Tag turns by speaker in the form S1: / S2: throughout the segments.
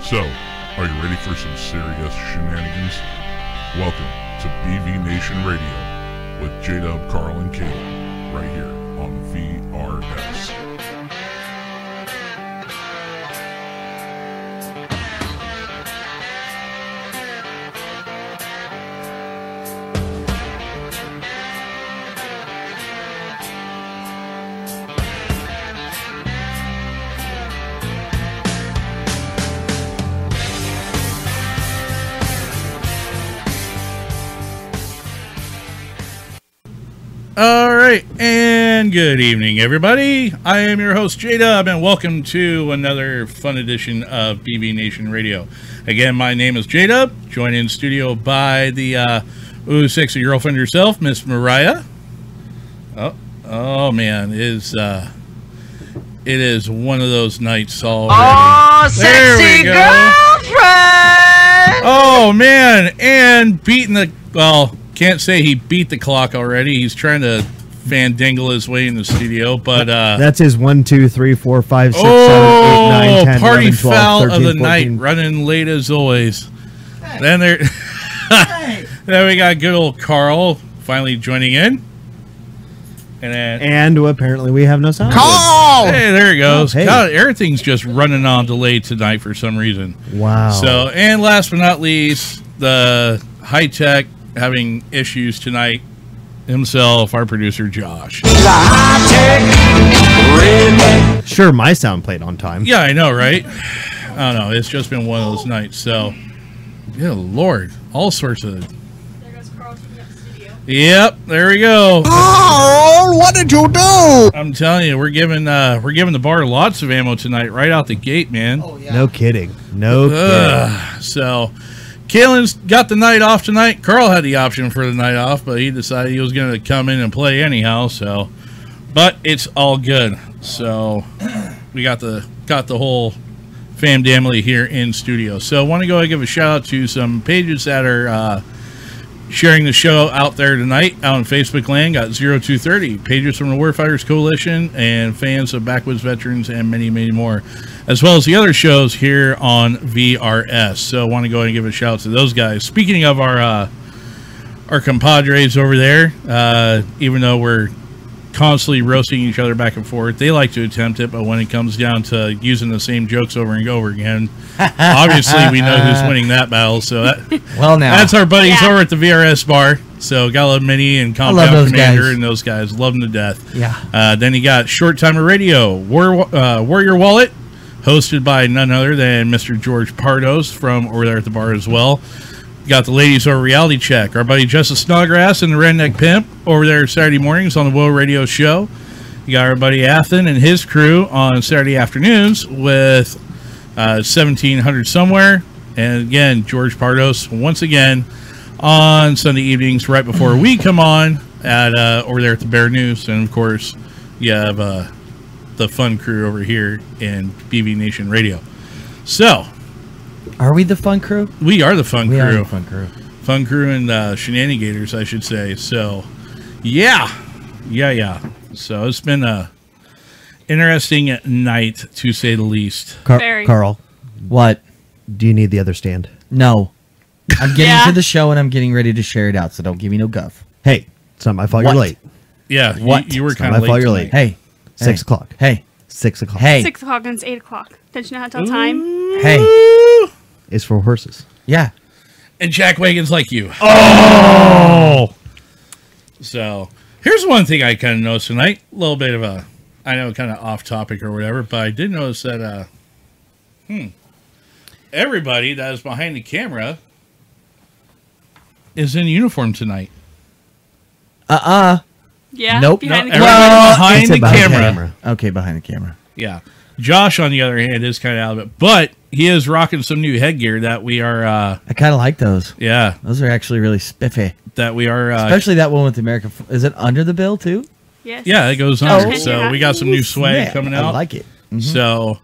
S1: So, are you ready for some serious shenanigans? Welcome to BV Nation Radio with J Dub, Carl, and Kate, right here on VRS.
S2: All right, and good evening, everybody. I am your host, J Dub, and welcome to another fun edition of BB Nation Radio. Again, my name is J Dub, joined in studio by the uh, ooh, sexy girlfriend herself, Miss Mariah. Oh, oh man, it is uh, it is one of those nights already.
S3: Oh,
S2: There we
S3: sexy
S2: go.
S3: girlfriend!
S2: Oh man, and beating the well, can't say he beat the clock already. He's trying to fandangle his way in the studio, but uh
S4: That's his one, two, three, four, five, six, seven, eight,
S2: oh,
S4: nine, 10,
S2: party
S4: 11, 12,
S2: foul
S4: 13,
S2: of the
S4: 14.
S2: night, running late as always. Then there, then we got good old Carl finally joining in, and then
S4: And apparently we have no sound.
S2: hey, there he goes.
S4: Oh, hey.
S2: God, everything's just running on delay tonight for some reason.
S4: Wow.
S2: So, and last but not least, the high tech having issues tonight. Himself, our producer Josh.
S4: sure, my sound played on time.
S2: Yeah, I know, right? I don't know. It's just been one of those nights. So, yeah, Lord, all sorts of.
S5: There goes Carl coming up the studio.
S2: Yep, there we go.
S3: Carl, what did you do?
S2: I'm telling you, we're giving uh we're giving the bar lots of ammo tonight, right out the gate, man.
S4: Oh, No kidding. No kidding.
S2: Ugh. So, Kalen's got the night off tonight. Carl had the option for the night off, but he decided he was going to come in and play anyhow. So, but it's all good. So, we got the got the whole fam family here in studio. So, want to go ahead and give a shout out to some pages that are. Uh, Sharing the show out there tonight out on Facebook land got 0230 pages from the Warfighters Coalition and fans of Backwoods Veterans and many, many more, as well as the other shows here on VRS. So I want to go ahead and give a shout out to those guys. Speaking of our uh, our compadres over there, uh, even though we're constantly roasting each other back and forth, they like to attempt it, but when it comes down to using the same jokes over and over again, obviously we know who's winning that battle. So that.
S3: Well, now
S2: That's our buddies
S5: Yeah.
S2: over at the VRS bar. So gotta love Mini and Compound
S3: those
S2: Commander
S3: guys.
S2: and those guys. Love them to death.
S3: Yeah.
S2: Uh, then you got Short Timer Radio, War, uh, Warrior Wallet, hosted by none other than Mr. George Pardos from over there at the bar as well. Got the ladies over Reality Check, our buddy Justice Snodgrass and the Redneck Pimp over there Saturday mornings on the Will Radio Show. You got our buddy Athen and his crew on Saturday afternoons with uh, 1700 somewhere. And again, George Pardos once again on Sunday evenings right before we come on at uh, over there at the Bear News. And of course, you have uh, the fun crew over here in BB Nation Radio. So
S3: are we the fun crew?
S2: we are the fun
S3: We
S2: crew.
S3: are the fun crew.
S2: Fun crew and uh, shenanigators, I should say. So, yeah, yeah, yeah. So it's been a interesting night to say the least.
S4: Car-
S5: Very.
S4: Carl,
S3: What?
S4: do you need the other stand?
S3: No, I'm getting
S5: Yeah.
S3: to the show and I'm getting ready to share it out. So don't give me no guff.
S4: Hey, it's not my fault
S3: What?
S4: you're late.
S2: Yeah, you-
S3: What?
S2: You, were
S4: It's not
S2: kind
S4: my
S2: of late.
S4: fault you're
S2: tonight.
S4: late.
S3: Hey,
S4: Six
S3: hey,
S4: o'clock.
S3: Hey,
S4: Six o'clock.
S3: hey, Mm,
S5: Six o'clock and it's eight o'clock. Don't you know how to tell time?
S3: hey.
S4: It's for horses.
S3: Yeah.
S2: And Jack Wagon's like you. Oh. So here's one thing I kind of noticed tonight. A little bit of a, I know, kind of off topic or whatever, but I did notice that, uh, hmm, everybody that is behind the camera is in uniform tonight.
S3: Uh
S5: Yeah.
S3: Nope,
S5: Behind
S2: No,
S5: the
S3: Uh-uh.
S2: everybody
S5: camera.
S2: behind
S4: It's
S2: the
S4: about
S2: camera.
S3: uh Okay, behind the camera.
S2: Yeah. Josh, on the other hand, is kind of out of it, but he is rocking some new headgear that we are, uh,
S3: I kind of like those.
S2: yeah,
S3: Those are actually really spiffy.
S2: that we are, uh,
S3: Especially that one with America. f- Is it under the bill too?
S5: Yes.
S2: yeah, it goes
S5: Oh.
S2: on. So we got some new swag
S3: Yeah,
S2: coming
S3: I
S2: out.
S3: like it. Mm-hmm.
S2: So,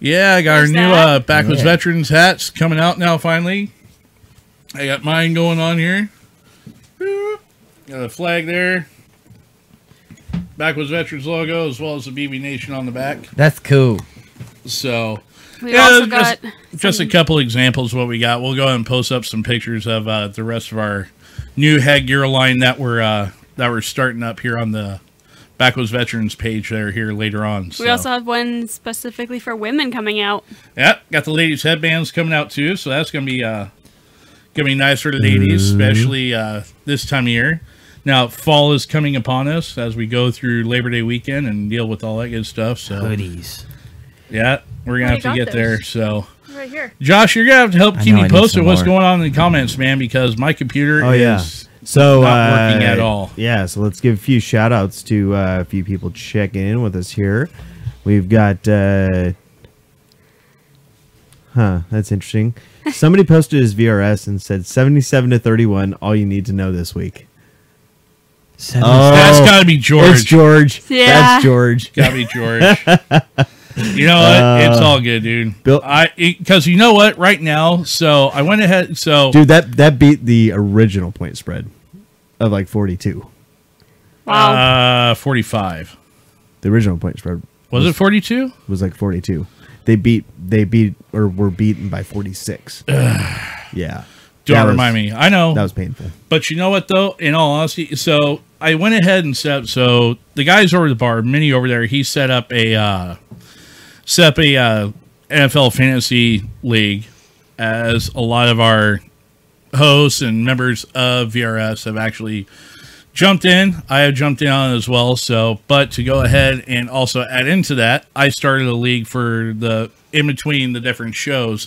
S2: yeah, I got
S5: There's
S2: our new
S5: that.
S2: uh, Backwoods
S3: Yeah.
S2: Veterans hats coming out now, finally. I got mine going on here. Got a flag there. Backwoods Veterans logo, as well as the BB Nation on the back.
S3: That's cool.
S2: So,
S5: We've
S2: Yeah,
S5: also
S2: just-
S5: got
S2: just a couple examples of what we got. We'll go ahead and post up some pictures of uh, the rest of our new headgear line that we're uh, that we're starting up here on the Backwoods Veterans page there here later on.
S5: we also have one specifically for women coming out.
S2: Yep, got the ladies' headbands coming out too, so that's gonna be uh gonna be nice for the ladies,
S3: Mm-hmm.
S2: especially uh this time of year. Now fall is coming upon us as we go through Labor Day weekend and deal with all that good stuff. So
S3: Hoodies.
S2: yeah, we're gonna
S5: I
S2: have to
S5: got
S2: get there.
S5: those.
S2: So
S5: Right here.
S2: Josh, you're gonna have to help
S3: I
S2: keep
S3: know, I
S2: me
S3: need
S2: posted
S3: some
S2: what's
S3: more.
S2: going on in the comments, man, because my computer
S6: Oh
S2: is
S6: yeah. So
S2: not working
S6: uh,
S2: at all.
S6: Yeah, so let's give a few shout outs to uh, a few people checking in with us here. We've got uh Huh, that's interesting. Somebody posted his VRS and said 77 to 31 all you need to know this week.
S2: that's gotta be George.
S6: Oh. It's George.
S5: Yeah.
S6: That's George. Uh,
S2: Gotta be George. you know what? it's all good, dude.
S6: Bill-
S2: I because you know what? Right now, so I went ahead. So
S6: Dude, that that beat the original point spread of like 42.
S5: Wow.
S2: uh, forty-five.
S6: The original point spread
S2: Was it forty-two?
S6: was like 42. They beat they beat or were beaten by 46. yeah.
S2: Don't
S6: That was-
S2: remind me. I know.
S6: That was painful.
S2: But you know what though? In all honesty, so I went ahead and set up. So the guys over the bar, Minnie over there, he set up a uh, set up a uh, NFL fantasy league, as a lot of our hosts and members of VRS have actually jumped in. I have jumped in on it as well. So, but to go ahead and also add into that, I started a league for the in between the different shows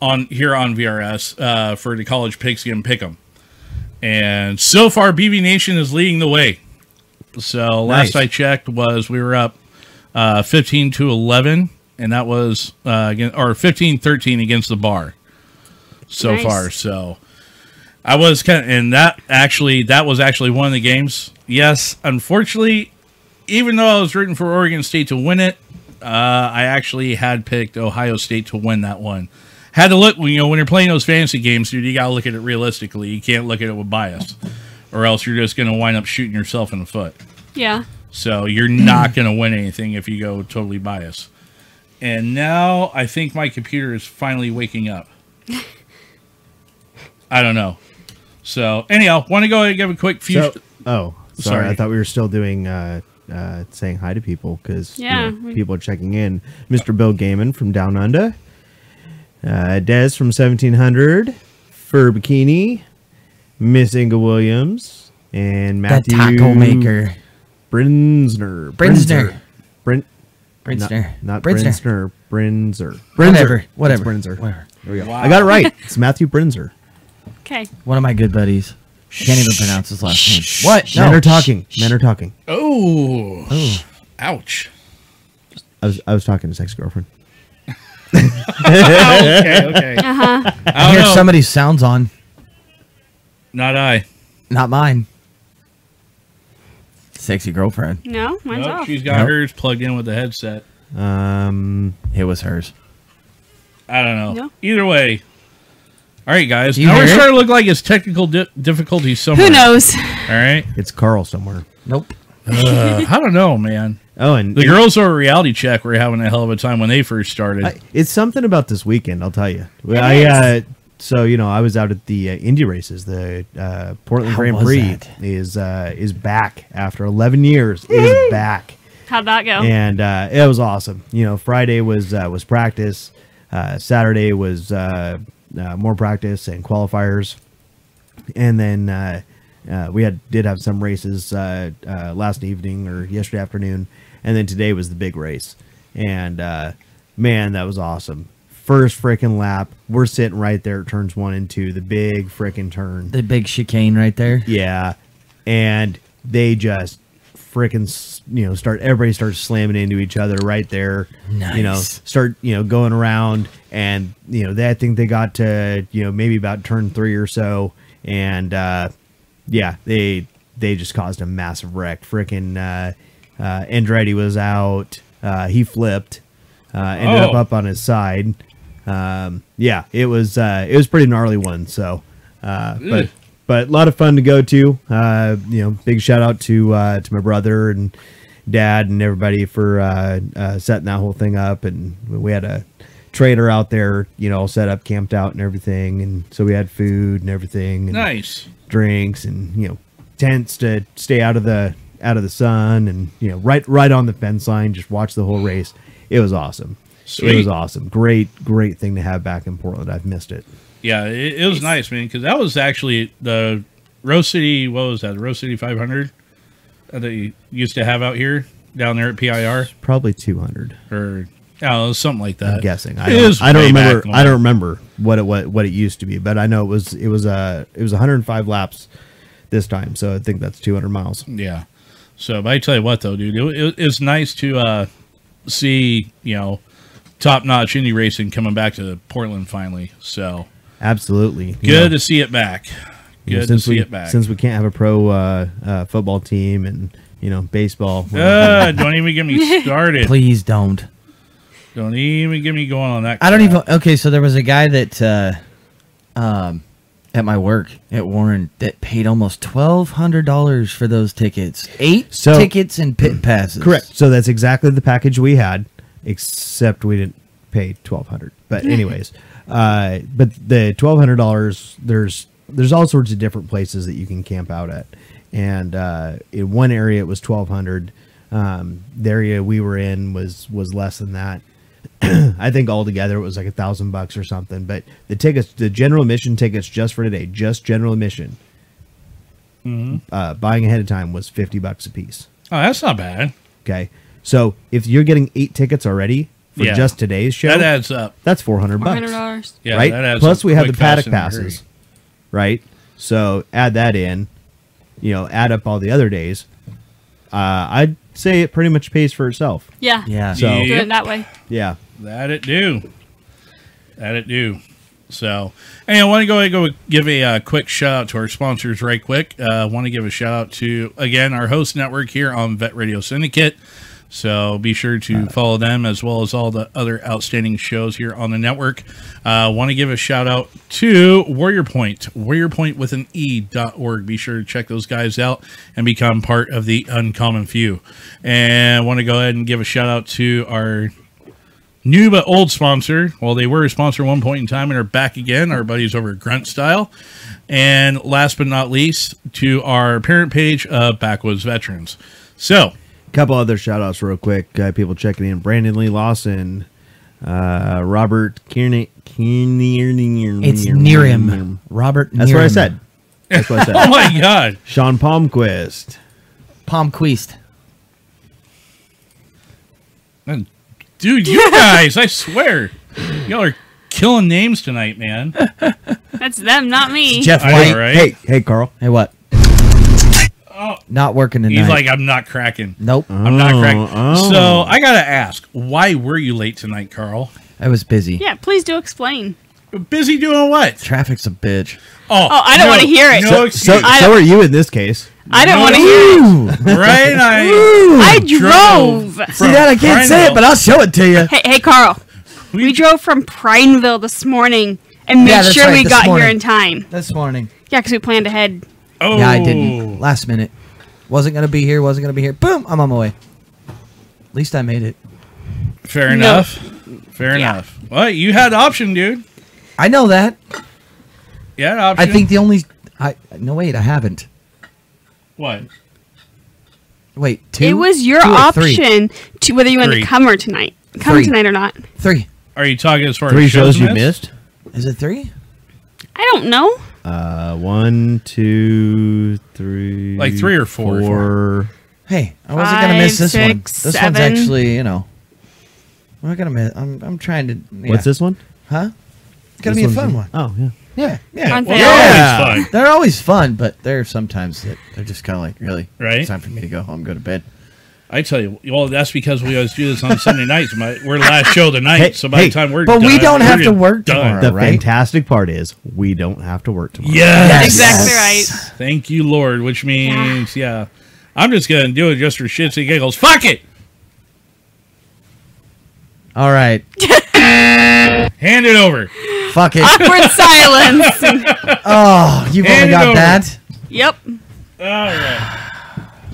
S2: on here on VRS uh, for the college pigskin pick'em. And so far, BB Nation is leading the way. So last
S6: Nice.
S2: I checked was we were up uh, 15 to 11, and that was uh, again, or 15 13 against the bar so
S5: Nice.
S2: far. So I was kind of, and that actually, that was actually one of the games. Yes, unfortunately, even though I was rooting for Oregon State to win it, uh, I actually had picked Ohio State to win that one. Had to look, you know, when you're playing those fantasy games, dude, you got to look at it realistically. You can't look at it with bias, or else you're just going to wind up shooting yourself in the foot.
S5: yeah.
S2: So you're not going to win anything if you go totally biased. And now I think my computer is finally waking up. I don't know. So anyhow, want to go ahead and give a quick few.
S6: So- oh, sorry.
S2: Sorry.
S6: I thought we were still doing uh, uh, saying hi to people because
S5: Yeah, we-
S6: people are checking in. Mr. Bill Gaiman from Down Under, uh, Des from 1700, Fur Bikini, Miss Inga Williams, and
S3: That
S6: Matthew
S3: taco maker.
S6: Brinsner.
S3: Brinsner.
S6: Brin- not-
S3: Brinsner.
S6: Not,
S3: Brinsner.
S6: Brinsner. Brinzer.
S3: Whatever.
S6: It's
S3: Whatever.
S6: Brinzer.
S3: Whatever.
S6: There we go.
S2: Wow.
S6: I got it right. It's Matthew Brinzer.
S5: Okay.
S3: One of my good buddies. Can't even pronounce his last name. What?
S6: Men
S3: No.
S6: are talking. Men are talking.
S2: Oh,
S3: Ooh.
S2: ouch.
S6: I was, I was talking to sex girlfriend.
S2: Oh, Okay, okay.
S5: Uh-huh.
S3: I
S2: I
S3: hear
S2: don't know.
S3: somebody's sounds on.
S2: Not I.
S3: Not mine. Sexy girlfriend.
S5: No, mine's
S2: Nope,
S5: off.
S2: she's got
S3: Nope.
S2: hers plugged in with the headset.
S6: Um,
S3: It was hers.
S2: I don't know.
S5: No.
S2: Either way. All right, guys.
S3: You
S2: now we're
S3: hear it?
S2: starting to look like it's technical di- difficulties somewhere.
S5: Who knows?
S2: All right.
S6: it's Carl somewhere.
S3: Nope.
S2: Uh, I don't know, man.
S6: Oh, and
S2: The girls over reality check were having a hell of a time when they first started.
S6: I, it's something about this weekend. I'll tell you. I uh, so you know I was out at the uh, Indy races. The uh, Portland
S3: How
S6: Grand
S3: was
S6: Prix
S3: that?
S6: is uh, is back after 11 years. Is back.
S5: How'd that go?
S6: and uh, it was awesome. You know, Friday was uh, was practice, uh, Saturday was uh, uh, more practice and qualifiers, and then uh, uh, we had did have some races uh, uh, last evening or yesterday afternoon, and then today was the big race, and uh, man, that was awesome. First freaking lap, we're sitting right there at turns one and two, the big freaking turn.
S3: The big chicane right there.
S6: Yeah. And they just freaking s- you know start everybody starts slamming into each other right there. You know,
S3: Nice.
S6: start you know going around and you know they I think they got to you know maybe about turn three or so and uh, yeah they they just caused a massive wreck. Freaking uh, uh, Andretti was out. Uh, he flipped. Uh, ended up
S2: Oh.
S6: up on his side. Um, yeah, it was uh, it was a pretty gnarly one. So, uh, but
S2: Ugh.
S6: but a lot of fun to go to. Uh, you know, big shout out to uh, to my brother and dad and everybody for uh, uh, setting that whole thing up. And we had a trailer out there, you know, all set up, camped out, and everything. And so we had food and everything. And
S2: Nice.
S6: drinks and you know tents to stay out of the out of the sun and you know right right on the fence line just watch the whole race it was awesome it
S2: Sweet.
S6: was awesome great great thing to have back in portland i've missed it
S2: Yeah, it, it was nice, man, because that was actually the Rose City. What was that? The Rose City 500 that they used to have out here down there at PIR
S6: probably 200
S2: or oh, something like that.
S6: i'm guessing
S2: It
S6: i don't,
S2: is
S6: I don't
S2: way back
S6: remember
S2: when.
S6: i don't remember what it what, what it used to be but i know it was it was uh it was 105 laps this time so i think that's 200 miles
S2: Yeah. So, but I tell you what, though, dude, it, it, it's nice to uh, see you know top notch indie racing coming back to Portland finally. So
S6: absolutely You
S2: good
S6: know,
S2: to see it back.
S6: you know,
S2: Good to see
S6: we
S2: it back.
S6: since we can't have a pro uh, uh football team and you know baseball we're not
S2: uh, don't even get me started.
S3: Please don't.
S2: Don't even get me going on that.
S3: I don't
S2: crap.
S3: even. Okay, so there was a guy that, uh, um, at my work at Warren that paid almost twelve hundred dollars for those tickets. Eight
S6: So-
S3: tickets and pit passes.
S6: Correct. So that's exactly the package we had, except we didn't pay twelve hundred. But anyways, uh, but the twelve hundred dollars, there's there's all sorts of different places that you can camp out at, and uh, in one area it was twelve hundred. Um, the area we were in was was less than that. I think altogether it was like a thousand bucks or something. But the tickets, the general admission tickets, just for today, just general admission, uh, buying ahead of time was fifty bucks a piece.
S2: Oh, Mm-hmm. that's not bad.
S6: Okay. So if you're getting eight tickets already for
S2: Yeah.
S6: just today's show,
S2: That adds up.
S6: that's 400 bucks.
S5: $400.
S2: Yeah,
S6: right?
S2: that adds
S6: Plus,
S2: up
S6: we have
S2: quick,
S6: the paddock
S2: fast, and in a
S6: passes,
S2: hurry.
S6: right? So add that in, you know, add up all the other days. Uh, I'd say it pretty much pays for itself.
S5: Yeah.
S3: Yeah.
S6: So-
S5: Do
S2: Yep.
S5: it that way.
S6: Yeah.
S2: That it do. That it do. So, hey, I want to go ahead and go give a uh, quick shout out to our sponsors, right quick. Uh, want to give a shout out to, again, our host network here on Vet Radio Syndicate. So be sure to follow them as well as all the other outstanding shows here on the network. Uh, Want to give a shout out to Warrior Point, warriorpoint with an E dot org. Be sure to check those guys out and become part of the uncommon few. And want to go ahead and give a shout out to our new but old sponsor. Well, they were a sponsor at one point in time and are back again. Our buddies over at Grunt Style. And last but not least, to our parent page of Backwoods Veterans. So,
S6: couple other shout outs real quick. Uh, people checking in Brandon Lee Lawson, uh, Robert Kiernan.
S3: It's near him, Robert.
S6: That's what I
S3: Nearim.
S6: said. That's what I
S2: oh
S6: said.
S2: my God.
S6: Sean Palmquist.
S3: Palmquist.
S2: Man, Dude, you guys, I swear. Y'all are killing names tonight, man.
S5: That's them, not me.
S3: Jeff
S2: I know,
S3: White.
S2: right? Oh.
S6: Hey, hey, Carl.
S3: Hey, what? Not working tonight.
S2: He's like, I'm not cracking.
S3: nope.
S2: I'm not
S6: Oh,
S2: cracking.
S6: oh.
S2: So I gotta ask, why were you late tonight, Carl?
S3: I was busy.
S5: Yeah, please do explain.
S2: Busy doing what?
S3: Traffic's a bitch.
S2: Oh,
S5: I don't
S2: no,
S5: wanna hear it.
S2: No
S5: So-
S6: So,
S2: excuse.
S5: I-
S6: so are you in this case?
S5: I didn't
S2: No.
S5: want to hear it.
S2: right? I
S5: I drove.
S3: See that? I can't say it, but I'll show it to you.
S5: Hey, hey, Carl.
S2: We-
S5: We, drove from Prineville this morning and made
S3: Yeah, that's
S5: sure
S3: right,
S5: we
S3: this
S5: got
S3: morning.
S5: here in time.
S3: This morning.
S5: Yeah, because we planned ahead.
S2: Oh,
S3: Yeah, I didn't. Last minute. Wasn't gonna be here. Wasn't gonna be here. Boom! I'm on my way. At least I made it.
S2: Fair
S5: No.
S2: enough. Fair
S5: Yeah.
S2: enough. Well, you had option, dude.
S3: I know that.
S2: You had option.
S3: I think the only. I no wait. I haven't.
S2: what?
S3: Wait. Two.
S5: it was your
S3: Two or three?
S5: option to whether you wanted
S2: Three.
S5: to come or tonight. Come
S3: Three.
S5: tonight or not.
S3: Three.
S2: Are you talking as far
S6: Three
S2: as
S6: shows you missed?
S3: Is it three?
S5: I don't know.
S6: Uh, one, two, three.
S2: Like three or four.
S6: four.
S3: Hey, I wasn't gonna
S5: Five,
S3: miss this one. This
S5: six,
S3: one's
S5: seven.
S3: actually, you know. I'm not gonna miss. I'm. I'm trying to. yeah.
S6: What's this one?
S3: Huh? It's gonna
S6: This
S3: be a
S6: one's
S3: fun one.
S6: Oh yeah.
S3: Yeah, yeah.
S5: On
S2: Well,
S5: sale.
S2: they're always fun.
S3: They're always fun, but there are sometimes that they're just kind of like, really,
S2: Right.
S3: It's time for me to go home, go to bed.
S2: I tell you, well, that's because we always do this on Sunday nights. My, we're the last show tonight,
S4: Hey,
S2: so by
S4: hey,
S2: the time we're
S3: but we
S2: done,
S3: don't
S2: we're
S3: have to work
S2: done.
S3: tomorrow.
S4: The
S3: All right.
S4: fantastic part is we don't have to work tomorrow.
S2: Yes.
S5: Exactly right.
S2: Thank you, Lord. Which means, yeah, I'm just gonna do it just for shits and giggles. Fuck it.
S3: All right,
S2: Hand it over.
S3: fuck it.
S5: Awkward silence.
S3: Oh, you've
S2: Hand
S3: only
S2: it
S3: got
S2: over.
S3: that.
S5: Yep.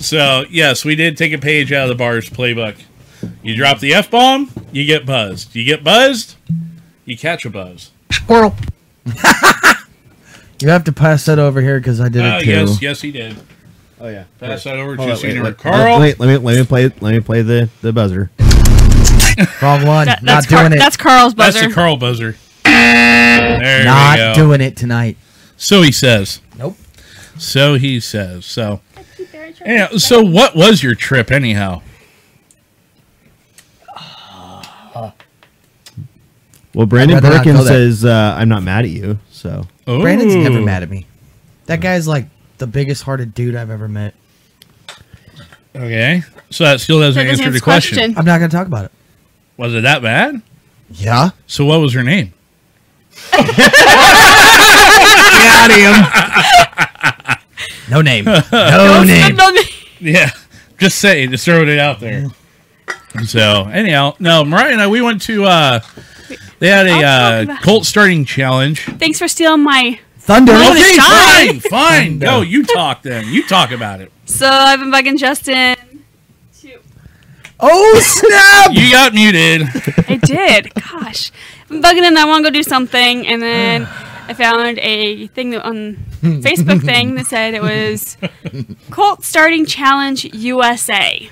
S2: So yes, we did take a page out of the bar's playbook. You drop the f bomb, you get buzzed. You get buzzed, you catch a buzz.
S3: Squirrel. you have to pass that over here because I did
S2: Oh
S3: it too.
S2: yes, yes he did.
S4: Oh yeah.
S2: Pass that over
S4: Hold
S2: to
S4: on, wait,
S2: Senior
S4: let-
S2: Carl.
S4: Let, let me let me play let me play the, the buzzer.
S3: Wrong one.
S5: That-
S3: Not
S5: that's, Car-
S3: doing
S5: that's Carl's
S2: That's
S5: buzzer.
S2: the Carl buzzer. There
S3: it.
S2: we go.
S3: Not doing it tonight.
S2: so he says.
S3: Nope.
S2: So he says. So. Yeah, so what was your trip anyhow?
S4: Well, Brandon
S3: I'd rather not
S4: Perkins
S3: know that.
S4: says uh, I'm not mad at you. So
S2: Oh.
S3: Brandon's never mad at me. That guy's like the biggest hearted dude I've ever met.
S2: Okay. So that still doesn't
S5: That doesn't
S2: answer the
S5: answer
S2: question.
S5: question.
S3: I'm not going to talk about it.
S2: Was it that bad?
S3: Yeah.
S2: So what was her name?
S4: got him.
S3: No name.
S5: No
S3: No name.
S5: name.
S2: Yeah. Just saying, just throwing it out there. So anyhow, no, Mariah and I we went to uh they had
S5: I'll talk
S2: a uh,
S5: about-
S2: Colt starting challenge.
S5: Thanks for stealing my
S3: Thunder.
S5: Well, this guy-
S2: fine, fine. Go, you talk then. You talk about it.
S5: So I've been bugging Justin. to-
S3: Oh snap!
S2: You got muted.
S5: I did. Gosh, I'm bugging him. I want to go do something, and then I found a thing that- on Facebook thing that said it was Colt Starting Challenge USA.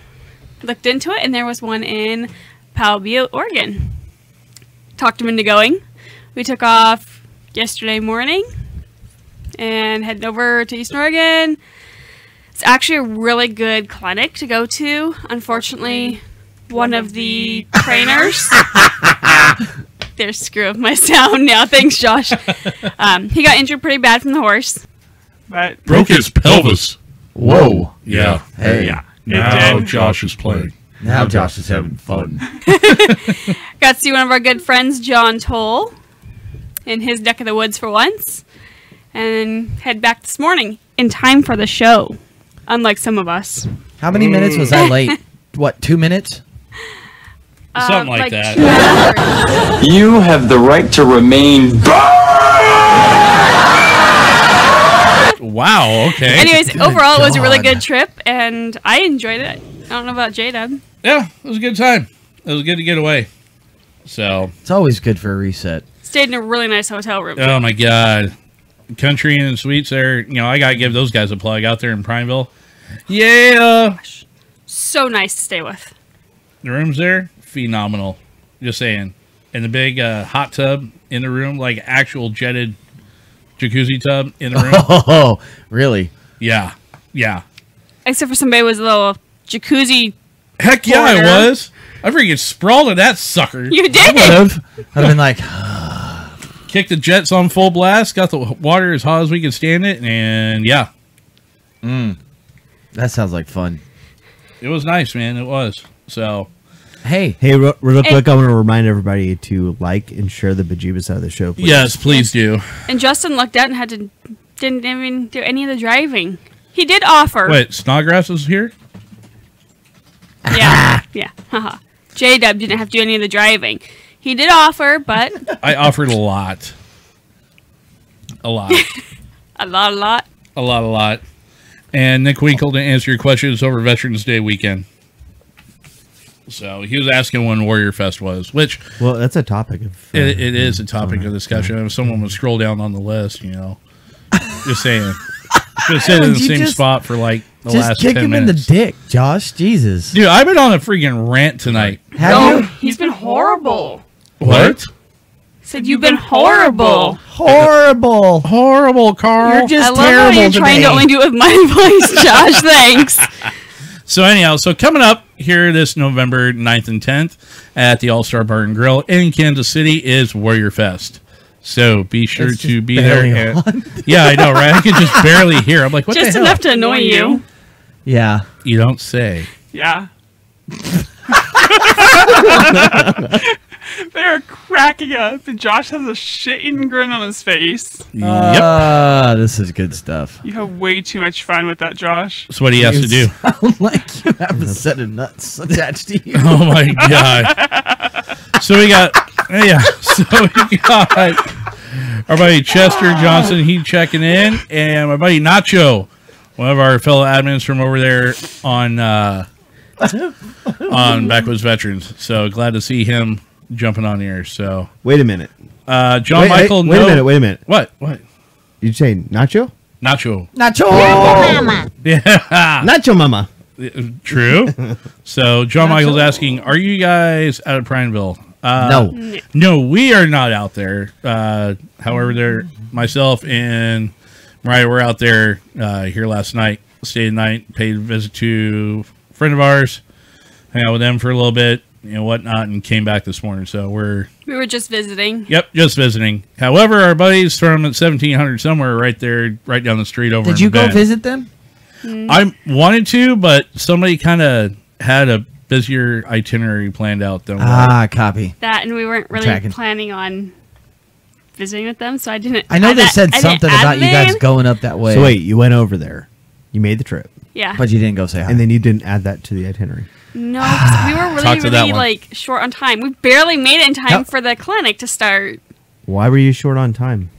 S5: Looked into it, and there was one in Powell Beach, Oregon. Talked him into going. We took off yesterday morning and headed over to Eastern Oregon. It's actually a really good clinic to go to. Unfortunately, one of the trainers. There's screw up my sound now. Thanks, Josh. Um, he got injured pretty bad from the horse. But
S1: Broke his pelvis.
S3: Whoa.
S2: Yeah.
S3: Hey.
S1: Now
S5: did.
S1: Josh is playing.
S3: Now Josh is having fun.
S5: got to see one of our good friends, John Toll, in his neck of the woods for once, and head back this morning in time for the show. Unlike some of us,
S3: How many minutes was I late? What? Two minutes?
S2: Something like that.
S5: Uh, two hours.
S7: You have the right to remain
S2: Wow, okay.
S5: Anyways, overall, it was a really
S3: Oh God.
S5: good trip, and I enjoyed it. I don't know about J Dub.
S2: Yeah, it was a good time. It was good to get away. So,
S3: It's always good for a reset.
S5: Stayed in a really nice hotel room.
S2: oh my god, Country and Sweets there. You know, I gotta give those guys a plug out there in Primeville. Yeah,
S5: So nice to stay with.
S2: the rooms there phenomenal. Just saying, and the big uh, hot tub in the room, like actual jetted jacuzzi tub in the room.
S3: Oh, really?
S2: yeah, yeah.
S5: Except for somebody was a little jacuzzi.
S2: Heck yeah, I
S5: Corner.
S2: was. I freaking sprawled at that sucker.
S5: You did
S3: Would
S5: it.
S3: have. I've been like,
S2: Kicked the jets on full blast. Got the water as hot as we could stand it, and yeah,
S3: that sounds like fun.
S2: it was nice, man. It was. So
S3: Hey,
S4: Hey, real, real
S5: Hey.
S4: quick, I want to remind everybody to like and share the bejeebus out of the show. Please.
S2: yes, please do.
S5: And Justin looked out and had to didn't even do any of the driving. He did offer.
S2: Wait, Snodgrass is here.
S5: Yeah. yeah. Haha. J Dub didn't have to do any of the driving. He did offer, but
S2: I offered a lot. A lot.
S5: a lot, a lot.
S2: a lot, a lot. And Nick Winkle, to answer your question, it's over Veterans Day weekend. So he was asking when Warrior Fest was, which
S4: Well, that's a topic of. uh,
S2: it, it is a topic of discussion. If someone would scroll down on the list, you know, just saying. Just sitting in the
S3: Would you
S2: same
S3: just-
S2: spot for like the
S3: just
S2: last
S3: kick
S2: 10
S3: him in the
S2: minutes.
S3: dick, Josh. Jesus.
S2: Dude, I've been on a freaking rant tonight.
S3: Have
S5: No,
S3: you?
S5: he's been horrible.
S2: What?
S5: Said you've been horrible.
S3: Horrible.
S2: Horrible, Carl.
S3: You're
S5: I
S3: just
S5: love how
S3: terrible
S5: you're trying to
S3: today.
S5: only do it with my voice, Josh. Thanks.
S2: So anyhow, so coming up here this November 9th and 10th at the All-Star Bar and Grill in Kansas City is Warrior Fest. So be sure
S3: It's
S2: to
S3: just
S2: be there.
S3: barely
S2: at-
S3: on.
S2: yeah, I know, right? I could just barely hear. I'm like, what
S5: Just
S2: the hell?
S5: enough to annoy you.
S3: Yeah.
S2: You don't say.
S8: Yeah. They're cracking up, and Josh has a shitting grin on his face.
S2: yep.
S3: Ah, this is good stuff.
S8: You have way too much fun with that, Josh.
S2: That's what he has to do.
S3: Sound like you have a set of nuts attached to you.
S2: Oh my god. So we got yeah. So we got our buddy Chester Johnson, he checking in, and my buddy Nacho, one of our fellow admins from over there on uh on Backwoods Veterans. So glad to see him jumping on here. So
S6: Wait a minute.
S2: uh John
S6: Wait,
S2: Michael
S6: wait, wait
S2: no-
S6: a minute. Wait a minute.
S2: What? What?
S6: You say Nacho?
S2: Nacho.
S3: Oh.
S6: Nacho Mama.
S3: Uh,
S2: True. so John Michael's asking, are you guys out of Prineville? Uh
S3: no.
S2: No, we are not out there. Uh, however, there myself and Mariah were out there uh, here last night, stayed the night, paid a visit to a friend of ours, hang out with them for a little bit and whatnot, and came back this morning. So we're
S5: We were just visiting.
S2: yep, just visiting. However, our buddies from seventeen hundred somewhere right there, right down the street over.
S3: Did
S2: in
S3: you go
S2: Bend.
S3: visit them?
S5: Mm.
S2: I wanted to, but somebody kind of had a busier itinerary planned out than what I
S3: Ah, copy.
S5: That and we weren't really
S3: Tracking.
S5: planning on visiting with them, so I didn't.
S3: I know
S5: add
S3: they
S5: that-
S3: said
S5: I didn't
S3: something
S5: add
S3: about you
S5: it
S3: guys
S5: in.
S3: going up that way.
S6: So wait, you went over there. You made the trip.
S5: Yeah.
S3: But you didn't go say hi.
S6: And then you didn't add that to the itinerary.
S5: No, 'cause we were
S2: Talk
S5: really,
S2: to that
S5: really
S2: one.
S5: like short on time. We barely made it in time
S6: Yep.
S5: for the clinic to start
S6: Why were you short on time?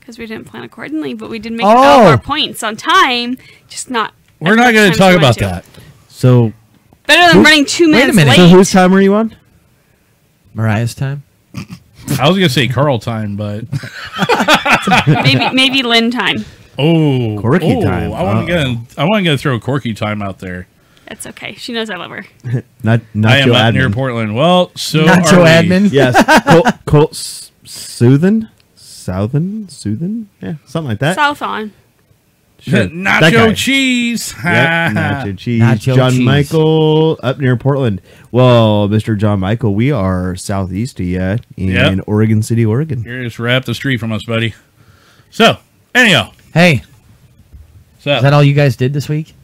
S5: because we didn't plan accordingly. But we did make all of
S3: Oh.
S5: our points on time, just not.
S2: We're
S5: as
S2: not
S5: much
S2: going
S5: time
S2: to
S5: as
S2: talk
S5: we
S2: about
S5: wanted to.
S2: that.
S6: So,
S5: Better than
S6: Who-
S5: running two
S3: wait a
S5: minutes
S3: minute.
S5: late.
S6: so whose time were you on?
S3: Mariah's time?
S2: I was going to say Carl time, but
S5: maybe maybe Lynn time.
S2: oh,
S6: Corky
S2: oh,
S6: time.
S2: I want to I want to throw Corky time out there.
S5: That's okay. She knows I love her.
S6: Not Nacho
S2: I am
S6: admin.
S2: out near Portland. Well, so
S3: Nacho
S2: are we.
S3: admin?
S6: Yes, Colt, Colt S- Southen, Southen, Southen, yeah, something like that.
S5: South on.
S6: Sure. That guy.
S2: Nacho cheese.
S6: Yep, nacho cheese.
S3: Nacho
S6: John
S3: cheese.
S6: Michael up near Portland. Well, Mr. John Michael, we are southeast of you in
S2: Yep.
S6: Oregon City, Oregon.
S2: You're just right up the street from us, buddy. So anyhow,
S3: Hey,
S2: so
S3: is that all you guys did this week?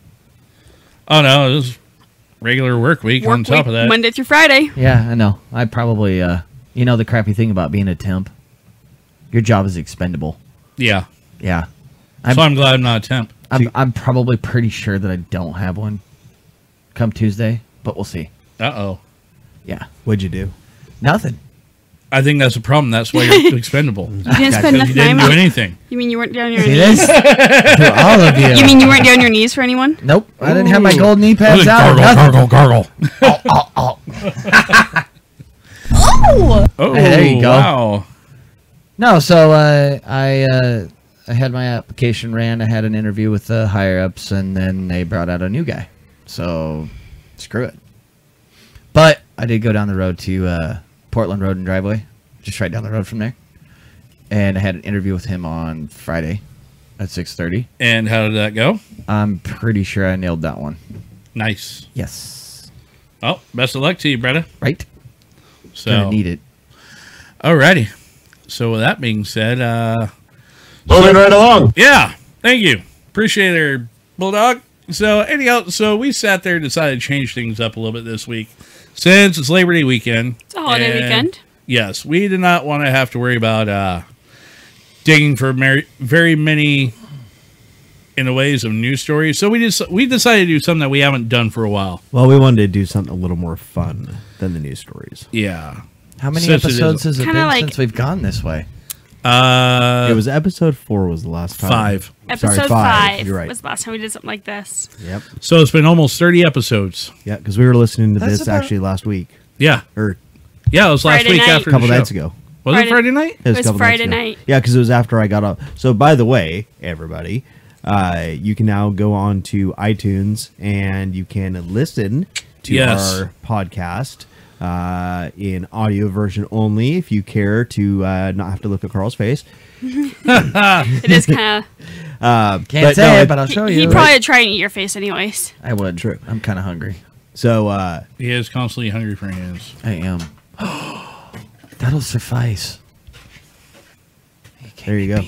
S2: oh no, this is regular work week.
S5: Work
S2: on top
S5: week,
S2: of that,
S5: Monday through Friday.
S3: Yeah, I know. I probably, uh, you know, the crappy thing about being a temp, your job is expendable.
S2: yeah.
S3: Yeah,
S2: so I'm glad I'm not a temp.
S3: I'm, I'm probably pretty sure that I don't have one come Tuesday, but we'll see.
S2: Uh oh.
S3: Yeah,
S6: What'd you do?
S3: nothing.
S2: I think that's a problem. That's why you're expendable.
S5: You didn't spend
S2: Because
S5: enough
S2: you didn't
S5: time.
S2: do
S5: on-
S2: anything.
S5: You mean you weren't down on your
S3: See
S5: knees?
S3: this? to all of you.
S5: You mean you weren't down on your knees for anyone?
S3: nope, I didn't have my gold knee pads out. or
S2: Gargle,
S3: nothing.
S2: gargle, gargle. Oh,
S3: oh. Hey, there you go.
S2: Wow.
S3: No, so uh, I uh, I had my application ran. I had an interview with the higher ups, and then they brought out a new guy. So screw it. But I did go down the road to uh, Portland Road and Driveway, just right down the road from there, and I had an interview with him on Friday at six thirty.
S2: And how did that go?
S3: I'm pretty sure I nailed that one.
S2: Nice.
S3: Yes,
S2: Well, Oh, best of luck to you, Bretta.
S3: right. Gonna
S2: So,
S3: need it.
S2: alrighty. So with that being said, uh,
S7: Moving right along.
S2: yeah, thank you, appreciate it, Bulldog. So anyhow, so we sat there and decided to change things up a little bit this week since it's Labor Day weekend.
S5: It's a holiday
S2: and
S5: weekend.
S2: Yes, we did not want to have to worry about uh, digging for mer- very many in the ways of news stories. So we just we decided to do something that we haven't done for a while.
S6: Well, we wanted to do something a little more fun than the news stories.
S2: Yeah.
S3: How many
S2: Since it is-
S3: episodes has it
S5: Kinda
S3: been
S5: like-
S3: since we've gone this way?
S2: Uh,
S6: it was episode four was the last time.
S2: five.
S5: Episode 5
S6: Sorry, five. You're right.
S5: was the last time we did something like this.
S6: Yep.
S2: So it's been almost 30 episodes.
S6: Yeah, because we were listening to
S3: That's
S6: this
S3: about-
S6: actually last week
S2: Yeah.
S6: or
S2: Yeah, it was last
S5: Friday
S2: week
S5: night.
S2: after
S6: a couple
S2: the show.
S6: nights ago.
S2: Was
S5: Friday-
S2: it Friday night?
S5: It was
S6: a couple nights
S5: Friday
S6: ago.
S5: night.
S6: Yeah, because it was after I got up. So, by the way, everybody, uh, you can now go on to iTunes and you can listen to
S2: Yes.
S6: our podcast uh, in audio version only if you care to uh, not have to look at Carl's face.
S5: It is kind of.
S3: Can't
S6: Uh, But
S3: say,
S6: no,
S3: it,
S6: it-
S3: but I'll show
S5: he
S3: you.
S5: probably would try and eat your face anyways.
S3: I would.
S6: True.
S3: I'm kind of hungry.
S6: So, uh,
S2: He is constantly hungry for hands.
S3: I am. That'll suffice.
S6: there you go.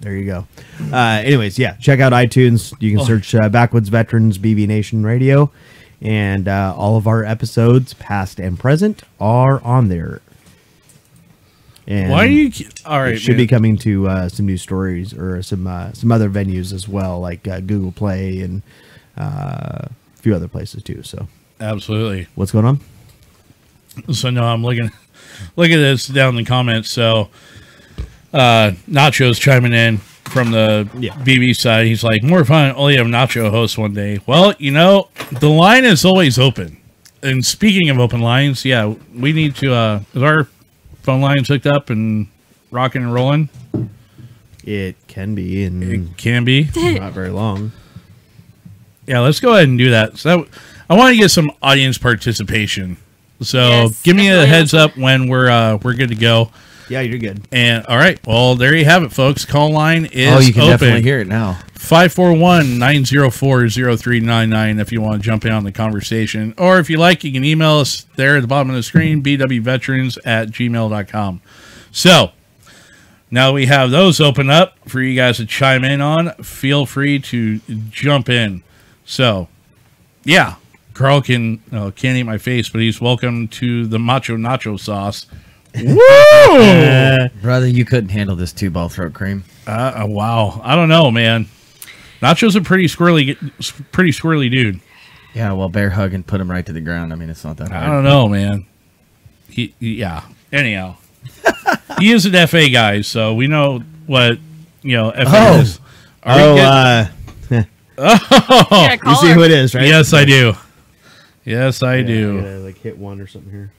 S6: There you go. Uh, anyways, yeah, check out iTunes. You
S2: Oh.
S6: can search uh, Backwoods Veterans BB Nation Radio, and uh, all of our episodes, past and present, are on there. And
S2: Why do you? ke- All
S6: it
S2: right,
S6: should be
S2: man.
S6: coming to uh, some new stories or some uh, some other venues as well, like uh, Google Play and uh, a few other places too. So,
S2: absolutely.
S6: what's going on?
S2: So no, I'm looking look at this down in the comments. So uh Nacho's chiming in from the
S6: Yeah.
S2: BB side. He's like, more fun only have Nacho host one day. Well, you know, the line is always open. And speaking of open lines, yeah, we need to uh is our phone lines hooked up and rocking and rolling?
S6: It can be
S2: It
S6: in
S2: can be.
S6: not very long.
S2: Yeah, let's go ahead and do that. So that- I want to get some audience participation. So
S5: Yes,
S2: give me a
S5: definitely.
S2: heads up when we're uh we're good to go.
S6: Yeah, you're good.
S2: And all right, well, there you have it, folks. Call line is
S3: Oh, you can
S2: open.
S3: definitely hear it now.
S2: 541-904-0399 if you want to jump in on the conversation. Or if you like, you can email us there at the bottom of the screen, bwveterans at gmail.com. So now we have those open up for you guys to chime in on. Feel free to jump in. So, yeah, Carl can oh, can't eat my face, but he's welcome to the macho nacho sauce. Oh! Woo!
S3: Uh, Brother, you couldn't handle this two ball throat cream.
S2: Uh, uh, wow, I don't know, man. Nacho's a pretty squirrely, pretty squirrely dude.
S3: Yeah, well, bear hug and put him right to the ground. I mean, it's not that
S2: I
S3: hard.
S2: don't know, man. He, he- yeah. Anyhow, he is an FA guy, so we know what you know. FA
S3: Oh.
S2: is. Are we
S6: Oh,
S2: good-
S6: uh,
S5: Yeah,
S6: you
S5: call
S6: see
S5: her.
S6: who it is, right?
S2: yes, I do. Yes, I do.
S6: Yeah, I gotta, like hit one or something here.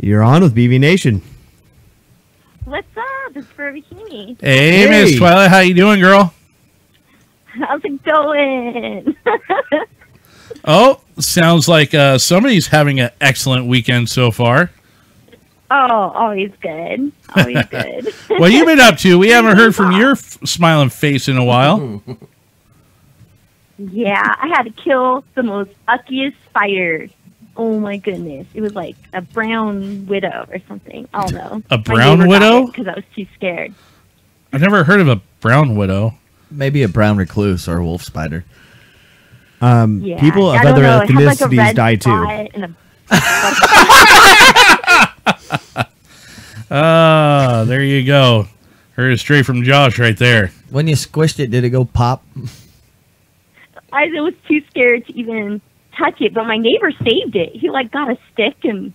S6: You're on with BB Nation.
S9: What's up? It's Barbikini.
S2: Hey, Miss
S6: Hey.
S2: Twilight, how you doing, girl?
S9: How's it going?
S2: Oh, sounds like uh, somebody's having an excellent weekend so far.
S9: oh, always good. Always good.
S2: What you been up to? We haven't heard from your f- smiling face in a while.
S9: yeah, I had to kill the most uckiest spider. Oh my goodness. It was like a brown widow or something. I don't know.
S2: A brown widow?
S9: Because I was too scared.
S2: I've never heard of a brown widow.
S3: Maybe a brown recluse or a wolf spider.
S6: Um,
S9: Yeah.
S6: people of
S9: I don't
S6: other
S9: know. It had, like, a
S6: ethnicities
S9: red
S6: die too.
S9: spot and a-
S2: Ah, there you go. Heard it straight from Josh right there.
S3: When you squished it, did it go pop?
S9: I was too scared to even touch it, but my neighbor saved it. He like got a stick and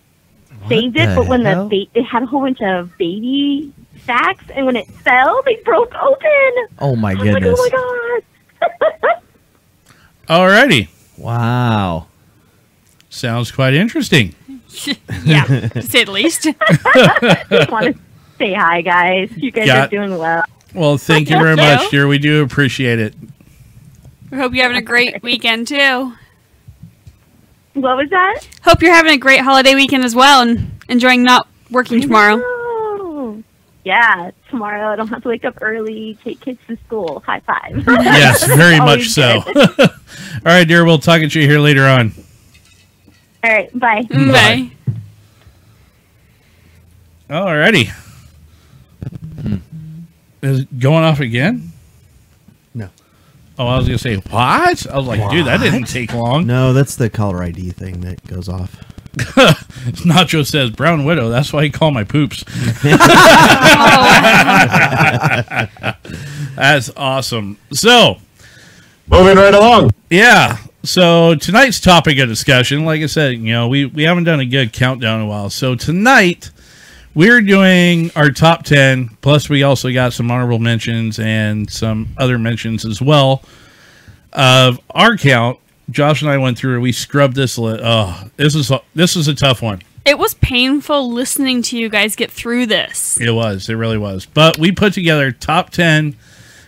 S9: saved
S3: the
S9: it. But when
S3: hell?
S9: the ba- it had a whole bunch of baby sacks, and when it fell, they broke open.
S3: Oh my
S9: I was like,
S3: goodness!
S9: oh my god!
S2: Alrighty.
S3: Wow.
S2: Sounds quite interesting.
S5: yeah, to say the least.
S9: Just want to say hi, guys. You guys
S2: Yeah.
S9: are doing well.
S2: Well, thank you very
S5: Thank
S2: much,
S5: you.
S2: dear. We do appreciate it.
S5: We hope you're having a great weekend too.
S9: What was that?
S5: Hope you're having a great holiday weekend as well and enjoying not working tomorrow.
S9: Oh. Yeah, tomorrow I don't have to wake up early, take kids to school. High five.
S2: Yes, very much
S9: Always
S2: so.
S9: good.
S2: All right, dear. We'll talk at you here later on.
S9: All right, bye.
S5: Bye.
S2: Alrighty. Is it going off again?
S6: No.
S2: Oh, I was gonna say what? I was like, dude, that didn't take long.
S6: No, that's the caller ID thing that goes off.
S2: Nacho says brown widow. That's why he called my poops. That's awesome. So.
S7: Moving right along.
S2: Yeah. So tonight's topic of discussion, like I said, you know, we, we haven't done a good countdown in a while. So tonight we're doing our top ten. Plus, we also got some honorable mentions and some other mentions as well of our count. Josh and I went through. We scrubbed this. Li- oh, this is a, this is a tough one.
S5: It was painful listening to you guys get through this.
S2: It was. It really was. But we put together top ten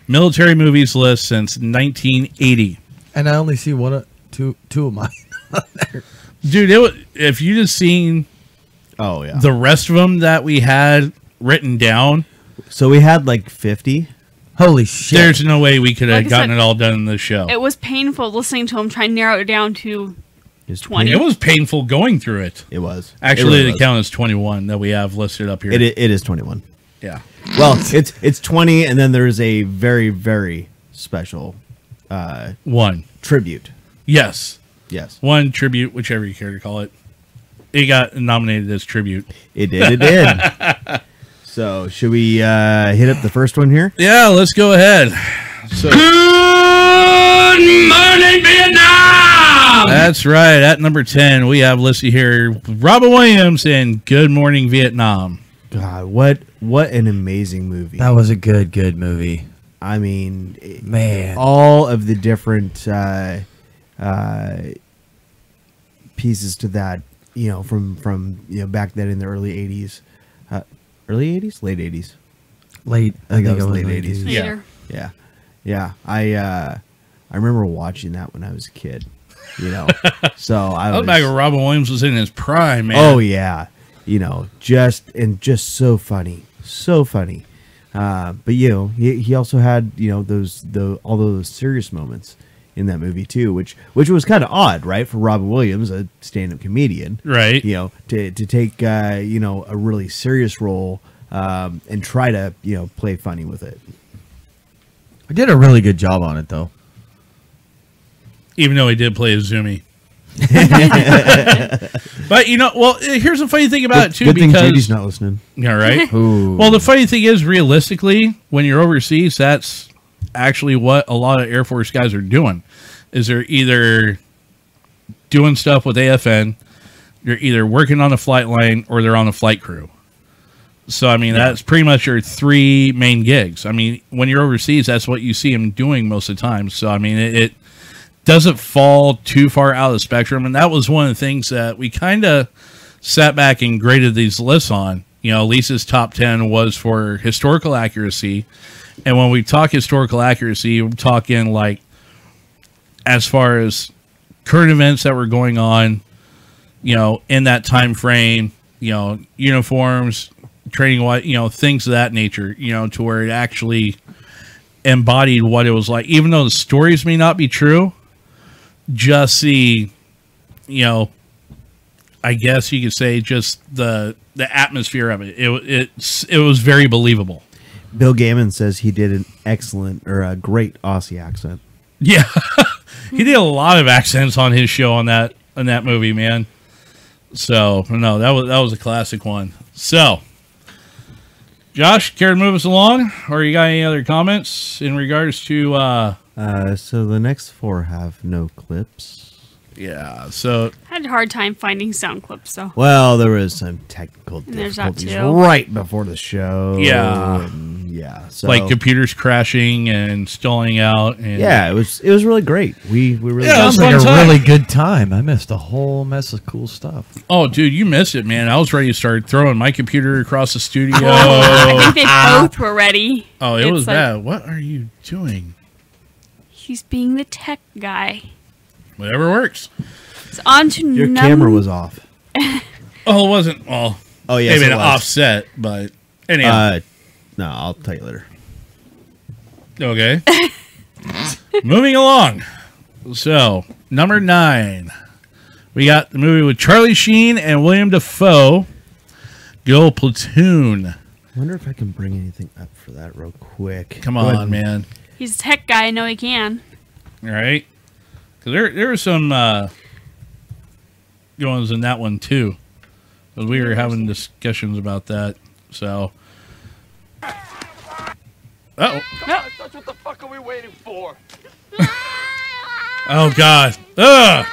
S2: military movies list since 1980.
S3: And I only see one, of, two, two of mine.
S2: Dude, it was, if you just seen
S6: Oh yeah.
S2: the rest of them that we had written down,
S6: So we had like 50.
S3: Holy shit!
S2: there's no way we could have
S5: Like I
S2: gotten
S5: said-
S2: it all done in the show.
S5: It
S2: It,
S5: was painful listening to him try and narrow it down to
S6: Just
S5: 20.
S2: was painful going through it.
S6: It was It
S2: Actually,
S6: really
S2: the
S6: was.
S2: count is 21 that we have listed up here.
S6: It, i- it is 21.
S2: Yeah.
S6: Well, it's it's twenty, and then there's a very very special uh,
S2: One.
S6: tribute.
S2: Yes.
S6: Yes,
S2: One tribute, whichever you care to call it. It got nominated as tribute.
S6: it did. It did. so should we uh, hit up the first one here?
S2: Yeah, let's go ahead. So,
S7: Good morning, Vietnam!
S2: that's right. At number 10, we have, let's see here, Robin Williams and Good Morning Vietnam.
S6: God, what what an amazing movie!
S3: That was a good, good movie.
S6: I mean, it-
S3: Man.
S6: all of the different uh, uh, pieces to that, you know, from from you know back then in the early '80s, uh, early '80s, late '80s.
S3: Late. I think,
S6: that
S3: it
S6: was
S3: was
S6: late
S3: late
S6: 80s.
S3: 80s.
S2: Yeah.
S5: Later.
S6: Yeah, yeah. I uh, I remember watching that when I was a kid. You know, so I
S2: I
S6: was.
S2: was back when Robin Williams was in his prime, man.
S6: Oh yeah, you know, just and just so funny, so funny. Uh, but you know, he, he also had you know those the all those serious moments in that movie too, which which was kind of odd, right, for Robin Williams, a stand-up comedian,
S2: Right.
S6: You know, to to take uh, you know a really serious role um, and try to you know play funny with it.
S3: We did a really good job on it, though.
S2: even though he did play a Zumi. but you know, well, eh, here's the funny thing about it too,
S6: Good thing JD's
S2: because
S6: not listening.
S2: yeah, right.
S3: Ooh.
S2: well, the funny thing is, realistically, when you're overseas, that's actually what a lot of Air Force guys are doing. Is they're either doing stuff with AFN, they're either working on a flight line or they're on a flight crew. So I mean, that's pretty much your three main gigs. I mean, when you're overseas, that's what you see them doing most of the time. So I mean, it, it doesn't fall too far out of the spectrum, and that was one of the things that we kind of sat back and graded these lists on. You know, Lisa's top 10 was for historical accuracy. And when we talk historical accuracy, we're talking like as far as current events that were going on, you know, in that time frame, you know, uniforms, training what, you know, things of that nature, you know, to where it actually embodied what it was like. Even though the stories may not be true, just the, you know, I guess you could say just the the atmosphere of it. It it's it was very believable.
S6: Bill Gammon says he did an excellent or a great Aussie accent.
S2: Yeah, he did a lot of accents on his show on that on that movie, man. So no, that was that was a classic one. So, Josh, care to move us along, or you got any other comments in regards to? uh
S6: Uh, so the next four have no clips.
S2: Yeah, so
S5: I had a hard time finding sound clips, so.
S6: Well, there was some technical
S5: there's that
S6: difficulties
S5: too.
S6: right before the show.
S2: Yeah.
S6: and mm, yeah. So
S2: like computers crashing and stalling out, and
S6: yeah, it was it was really great. We we really
S2: Yeah, it
S6: yeah,
S2: was
S3: Sounds like
S2: fun
S3: a
S2: time.
S3: really good time. I missed a whole mess of cool stuff.
S2: Oh, dude, you missed it, man. I was ready to start throwing my computer across the studio. Ah.
S5: I think they both were ready.
S2: Oh, it
S5: It's
S2: was
S5: like-
S2: bad. What are you doing?
S5: He's being the tech guy.
S2: Whatever works.
S5: It's on to
S6: your
S5: num-
S6: camera was off.
S2: Oh, it wasn't. Well,
S6: Oh yes,
S2: maybe
S6: it
S2: an
S6: was.
S2: offset, but anyhow.
S6: Uh, no, I'll tell you later.
S2: okay. Moving along. So, number nine, we got the movie with Charlie Sheen and William Defoe. Go Platoon.
S6: I wonder if I can bring anything up for that real quick.
S2: Come
S6: Go ahead
S2: on,
S6: and-
S2: man.
S5: He's a tech guy. I know he can.
S2: All right. Because there, there were some uh, goings in that one, too. 'Cause we were having discussions about that. So. Oh.
S7: That's what the fuck are we waiting for?
S2: Oh, God. Ugh.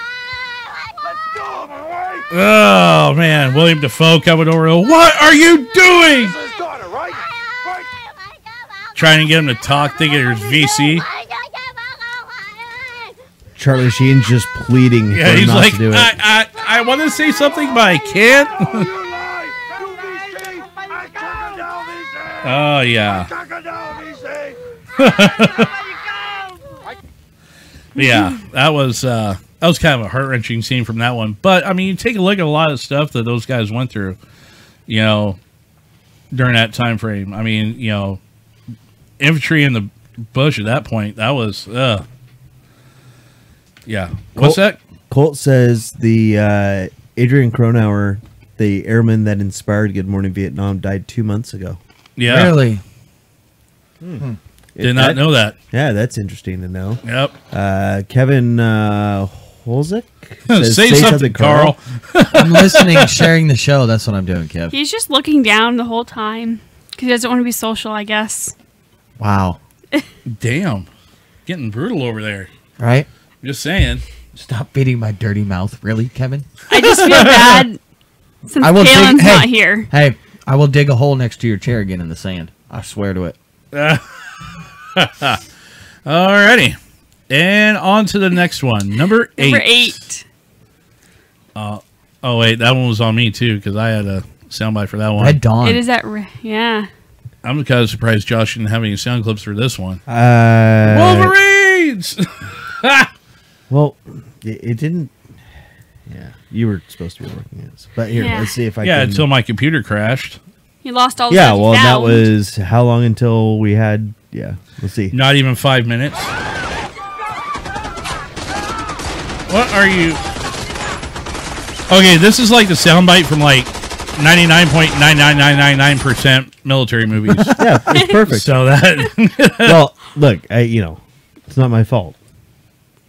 S7: Let's go, alright?
S2: Oh, man. William Defoe coming over. What are you doing?
S7: This is daughter, right? Right?
S2: Trying to get him to talk, thinking there's VC.
S6: Charlie Sheen's just pleading.
S2: Yeah,
S6: for
S2: he's
S6: not
S2: like,
S6: to do it.
S2: I, I, I want to say something, but I can't.
S7: You lie! You VC! I took her down, VC!
S2: Oh, yeah.
S7: Took her down, VC!
S2: yeah, that was uh, that was kind of a heart wrenching scene from that one. But I mean, you take a look at a lot of stuff that those guys went through, you know, during that time frame. I mean, you know, infantry in the bush at that point. That was, uh, yeah. What's
S6: Colt-
S2: that?
S6: Colt says the uh, Adrian Cronauer, the airman that inspired Good Morning Vietnam, died two months ago.
S2: Yeah.
S3: Really?
S2: Did not know that.
S6: Yeah, that's interesting to know.
S2: Yep.
S6: Uh, Kevin uh, Holzik
S2: Say,
S6: says,
S2: something, Carl.
S3: I'm listening, sharing the show. That's what I'm doing, Kev.
S5: He's just looking down the whole time because he doesn't want to be social, I guess.
S3: Wow.
S2: Damn. Getting brutal over there.
S3: Right?
S2: Just saying.
S3: Stop beating my dirty mouth, really, Kevin?
S5: I just feel bad since
S3: I will dig-
S5: Kalen's
S3: hey.
S5: not here.
S3: Hey, I will dig a hole next to your chair again in the sand. I swear to it.
S2: Alrighty. And on to the next one. Number eight.
S5: Number eight.
S2: Oh, wait. That one was on me, too, because I had a soundbite for that one.
S3: Red Dawn.
S5: It is at re- yeah.
S2: I'm kind of surprised Josh didn't have any sound clips for this one.
S6: Uh,
S2: Wolverines!
S6: well, it, it didn't. Yeah, you were supposed to be working at this, but here,
S5: Yeah.
S6: let's see if I
S2: yeah,
S6: can.
S2: until my computer crashed.
S5: You lost all.
S6: yeah,
S5: the
S6: well, that was how long until we had. Yeah, let's see.
S2: Not even five minutes. What are you? Okay, this is like the soundbite from like 99.99999% military movies.
S6: Yeah, it's perfect.
S2: so that.
S6: well, look, I you know, it's not my fault.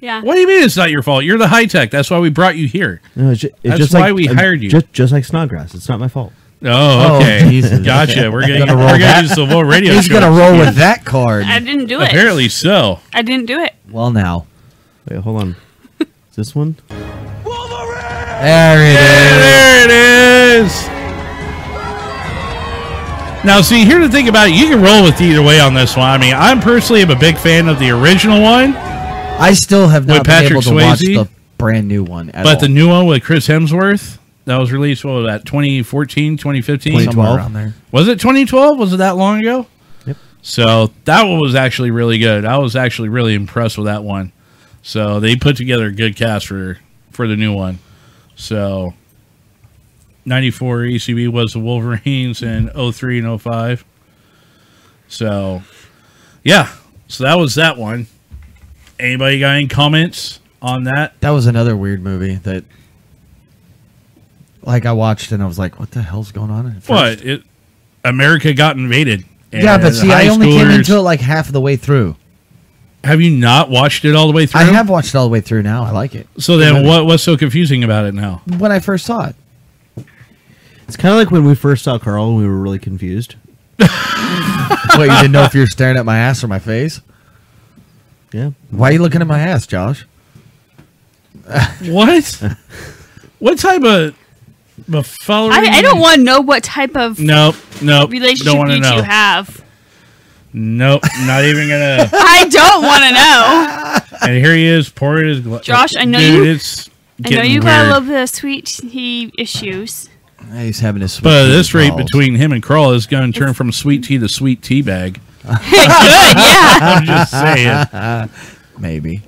S5: Yeah.
S2: what do you mean it's not your fault? You're the high tech. That's why we brought you here.
S6: No, it's ju- it's
S2: That's
S6: just
S2: why
S6: like,
S2: we
S6: I'm
S2: hired you.
S6: Just, just like Snodgrass, it's not my fault.
S2: Oh,
S3: Oh,
S2: okay.
S3: Jesus.
S2: Gotcha. We're going
S3: Gonna
S2: to
S3: roll
S2: we're gonna
S3: that.
S2: use the whole radio
S3: He's
S2: show.
S3: going to roll with that card.
S5: I didn't do it.
S2: Apparently so.
S5: I didn't do it.
S3: Well, now.
S6: Wait, hold on. Is this one?
S3: There it is.
S2: There it is. Now, see, here to think about it, you can roll with either way on this one. I mean, I'm personally am a big fan of the original one,
S3: I still have not
S2: With
S3: been able to
S2: Patrick
S3: watch
S2: Swayze?
S3: the brand new one at
S2: but
S3: all.
S2: the new one with Chris Hemsworth that was released, what was that, 2014, 2015?
S3: Somewhere
S6: 2012.
S3: around there.
S2: Was it 2012? Was it that long ago?
S6: Yep.
S2: So that one was actually really good. I was actually really impressed with that one. So they put together a good cast for for the new one. So 94 ECB was the Wolverines and 03 and 05. So yeah, so that was that one. Anybody got any comments on that?
S3: That was another weird movie that, like, I watched and I was like, what the hell's going on? at first?
S2: What? It America got invaded.
S3: Yeah, but
S2: and
S3: see,
S2: high
S3: I only came
S2: schoolers-
S3: into it like half of the way through.
S2: Have you not watched it all the way through?
S3: I have watched it all the way through now. I like it.
S2: So then, what what's so confusing about it now?
S3: When I first saw it,
S6: It's kind of like when we first saw Carl and we were really confused.
S3: what you didn't know if you were staring at my ass or my face.
S6: Yeah.
S3: Why are you looking at my ass, Josh?
S2: What? what type of buffalo?
S5: I, I don't want to know what type of
S2: Nope, nope.
S5: relationship
S2: don't want to
S5: you two
S2: know.
S5: have.
S2: nope, not even gonna.
S5: I don't want to know.
S2: and here he is pouring his. Gla-
S5: Josh, I know
S2: Dude,
S5: you-
S2: It's
S5: I know
S2: getting
S5: you got a
S2: weird.
S5: little bit of sweet tea issues.
S3: He's having his.
S2: But at this rate, between him and Crawl is going to turn from sweet tea to sweet tea bag.
S5: yeah.
S2: I'm just saying.
S3: maybe.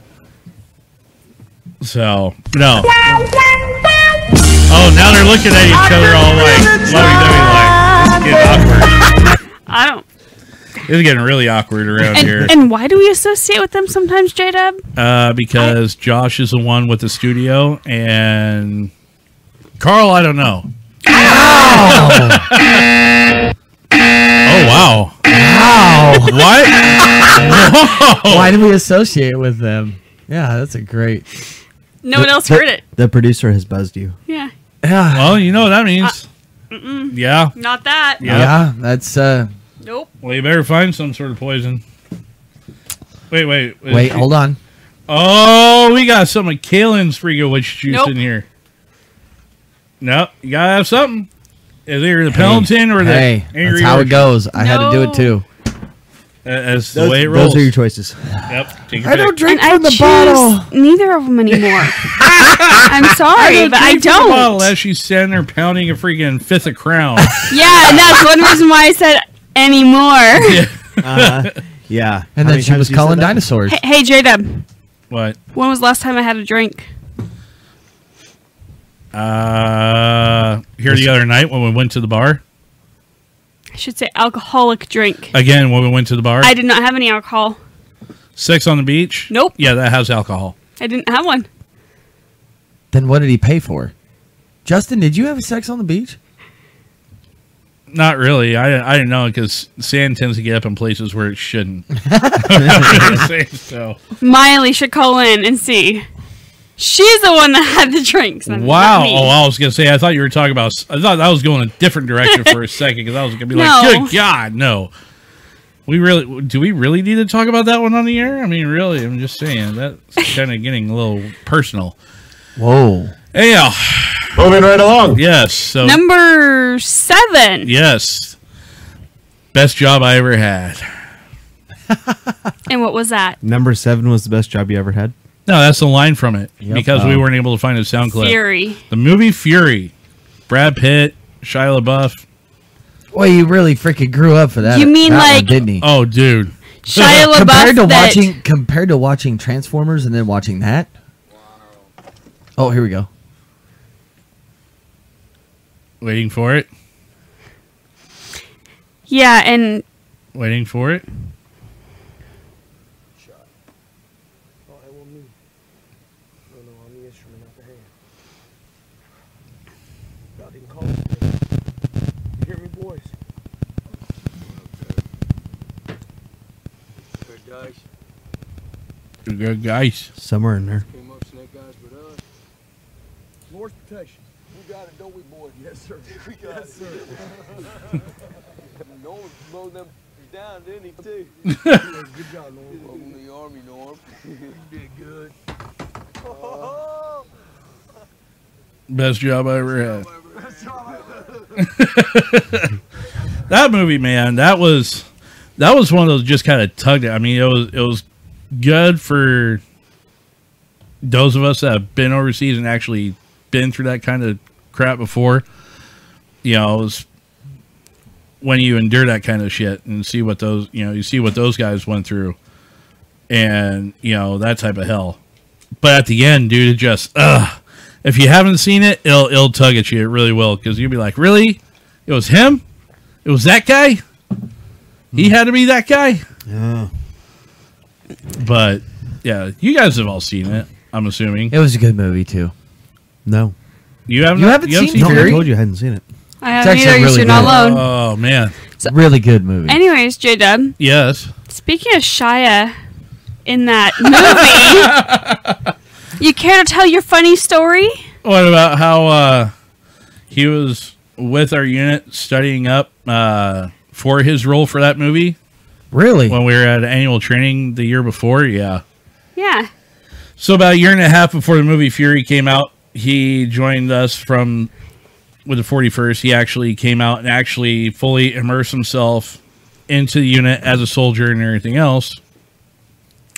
S2: So no. Oh, now they're looking at each other all like lovey-dovey, like. It's getting
S5: I don't.
S2: awkward. It's getting really awkward around here.
S5: And, and why do we associate with them sometimes, J Dub?
S2: uh, because Josh is the one with the studio and Carl, I don't know. oh wow!
S3: Wow.
S2: What?
S3: Why do we associate with them? Yeah, that's a great.
S5: No one else
S6: The-
S5: heard it.
S6: The producer has buzzed you.
S5: Yeah.
S3: Yeah.
S2: Well, you know what that means. yeah.
S5: Not that.
S2: Yeah.
S3: Yeah, that's uh.
S5: Nope.
S2: Well, you better find some sort of poison. Wait, wait,
S3: Wait, hold on.
S2: Oh, we got some of Kalen's freaking witch juice
S5: Nope.
S2: in here. Nope, you gotta have something. Is either the Pelton or the
S3: Hey,
S2: Angry
S3: that's how it
S2: Orchard.
S3: goes. I had to do
S5: No.
S3: it too.
S2: Uh, That's the
S6: Those,
S2: way it
S6: those
S2: rolls.
S6: are your choices.
S2: Yep. Take your
S3: I
S2: pick.
S3: don't drink
S5: and I
S3: from the
S5: choose
S3: bottle.
S5: neither of them anymore. I'm sorry, but I
S2: Drink from the bottle
S5: don't.
S2: Unless she's standing there pounding a freaking fifth of crown.
S5: Yeah, and that's one reason why I said anymore.
S6: Uh-huh. Yeah. How
S3: And then
S6: many
S3: she
S6: times
S3: was
S6: you said
S3: calling
S6: that?
S3: dinosaurs.
S5: Hey, hey J Dub,
S2: what?
S5: when was the last time I had a drink?
S2: Uh, here the other night when we went to the bar.
S5: I should say alcoholic drink.
S2: Again, when we went to the bar.
S5: I did not have any alcohol.
S2: Sex on the beach.
S5: Nope.
S2: Yeah, that has alcohol.
S5: I didn't have one.
S3: Then what did he pay for? Justin, did you have sex on the beach?
S2: not really. I I didn't know because sand tends to get up in places where it shouldn't. so
S5: Miley should call in and see. She's the one that had the drinks. not
S2: wow.
S5: me.
S2: Oh, I was gonna say. I thought you were talking about. I thought I was going a different direction for a second because I was gonna be like,
S5: No.
S2: "Good God, no." We really do. We really need to talk about that one on the air. I mean, really. I'm just saying that's kind of getting a little personal.
S3: Whoa.
S2: Anyhow,
S10: Moving right along.
S2: yes. So
S5: Number seven.
S2: yes, best job I ever had.
S5: And what was that?
S6: Number seven was the best job you ever had.
S2: No, that's the line from it because we
S4: Oh.
S2: weren't able to find a sound clip.
S5: Fury.
S2: The movie Fury, Brad Pitt, Shia LaBeouf.
S3: Well, you really freaking grew up for that.
S5: You mean
S3: that one,
S5: like-
S3: didn't he?
S2: Oh, dude.
S5: Shia LaBeouf.
S3: compared to
S5: that-
S3: watching compared to watching Transformers and then watching that. Oh, here we go.
S2: Waiting for it.
S5: Yeah, and
S2: Waiting for it. Good good guys.
S6: Somewhere in there.
S7: Lord's protection. We got it, don't we, boy? Yes, sir. We got yes, sir. Norm slowed them down, didn't he, too? good job, Norm. Welcome to the Army, Norm. you did good.
S2: Best job I ever had. that movie, man, that was that was one of those just kind of tugged. At. I mean, it was it was good for those of us that have been overseas and actually been through that kind of crap before. You know, it was when you endure that kind of shit and see what those you know you see what those guys went through, and you know that type of hell. But at the end, dude, it just ugh. If you haven't seen it, it'll it'll tug at you. It really will because you'll be like, really, it was him, it was that guy.
S6: Hmm.
S2: He had to be that guy.
S4: Yeah.
S2: But yeah, you guys have all seen it. I'm assuming
S3: It was a good movie too.
S6: No.
S2: you haven't.
S3: You haven't seen
S6: No, I
S3: Fury?
S6: told you I hadn't seen it.
S5: I
S3: It's
S5: haven't
S3: actually
S5: either.
S3: really
S5: You're not
S3: good. Uh,
S5: alone.
S2: Oh man,
S3: really good movie.
S5: Anyways, J Dub.
S2: yes.
S5: Speaking of Shia in that movie, you care to tell your funny story?
S2: What about how uh, he was with our unit studying up uh, for his role for that movie
S3: really?
S2: when we were at annual training the year before? Yeah.
S5: Yeah.
S2: So about a year and a half before the movie Fury came out, he joined us from with the 41st. He actually came out and actually fully immersed himself into the unit as a soldier and everything else.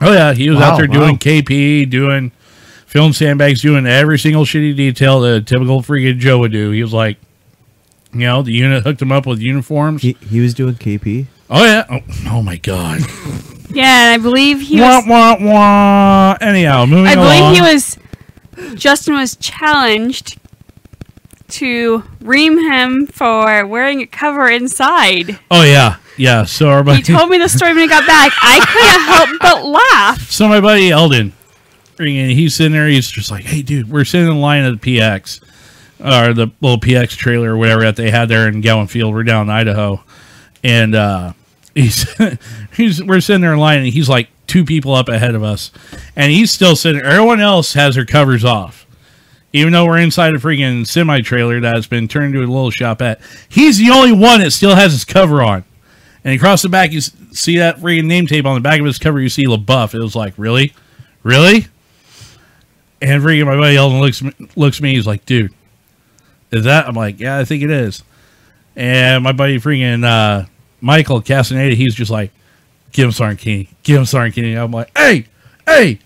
S2: Oh yeah, he was out
S6: Wow,
S2: there
S6: wow.
S2: doing KP, doing film sandbags, doing every single shitty detail that a typical freaking Joe would do. He was like, you know, the unit hooked him up with uniforms.
S4: He, he was doing KP.
S2: oh yeah. Oh, oh my god.
S5: Yeah, and I believe he
S2: Wah,
S5: was.
S2: wah, wah. Anyhow, moving
S5: I
S2: along.
S5: believe he was. Justin was challenged to ream him for wearing a cover inside.
S2: oh yeah. Yeah. So our
S5: He
S2: buddy-
S5: told me the story when he got back. I couldn't help but laugh.
S2: So my buddy Eldon, and he's sitting there. He's just like, "Hey, dude, we're sitting in line at the PX or the little PX trailer or whatever that they had there in Gowan Field. We're down in Idaho, and uh, he's he's we're sitting there in line, and he's like two people up ahead of us, and he's still sitting. Everyone else has their covers off." Even though we're inside a freaking semi trailer that has been turned into a little shopette, he's the only one that still has his cover on. And across the back, you s- see that freaking name tape on the back of his cover. You see LaBeouf. It was like, really, really. And freaking my buddy Elton looks m- looks at me. He's like, dude, is that? I'm like, yeah, I think it is. And my buddy freaking uh, Michael Castaneda, he's just like, give him Sarkini, give him Sarkini. I'm like, hey, hey,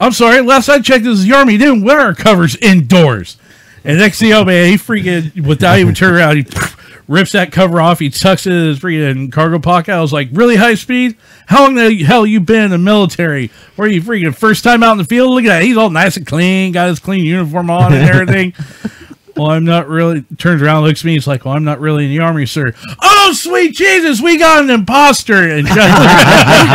S2: I'm sorry. Last I checked, this is the army. They Didn't wear our covers indoors. And next thing you know, man, he freaking without even turning around, he rips that cover off. He tucks it in his freaking cargo pocket. I was like, really high speed? How long the hell you been in the military? Where you freaking first time out in the field? Look at that. He's all nice and clean, got his clean uniform on and everything. well, I'm not really. Turns around, looks at me. He's like, well, I'm not really in the army, sir. Oh, sweet Jesus, we got an imposter. And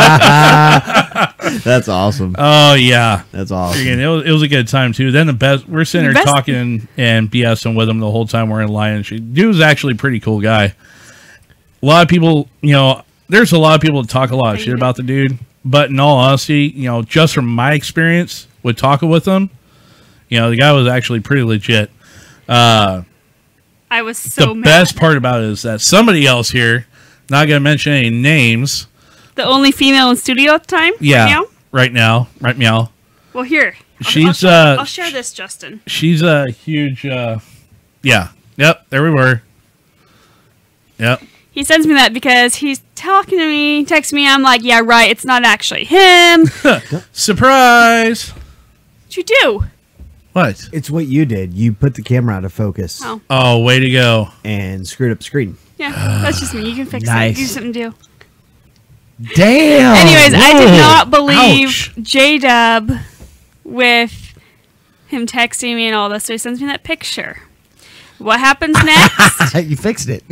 S3: That's awesome.
S2: Oh yeah,
S3: that's awesome.
S2: Freaking, it, was, it was a good time too. Then the best we're sitting there
S3: Best-
S2: talking and BSing with him the whole time we're in line. And she, dude was actually a pretty cool guy. A lot of people, you know, there's a lot of people that talk a lot of shit about the dude. But in all honesty, you know, just from my experience with talking with him, you know, the guy was actually pretty legit. Uh,
S5: I was so
S2: the
S5: mad.
S2: best part about it is that somebody else here, not gonna mention any names.
S5: The only female in studio at the time. right
S2: Yeah,
S5: now?
S2: right now, right meow.
S5: Well, here. I'll-
S2: She's,
S5: I'll,
S2: uh,
S5: I'll share this, Justin.
S2: She's a huge. uh Yeah. Yep. There we were. Yep.
S5: He sends me that because he's talking to me, texts me. I'm like, yeah, right. It's not actually him.
S2: Surprise!
S5: What you do?
S2: What?
S6: It's what you did. You put the camera out of focus.
S5: Oh.
S2: Oh, way to go!
S6: And screwed up the screen.
S5: Yeah, that's just me. You can fix
S6: Nice.
S5: it. You something to do.
S3: Damn.
S5: Anyways, I did
S6: Whoa.
S5: not believe J Dub with him texting me and all this. So he sends me that picture. What happens next?
S3: you fixed it.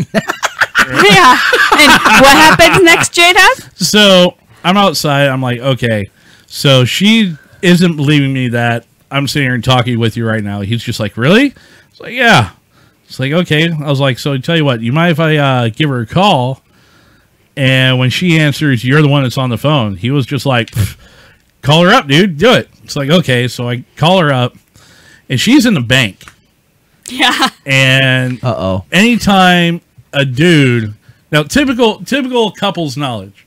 S5: yeah. And what happens next, J Dub?
S2: So I'm outside. I'm like, okay. So she isn't believing me that I'm sitting here and talking with you right now. He's just like, really? It's like, yeah. It's like, okay. I was like, so I tell you what, you mind if I uh, give her a call? And when she answers, you're the one that's on the phone. He was just like, "Pff, call her up, dude. Do it. It's like, okay. So I call her up, and she's in the bank.
S5: Yeah.
S2: And
S3: uh oh,
S2: anytime a dude now typical typical couples knowledge,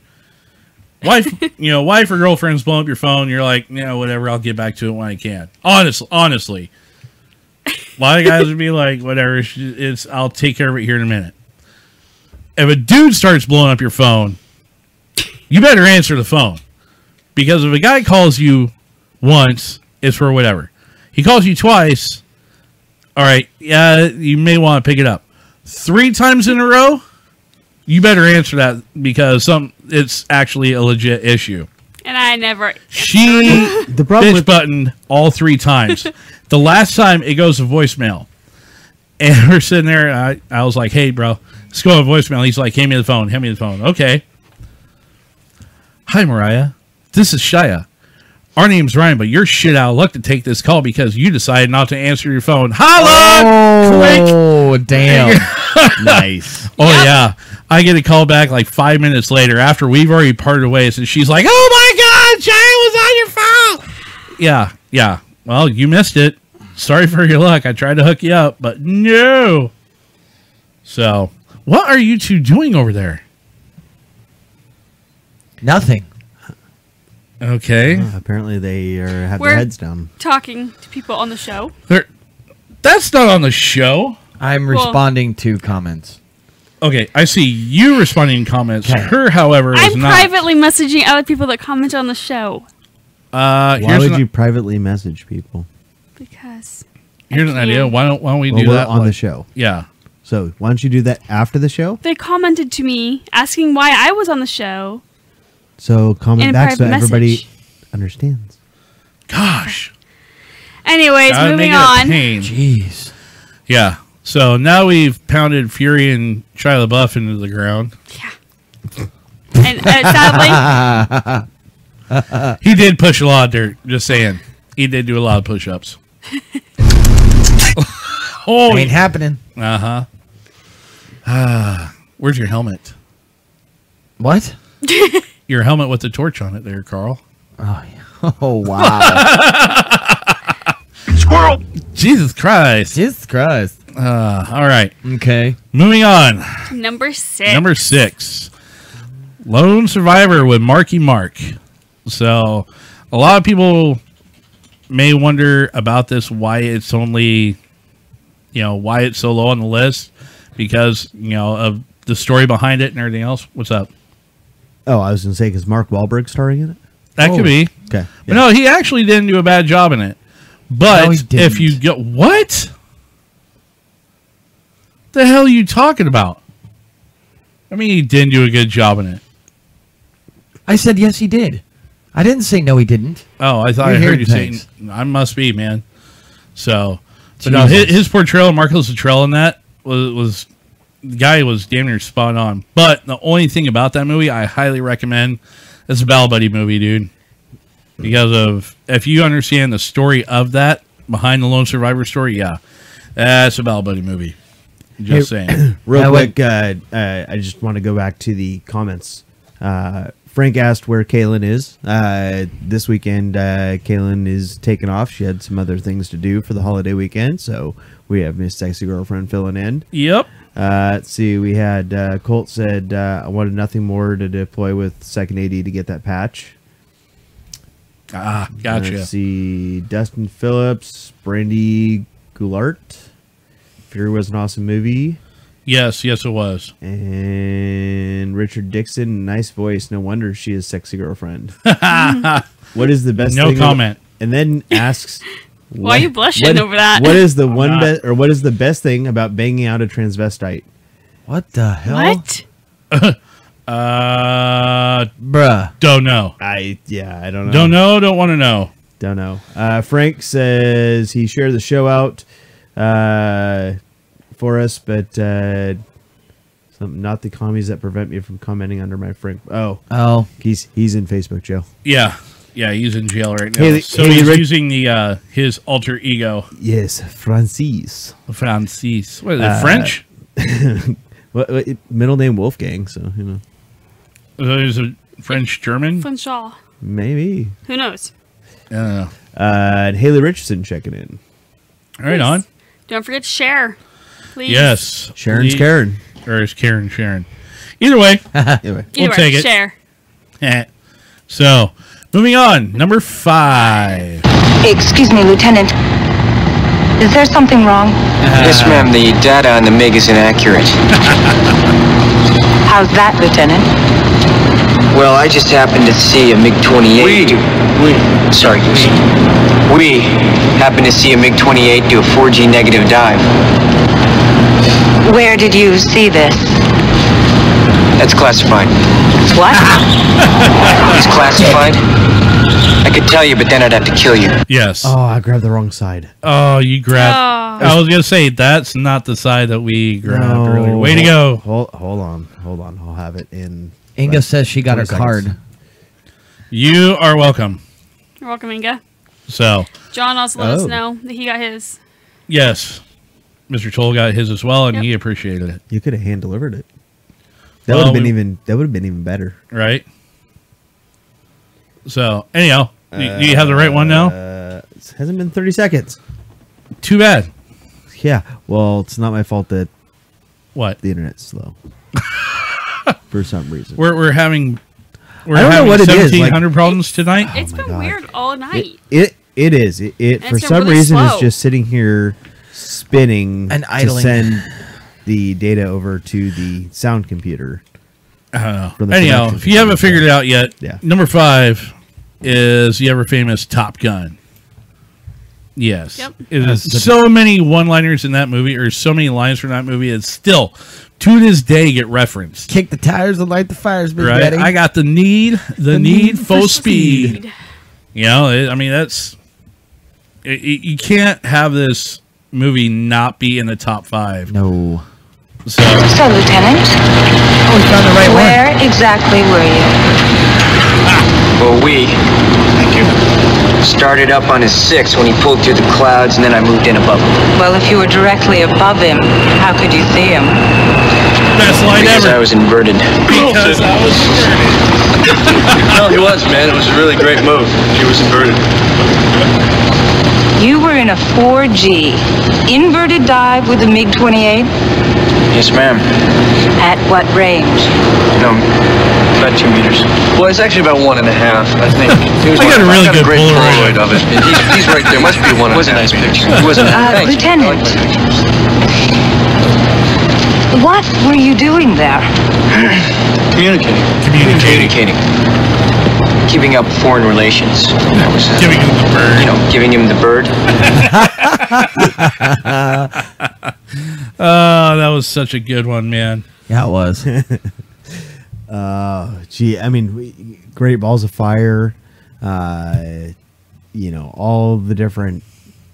S2: wife you know wife or girlfriend's blowing up your phone, you're like you know whatever, I'll get back to it when I can. Honestly, honestly, a lot of guys would be like whatever, it's, it's I'll take care of it here in a minute. If a dude starts blowing up your phone, you better answer the phone because if a guy calls you once, it's for whatever. He calls you twice. All right, yeah, you may want to pick it up. Three times in a row, you better answer that because some it's actually a legit issue.
S5: And I never.
S2: She
S6: the
S2: bitch button all three times. the last time it goes to voicemail, and we're sitting there. And I I was like, "Hey, bro, let's go to voicemail." He's like, "Hand me the phone. Hand me the phone." Okay. Hi, Mariah. This is Shia. Our name's Ryan, but you're shit out of luck to take this call because you decided not to answer your phone. Holla! Click!
S3: Oh damn! nice.
S2: Oh yeah, I get a call back like five minutes later after we've already parted ways, and she's like, "Oh my god, Shia was on your phone." Yeah, yeah. Well, you missed it. Sorry for your luck. I tried to hook you up, but no. So, what are you two doing over there?
S3: Nothing.
S2: Okay.
S6: apparently they are have
S5: We're
S6: their heads down.
S5: talking to people on the show.
S2: They're- that's not on the show.
S3: I'm
S5: Well-
S3: responding to comments.
S2: Okay, I see you responding to comments. Her, however, is
S5: I'm
S2: not.
S5: privately messaging other people that comment on the show
S2: Uh,
S6: Why
S2: here's
S6: would
S2: an-
S6: you privately message people?
S5: because
S2: Here's an idea. Why don't Why don't we
S6: Well,
S2: do
S6: we're
S2: that
S6: on
S2: one?
S6: the show?
S2: Yeah.
S6: So why don't you do that after the show?
S5: they commented to me asking why I was on the show.
S6: So
S5: In a
S6: comment back so
S5: private
S6: everybody
S5: message.
S6: understands.
S2: Gosh.
S5: Anyways,
S2: Gotta make
S5: moving
S2: it a
S5: on.
S2: pain.
S3: Jeez.
S2: Yeah. So now we've pounded Fury and Shia LaBeouf into the ground.
S5: And uh, sadly, Uh,
S2: he did push a lot of dirt. Just saying, he did do a lot of push-ups. oh,
S3: Ain't happening.
S2: Uh huh. Ah, where's your helmet?
S3: What?
S2: Your helmet with the torch on it, there, Carl.
S3: Oh wow.
S2: Squirrel. Jesus Christ.
S3: Jesus Christ.
S2: Uh, all right.
S3: Okay.
S2: Moving on.
S5: number six.
S2: Number six, Lone Survivor with Marky Mark. So, a lot of people may wonder about this why it's only, you know, why it's so low on the list because, you know, of the story behind it and everything else. What's up?
S6: Oh, I was gonna say because Mark Wahlberg starring in it.
S2: That
S6: Oh.
S2: could be.
S6: Okay.
S2: But no, he actually didn't do a bad job in it. But
S3: No, he
S2: if
S3: didn't.
S2: you go, what the hell are you talking about? I mean, he didn't do a good job in it.
S3: I said yes, he did. I didn't say no, he didn't.
S2: Oh, I thought
S3: You're
S2: I
S3: hearing
S2: heard you saying
S3: things.
S2: I must be man. So But no, his, his portrayal of Marco Luttrell in that was was the guy was damn near spot on. But the only thing about that movie, I highly recommend. It's a Battle Buddy movie, dude. Because of if you understand the story of that behind the Lone Survivor story, yeah, that's a Battle Buddy movie. Just
S6: Hey,
S2: saying.
S6: Real quick, uh, uh, I just want to go back to the comments. Uh, Frank asked where Kaylin is. Uh, this weekend, uh, Kaylin is taking off. She had some other things to do for the holiday weekend, so we have Miss Sexy Girlfriend filling in.
S2: Yep.
S6: Uh, let's see, we had uh, Colt said, uh, I wanted nothing more to deploy with second AD to get that patch.
S2: Ah, gotcha.
S6: Let's see, Dustin Phillips, Brandy Goulart. Fury was an awesome movie.
S2: Yes, yes, it was.
S6: And Richard Dixon, nice voice. No wonder she is sexy girlfriend. what is the best?
S2: Ah, No
S6: thing
S2: comment.
S6: and then asks,
S5: Why are you
S6: what-
S5: blushing
S6: what-
S5: over that?
S6: What is the
S5: I'm
S6: one
S5: not.
S6: best, or what is the best thing about banging out a transvestite?
S3: What the hell?
S5: What?
S2: Uh,
S3: bruh,
S2: don't know.
S6: I yeah, I don't know.
S2: Don't know. Don't want to know.
S6: Don't know. Uh, Frank says he shared the show out uh, for us, but uh, something not the commies that prevent me from commenting under my Frank. Oh,
S3: Oh,
S6: he's he's in Facebook jail.
S2: Yeah, yeah, he's in jail right now.
S6: Haley-
S2: so
S6: Haley
S2: he's
S6: Rick-
S2: using the uh, his alter ego,
S6: Yes, Francis.
S2: Francis. What is it?
S6: Uh,
S2: French?
S6: What, what- it- middle name Wolfgang, so you know
S2: Is it uh, French German?
S5: Flynn Shaw.
S6: maybe.
S5: Who knows?
S2: I don't know.
S6: Uh, and Haley Richardson checking in.
S2: Right on.
S5: Don't forget to share. Please.
S2: Yes,
S6: Sharon's
S2: Lee-
S6: Karen.
S2: or is Karen Sharon? Either way,
S6: Anyway,
S5: Either
S2: we'll
S5: way,
S2: take it.
S5: Share.
S2: Eh. so moving on, number five.
S11: Excuse me, Lieutenant. Is there something wrong?
S12: Yes, ma'am, the data on the MiG is inaccurate.
S11: How's that, Lieutenant?
S12: Well, I just happened to see a MiG 28. We. Do, we. Sorry, Goose. We happened to see a MiG 28 do a 4G negative dive.
S11: Where did you see this?
S12: That's classified.
S11: What?
S12: It's classified? I could tell you, but then I'd have to kill you.
S2: Yes.
S6: oh, I grabbed the wrong side.
S2: Oh, you
S5: Oh.
S2: grabbed. I was gonna say that's not the side that we grabbed earlier. Way to
S6: No.
S2: go.
S6: Hold, hold on, hold on. I'll have it in.
S3: Inga says she got her
S6: 20 seconds.
S3: card.
S2: You are welcome.
S5: You're welcome, Inga.
S2: So
S5: John also let
S6: Oh.
S5: us know that he got his.
S2: yes, Mr. Toll got his as well, and
S5: Yep.
S2: he appreciated it.
S6: You could have hand delivered it. That
S2: Well,
S6: would have been
S2: we-
S6: even. That would have been even better.
S2: right? So, anyhow, do do you have the right one now?
S6: Uh, it hasn't been thirty seconds.
S2: Too bad.
S6: Yeah. Well, it's not my fault that
S2: What?
S6: the internet's slow for some reason.
S2: We're we're having we're
S6: I don't know
S2: having
S6: what it is, like- Oh
S2: seventeen hundred problems tonight.
S5: It's been
S6: God.
S5: weird all night.
S6: it, it it is it, it
S5: And
S6: for
S5: it's been
S6: some
S5: really
S6: reason it's
S5: slow.
S6: just sitting here spinning
S3: And
S6: to
S3: idling.
S6: send the data over to the sound computer.
S2: I don't know.
S6: From the
S2: Anyhow,
S6: production
S2: if you haven't
S6: company,
S2: figured it out yet,
S6: Yeah.
S2: number five is the ever famous Top Gun. Yes,
S5: Yep.
S2: it
S3: That's the-
S2: is so many one-liners in that movie, or so many lines from that movie. It's still to this day get referenced.
S3: Kick the tires and light the fires, big
S2: Right?
S3: daddy.
S2: I got the need, the, need, for speed.
S5: Speed.
S2: You know, it, I mean, that's it, it- you can't have this movie not be in the top five.
S3: no.
S2: So
S11: So, Lieutenant,
S3: Oh, we found the right
S11: where exactly were you?
S12: Well, we. Started up on his six when he pulled through the clouds, and then I moved in above him.
S11: Well, if you were directly above him, how could you see him?
S2: best line
S12: Because I
S2: ever.
S12: was inverted.
S2: Because I was
S10: No, he was, man. It was a really great move. She was inverted.
S11: You were in a 4G inverted dive with a MiG 28
S12: Yes, ma'am.
S11: at what range?
S12: No, about two meters. Well, it's actually about one and a half, I think. It was
S2: I got
S12: one-
S2: a really
S10: Got a
S2: good
S10: great
S2: Polaroid.
S10: Polaroid of it. He's, he's right there. Must be one.
S12: It
S10: and
S12: was a
S10: half
S12: nice
S10: meters.
S12: picture. It was a
S11: Uh,
S12: Thanks.
S11: Lieutenant.
S12: I like my pictures.
S11: What were you doing there?
S12: Communicating.
S2: Communicating.
S12: Communicating. Keeping up foreign relations. That was it.
S2: giving him the
S12: You
S2: bird.
S12: know, giving him the bird.
S2: Oh, Ah, that was such a good one, man.
S3: Yeah, it was.
S6: Uh, gee, I mean, we- great balls of fire. Uh, you know, all the different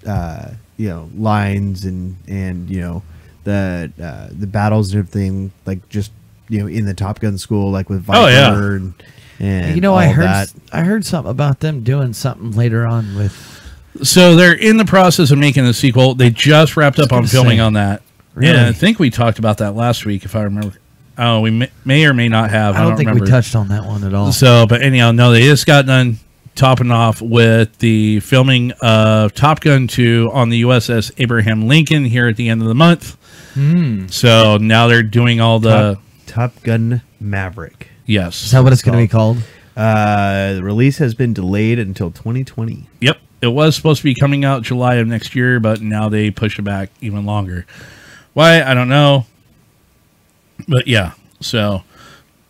S6: uh, you know lines and and you know the uh, the battles and everything like just you know in the Top Gun school like with Viper
S3: Oh, yeah.
S6: and, and
S3: you know, I
S6: all
S3: heard
S6: that.
S3: I heard something about them doing something later on with.
S2: So they're in the process of making a sequel. They just wrapped up on
S3: gonna
S2: filming
S3: say.
S2: on that.
S3: Really?
S2: Yeah, I think we talked about that last week, if I remember. Oh, we may, may or may not have.
S3: I
S2: I
S3: don't, think
S2: remember.
S3: we touched on that one at all.
S2: So, but anyhow, no, they just got done topping off with the filming of Top Gun 2 on the USS Abraham Lincoln here at the end of the month.
S3: Hmm.
S2: So now they're doing all the.
S6: Top, Top Gun Maverick.
S2: Yes.
S3: Is that what it's gonna be called?
S6: Uh, the release has been delayed until 2020.
S2: Yep. It was supposed to be coming out July of next year, but now they push it back even longer. Why? I don't know. But yeah. So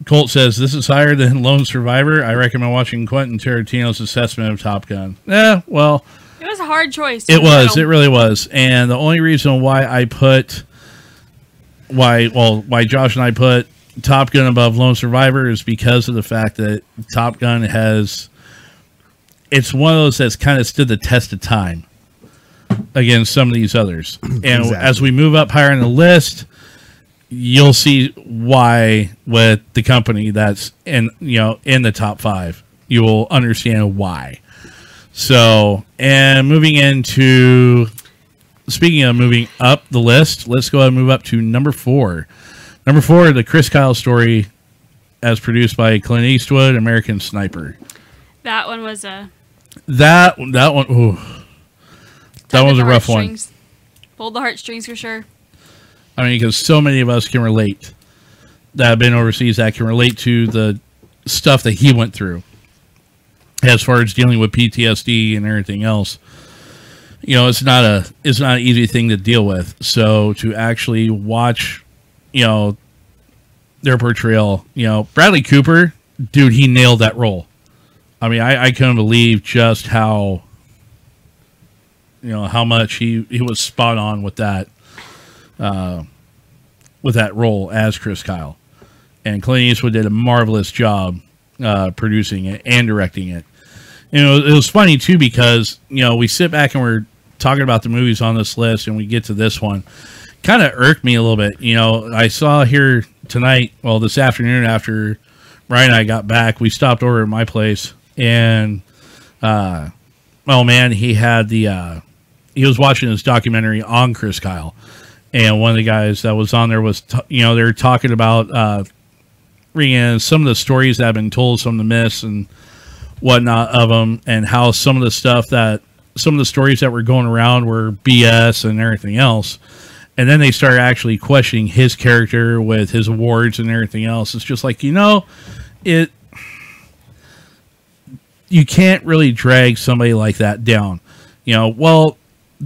S2: Colt says this is higher than Lone Survivor. I recommend watching Quentin Tarantino's assessment of Top Gun. Yeah, well,
S5: It was a hard choice.
S2: it was. It really was. And the only reason why I put why well why Josh and I put Top Gun above Lone Survivor is because of the fact that Top Gun has it's one of those that's kind of stood the test of time against some of these others. And
S6: Exactly.
S2: as we move up higher in the list, you'll see why with the company that's in you know in the top five. You will understand why. So, and moving into speaking of moving up the list, let's go ahead and move up to number four. Number four, the Chris Kyle story, as produced by Clint Eastwood, American Sniper.
S5: That one was a
S2: That that one, ooh, that was a rough one.
S5: heartstrings. Pulled the heartstrings for sure.
S2: I mean, because so many of us can relate that have been overseas that can relate to the stuff that he went through as far as dealing with PTSD and everything else. You know, it's not a it's not an easy thing to deal with. So to actually watch, you know, their portrayal, you know, Bradley Cooper, dude, he nailed that role. I mean, I, I couldn't believe just how you know how much he he was spot on with that uh, with that role as Chris Kyle, and Clint Eastwood did a marvelous job uh, producing it and directing it. You know, it was funny too because you know we sit back and we're talking about the movies on this list, and we get to this one, kind of irked me a little bit. You know, I saw here tonight, well, this afternoon after Ryan and I got back, we stopped over at my place, and uh, oh man, he had the uh, he was watching this documentary on Chris Kyle, and one of the guys that was on there was t- you know they're talking about uh, reading some of the stories that have been told, some of the myths and whatnot of them, and how some of the stuff that some of the stories that were going around were BS and everything else. And then they started actually questioning his character with his awards and everything else. It's just like you know, it you can't really drag somebody like that down. You know, well,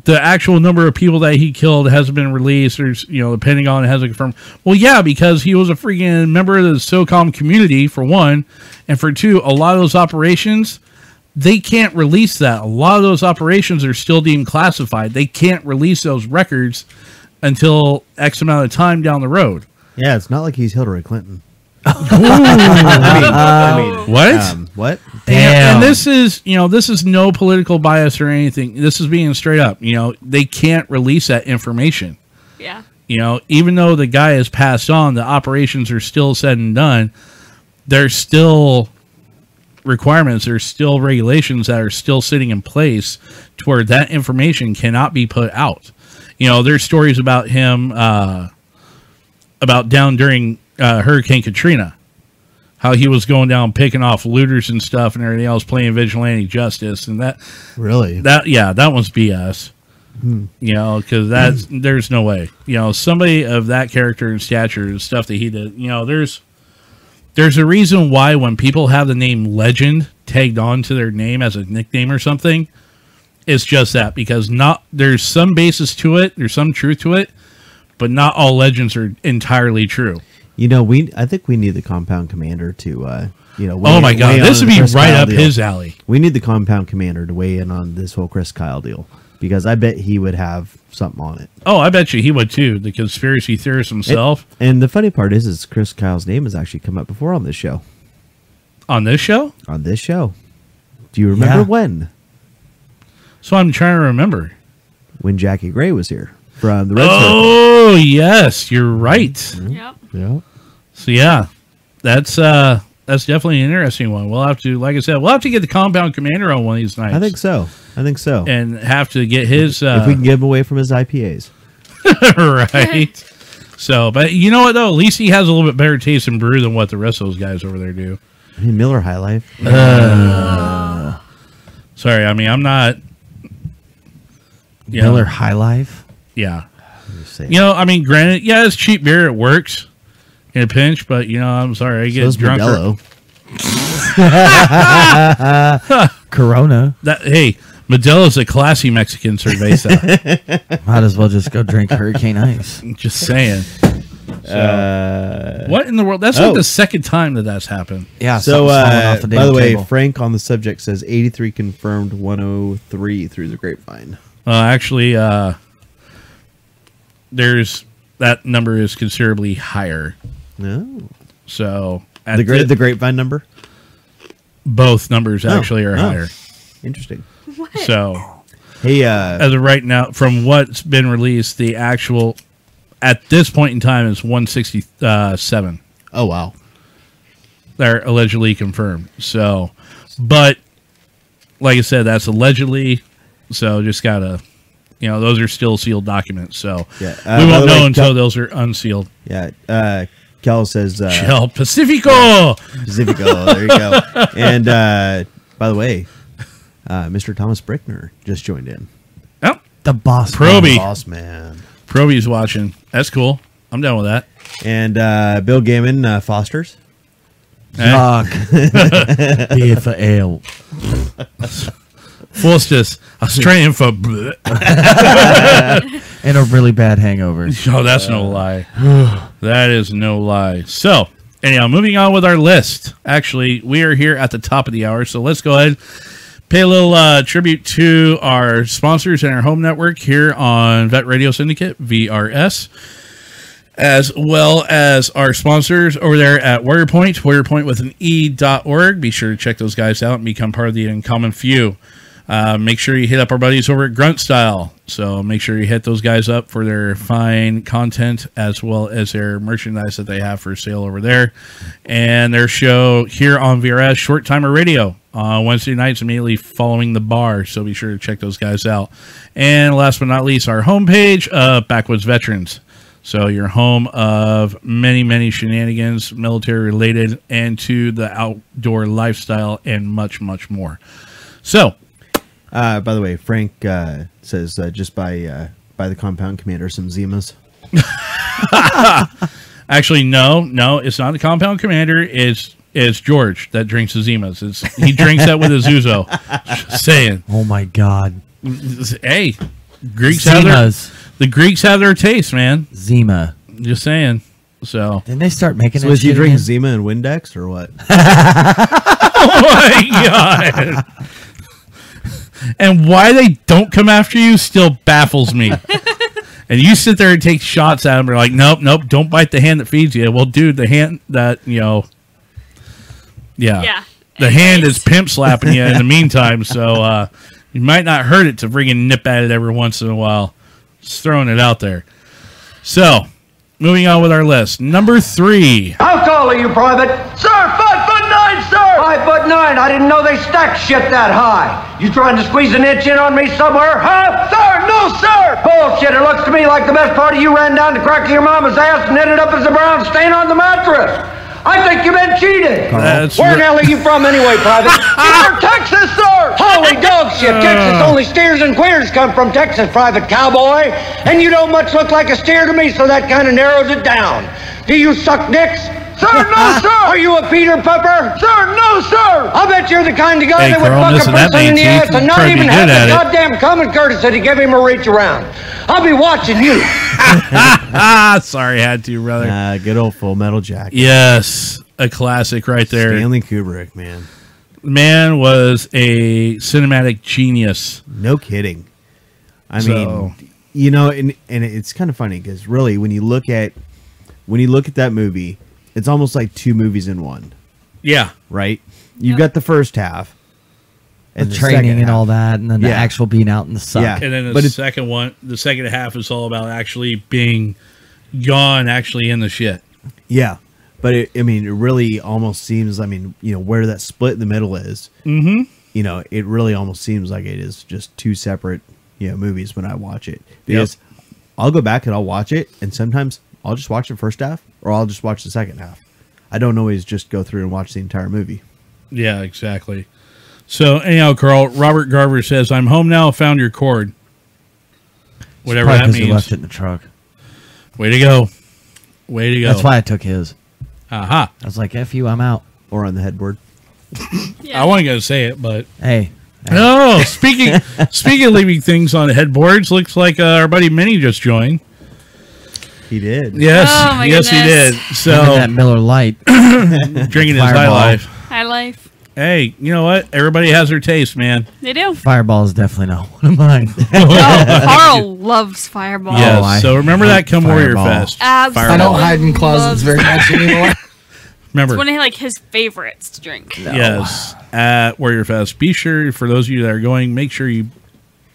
S2: the actual number of people that he killed hasn't been released. There's, you know, the Pentagon hasn't confirmed. Well, yeah, because he was a freaking member of the SOCOM community, for one. And for two, a lot of those operations, they can't release that. A lot of those operations are still deemed classified. They can't release those records until X amount of time down the road.
S6: Yeah, it's not like he's Hillary Clinton.
S2: I
S6: mean, I mean,
S2: what?
S6: um, what?
S2: And,
S6: Damn.
S2: and this is, you know, this is no political bias or anything. This is being straight up. You know, they can't release that information.
S5: Yeah.
S2: You know, even though the guy has passed on, the operations are still said and done. There's still requirements, there's still regulations that are still sitting in place to where that information cannot be put out. You know, there's stories about him, uh, about down during uh, Hurricane Katrina, how he was going down picking off looters and stuff and everything else, playing vigilante justice, and that
S6: Really?
S2: that yeah, that one's BS.
S6: Hmm.
S2: You know, because that's there's no way. You know, somebody of that character and stature and stuff that he did. You know, there's there's a reason why when people have the name legend tagged on to their name as a nickname or something, it's just that because not there's some basis to it, there's some truth to it, but not all legends are entirely true.
S6: You know, we I think we need the compound commander to uh you know
S2: Oh my God,
S6: in
S2: this
S6: on
S2: would
S6: the
S2: be
S6: Chris
S2: right
S6: Kyle
S2: up his alley.
S6: We need the compound commander to weigh in on this whole Chris Kyle deal because I bet he would have something on it.
S2: Oh, I bet you he would too, the conspiracy theorist himself.
S6: And, and the funny part is is Chris Kyle's name has actually come up before on this show.
S2: On this show?
S6: On this show. Do you remember
S2: Yeah.
S6: when?
S2: So I'm trying to remember.
S6: when Jackie Gray was here from the Red Circle.
S2: Oh yes, you're right.
S5: Yep.
S6: Yeah.
S2: So yeah, that's uh that's definitely an interesting one. We'll have to, like I said, we'll have to get the compound commander on one of these nights.
S6: I think so. I think so.
S2: and have to get his uh,
S6: if we can get him away from his IPAs.
S2: right. So, but you know what though, at least he has a little bit better taste in brew than what the rest of those guys over there do.
S6: I mean, Miller High Life.
S2: Uh, sorry, I mean I'm not. Yeah.
S6: Miller High Life.
S2: Yeah.
S6: Say
S2: You know, I mean, granted, yeah, it's cheap beer. It works in a pinch, but you know, I'm sorry, I get
S6: So's
S2: drunk.
S6: Modelo.
S3: Corona.
S2: That hey, Modelo's a classy Mexican cerveza.
S3: Might as well just go drink Hurricane Ice.
S2: Just saying. So, what in the world? That's
S6: oh.
S2: like the second time uh, that that's happened.
S6: So, uh, by the way, Frank on the subject says 83 confirmed, 103 through the grapevine.
S2: Uh, actually, uh, there's that number is considerably higher.
S6: No.
S2: So at
S6: Oh. The, gra- the grapevine number?
S2: both numbers
S6: Oh,
S2: actually are
S6: oh.
S2: higher.
S6: Interesting.
S2: So
S6: Hey, uh,
S2: as of right now, from what's been released, the actual at this point in time is 167.
S6: Oh wow,
S2: they're allegedly confirmed. So, but like I said, that's allegedly. So just gotta, you know, those are still sealed documents. So
S6: Yeah, uh,
S2: we
S6: by
S2: won't
S6: the
S2: know
S6: way,
S2: until
S6: Cal-
S2: those are unsealed.
S6: Yeah. Uh, Cal says uh,
S2: Shell Pacifico.
S6: Pacifico. There you go. and uh, by the way, uh, Mr. Thomas Brickner just joined in.
S2: Oh,
S6: the boss,
S2: Proby.
S6: boss man.
S2: Proby's watching. That's cool. I'm down with that.
S6: And uh, Bill Gammon, uh, Foster's.
S2: Fuck.
S3: Beer for ale.
S2: Forced us. I was training for.
S3: and a really bad hangover.
S2: Oh, that's no lie. that is no lie. So, anyhow, moving on with our list. Actually, we are here at the top of the hour, so let's go ahead pay a little uh, tribute to our sponsors and our home network here on Vet Radio Syndicate VRS. As well as our sponsors over there at Warrior Point, warriorpoint with an E dot org. Be sure to check those guys out and become part of the uncommon few. Uh, make sure you hit up our buddies over at Grunt Style. So make sure you hit those guys up for their fine content as well as their merchandise that they have for sale over there. And their show here on VRS Short Timer Radio on Wednesday nights immediately following the bar. So be sure to check those guys out. And last but not least, our homepage, uh, Backwoods Veterans. So your home of many, many shenanigans, military related, and to the outdoor lifestyle and much, much more. So,
S6: uh, by the way, Frank uh, says uh, just by uh, by the compound commander some Zimas.
S2: Actually, no, no, it's not the compound commander. It's it's George that drinks Azimas. It's he drinks that with Azuzo. Just saying.
S3: Oh my god.
S2: Hey, Greeks have their,
S3: Zimas.
S2: the Greeks have their taste, man.
S3: Zima.
S2: Just saying. So
S3: Didn't they start making
S6: So
S3: that
S6: is you
S3: shit
S6: drink
S3: again?
S6: Zima and Windex or what?
S2: Oh my god. And why they don't come after you still baffles me. and you sit there and take shots at them. You're like, nope, nope, don't bite the hand that feeds you. Well, dude, the hand that you know, yeah,
S5: Yeah.
S2: the hand is pimp slapping you in the meantime. So uh, you might not hurt it to friggin' nip at it every once in a while. Just throwing it out there. So, moving on with our list. Number three.
S13: How tall are you, Private? Sir, five foot nine, sir! Five foot nine? I didn't know they stacked shit that high. You trying to squeeze an inch in on me somewhere, huh? Sir, no, sir! Bullshit, it looks to me like the best part of you ran down the crack of your mama's ass and ended up as a brown stain on the mattress. I think you've been cheated.
S2: That's
S13: Where
S2: ri-
S13: the hell are you from anyway, Private? You're from Texas, sir! Holy dog shit, Texas
S2: Uh.
S13: only steers and queers come from Texas, Private Cowboy. And you don't much look like a steer to me, so that kind of narrows it down. Do you suck dicks? Sir, no, sir! Are you a Peter Pepper? Sir, no, sir! I bet you're the kind of guy
S2: Hey,
S13: that would
S2: Carl,
S13: fuck a
S2: listen, that
S13: person in
S2: means
S13: the
S2: he's
S13: ass and not
S2: pretty
S13: even
S2: good
S13: have
S2: at it.
S13: the goddamn common courtesy to give him a reach around. I'll be watching you.
S2: ah, sorry, had to, brother.
S6: Uh, good old Full Metal Jacket.
S2: Yes, a classic right there.
S6: Stanley Kubrick, man.
S2: Man was a cinematic genius.
S6: No kidding. I
S2: So-
S6: mean, you know, and and it's kind of funny because really, when you look at when you look at that movie, it's almost like two movies in one,
S2: Yeah.
S6: right? You've got the first half,
S3: and
S6: the second
S3: training and all
S6: half.
S3: that, and then the
S6: Yeah.
S3: actual being out in the sun.
S6: Yeah.
S2: And then the
S3: but it's,
S2: second one, the second half is all about actually being gone, actually in the shit.
S6: Yeah, but it, I mean, it really almost seems. I mean, you know, where that split in the middle is.
S2: Mhm.
S6: You know, it really almost seems like it is just two separate, you know, movies when I watch it because I'll go back and I'll watch it, and sometimes I'll just watch the first half or I'll just watch the second half. I don't always just go through and watch the entire movie.
S2: Yeah, exactly. So anyhow, Carl Robert Garver says, "I'm home now. Found your cord." Whatever
S3: probably
S2: that
S3: 'cause he
S2: means.
S3: left it in the truck.
S2: Way to go. Way to go. Uh-huh.
S3: That's why I took his.
S2: Aha.
S3: I was like, "F you, I'm out."
S6: Or on the headboard.
S2: I wasn't going to say it, but
S3: hey.
S2: No, speaking speaking of leaving things on headboards, looks like uh, our buddy Minnie just joined.
S6: He did.
S2: Yes,
S5: Oh, my goodness.
S2: yes, he did. So
S3: Drinking that Miller Light,
S2: drinking his high
S3: Fireball.
S2: life.
S5: High life.
S2: Hey, you know what? Everybody has their taste, man.
S5: They do. Oh,
S3: Fireball is definitely not one of mine.
S5: Carl loves Fireball.
S2: Yes.
S3: Oh, I
S2: so remember that come Warrior
S3: Fireball.
S2: Fest.
S5: Absolutely.
S14: I don't hide in closets very much anymore.
S5: It's
S2: Remember.
S5: one of like his favorites to drink.
S2: Yes, at Warrior Fest. Be sure for those of you that are going, make sure you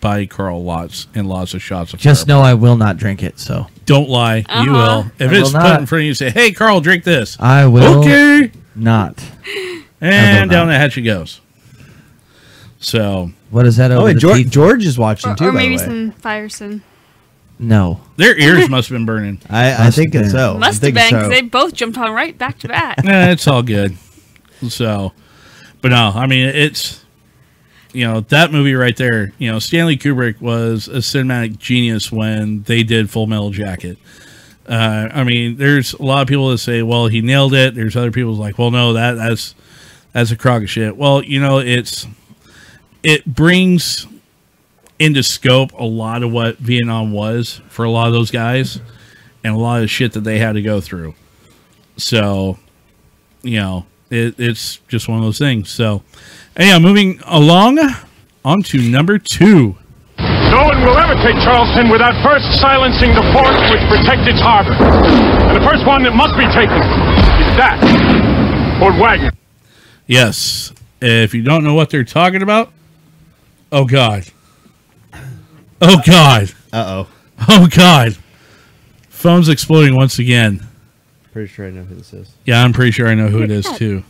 S2: buy Carl lots and lots of shots of.
S3: Just
S2: Fireball.
S3: know I will not drink it. So
S2: Don't lie. You
S3: Uh-huh.
S2: will. If
S3: I will
S2: it's put
S3: not.
S2: in front of you, say, "Hey, Carl, drink this."
S3: I will
S2: Okay.
S3: not.
S2: And down the hatchet goes. So
S3: What is that?
S2: Oh,
S3: Over
S2: and
S3: the
S2: Geor-
S3: teeth?
S6: George is watching
S5: Or maybe some Fireson.
S3: No,
S2: their ears must have been burning.
S6: I, I think it's
S2: Oh,
S6: so.
S5: Must have been 'cause they both jumped on right back to back.
S2: Yeah, Eh, it's all good. So, but no, I mean it's you know that movie right there. You know Stanley Kubrick was a cinematic genius when they did Full Metal Jacket. Uh, I mean, there's a lot of people that say, "Well, he nailed it." There's other people who's like, "Well, no, that that's that's a crock of shit." Well, you know, it's it brings into scope a lot of what Vietnam was for a lot of those guys and a lot of shit that they had to go through. So, you know, it, it's just one of those things. So, anyhow, moving along on to number two.
S15: No one will ever take Charleston without first silencing the fort which protects its harbor. And the first one that must be taken is that, Fort Wagner.
S2: Yes. If you don't know what they're talking about, oh God. Oh God.
S6: Uh oh.
S2: Oh God. Phone's exploding once again.
S6: Pretty sure I know who this is.
S2: Yeah, I'm pretty sure I know who it is too.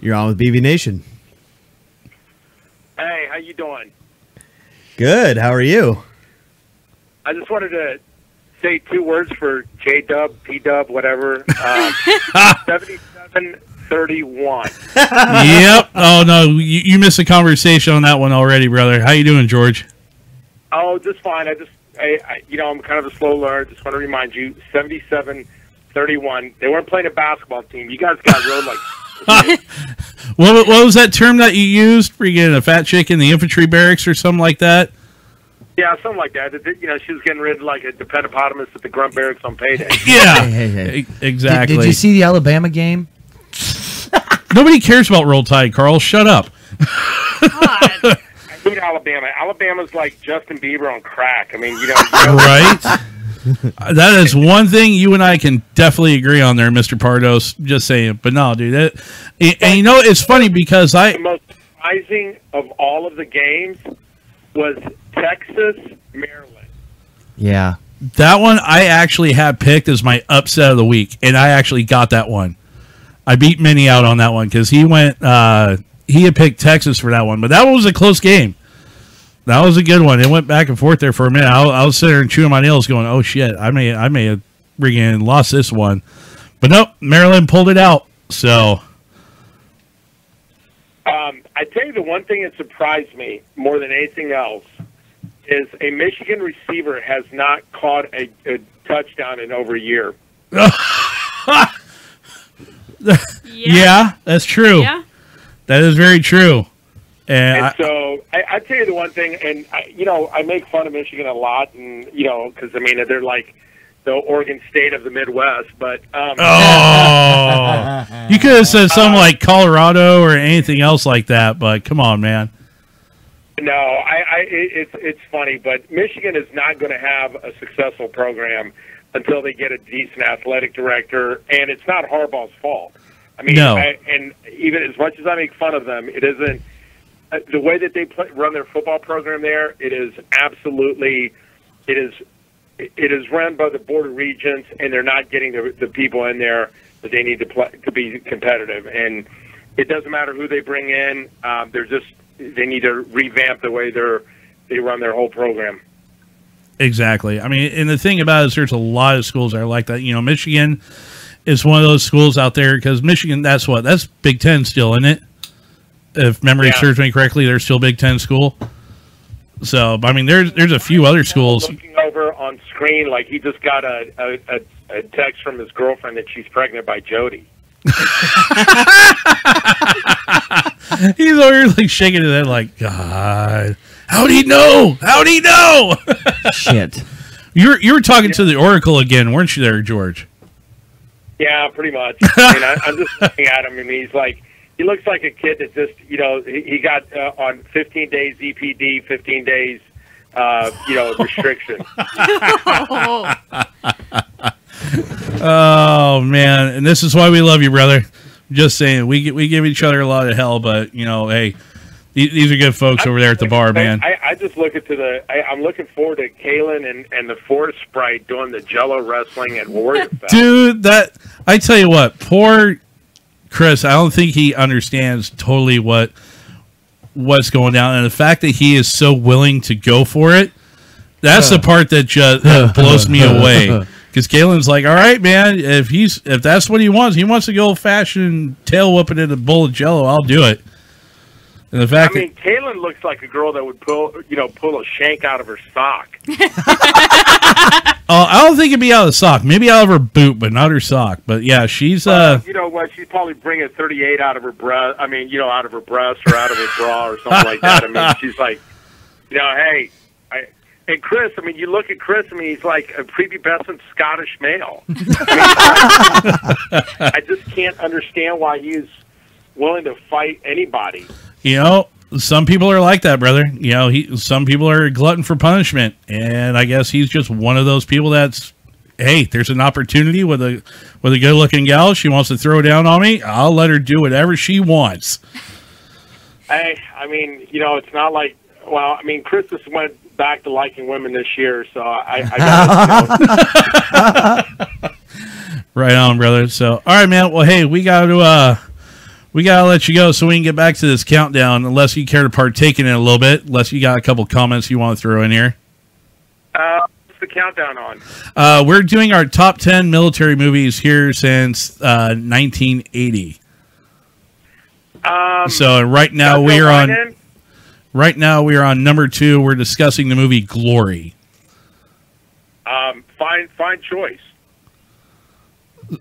S6: You're on with BB Nation.
S16: Hey, how you doing?
S6: Good. How are you?
S16: I just wanted to say two words for J Dub, P Dub, whatever. Um, Seventy-seven thirty-one.
S2: yep. Oh no, you, you missed a conversation on that one already, brother. How you doing, George?
S16: Oh, just fine. I just, I, I, you know, I'm kind of a slow learner. Just want to remind you, seventy-seven thirty-one. They weren't playing a basketball team. You guys got rode like.
S2: What, wa- what was that term that you used? Freaking a fat chick in the infantry barracks or something like that?
S16: Yeah, something like that. It- You know, she was getting rid of like a dependopotamus at the grunt barracks on payday.
S2: Yeah.
S3: Hey, hey,
S2: E- Exactly.
S3: Did, did you see the Alabama game?
S2: Nobody cares about Roll Tide, Carl. Shut up.
S16: I hate Alabama. Alabama's like Justin Bieber on crack. I mean, you know, you know
S2: Right? that is one thing you and I can definitely agree on there, Mr. Pardos. Just saying. But no, dude. That, and, and you know, it's funny because I.
S16: the most surprising of all of the games was Texas, Maryland.
S3: Yeah.
S2: That one I actually had picked as my upset of the week, and I actually got that one. I beat Minnie out on that one because he went. Uh, he had picked Texas for that one, but that one was a close game. That was a good one. It went back and forth there for a minute. I, I was sitting there and chewing my nails, going, "Oh shit, I may, I may have friggin' lost this one," but nope, Maryland pulled it out. So
S16: Um, I tell you, the one thing that surprised me more than anything else is a Michigan receiver has not caught a, a touchdown in over a year.
S2: yeah, that's true.
S16: Yeah.
S2: That is very true. And,
S16: And
S2: I,
S16: so I, I tell you the one thing, and I, you know, I make fun of Michigan a lot, and you know, because I mean, they're like the Oregon State of the Midwest, but um,
S2: Oh, you could have said something like Colorado or anything else like that, but come on, man.
S16: No, I, I it, it's it's funny, but Michigan is not going to have a successful program until they get a decent athletic director, and it's not Harbaugh's fault. I mean,
S2: No.
S16: I, and even as much as I make fun of them, it isn't uh, the way that they play, run their football program there, it is absolutely, it is, it is run by the board of regents, and they're not getting the, the people in there that they need to play to be competitive. And it doesn't matter who they bring in; um, they're just they need to revamp the way they're they run their whole program.
S2: Exactly. I mean, and the thing about it is, there's a lot of schools that are like that. You know, Michigan is one of those schools out there because Michigan, that's what that's Big Ten still, isn't it? If memory
S16: Yeah.
S2: serves me correctly, they're still Big Ten school. So, I mean, there's there's a few other schools.
S16: looking over on screen like he just got a, a, a, a text from his girlfriend that she's pregnant by Jody.
S2: He's over here like shaking his head, like God. How'd he know? How'd he know?
S3: Shit.
S2: You were, you were talking to the Oracle again, weren't you there, George?
S16: Yeah, pretty much. I mean, I, I'm just looking at him, and he's like, he looks like a kid that just, you know, he, he got uh, on 15 days E EPD, 15 days, uh, you know, restriction.
S2: Oh man, and this is why we love you, brother. Just saying, we gi- we give each other a lot of hell, but you know, hey, these, these are good folks over there at the bar, man.
S16: I, I just look into the. I, I'm looking forward to Kalen and, and the Forest Sprite doing the Jello wrestling at Warrior Fest.
S2: Dude, that I tell you what, poor Chris. I don't think he understands totally what what's going down, and the fact that he is so willing to go for it. That's the part that just that blows me away. Because Galen's like, all right, man, if he's if that's what he wants, he wants to go old fashioned tail whipping in a bowl of Jello. I'll do it. And the
S16: I
S2: fact
S16: mean, Kalen looks like a girl that would pull, you know, pull a shank out of her sock.
S2: that oh, I don't think it'd be out of the sock. Maybe out of her boot, but not her sock. But yeah, she's uh,
S16: you know what? She'd probably bring a 38 out of her breast. I mean, you know, out of her breast or out of her bra or something like that. I mean, she's like, you know, hey, I, and Chris. I mean, you look at Chris. I mean, he's like a prepubescent Scottish male. I, mean, I, I just can't understand why he's willing to fight anybody.
S2: you know, some people are like that, brother. You know, he some people are a glutton for punishment, and I guess he's just one of those people that's hey, there's an opportunity with a with a good looking gal. She wants to throw down on me. I'll let her do whatever she wants.
S16: I, I mean, you know, it's not like. Well, I mean, Chris just went back to liking women this year, so I. I gotta, you know,
S2: Right on, brother. So, all right, man. Well, hey, we got to uh, we got to let you go so we can get back to this countdown. Unless you care to partake in it a little bit, unless you got a couple comments you want to throw in here.
S16: uh, what's the countdown on?
S2: Uh, we're doing our top ten military movies here since uh, 1980.
S16: Um,
S2: so uh, right now
S16: Dr.
S2: we are on.
S16: Wyden?
S2: Right now we are on number two. We're discussing the movie Glory.
S16: Um, fine, fine choice.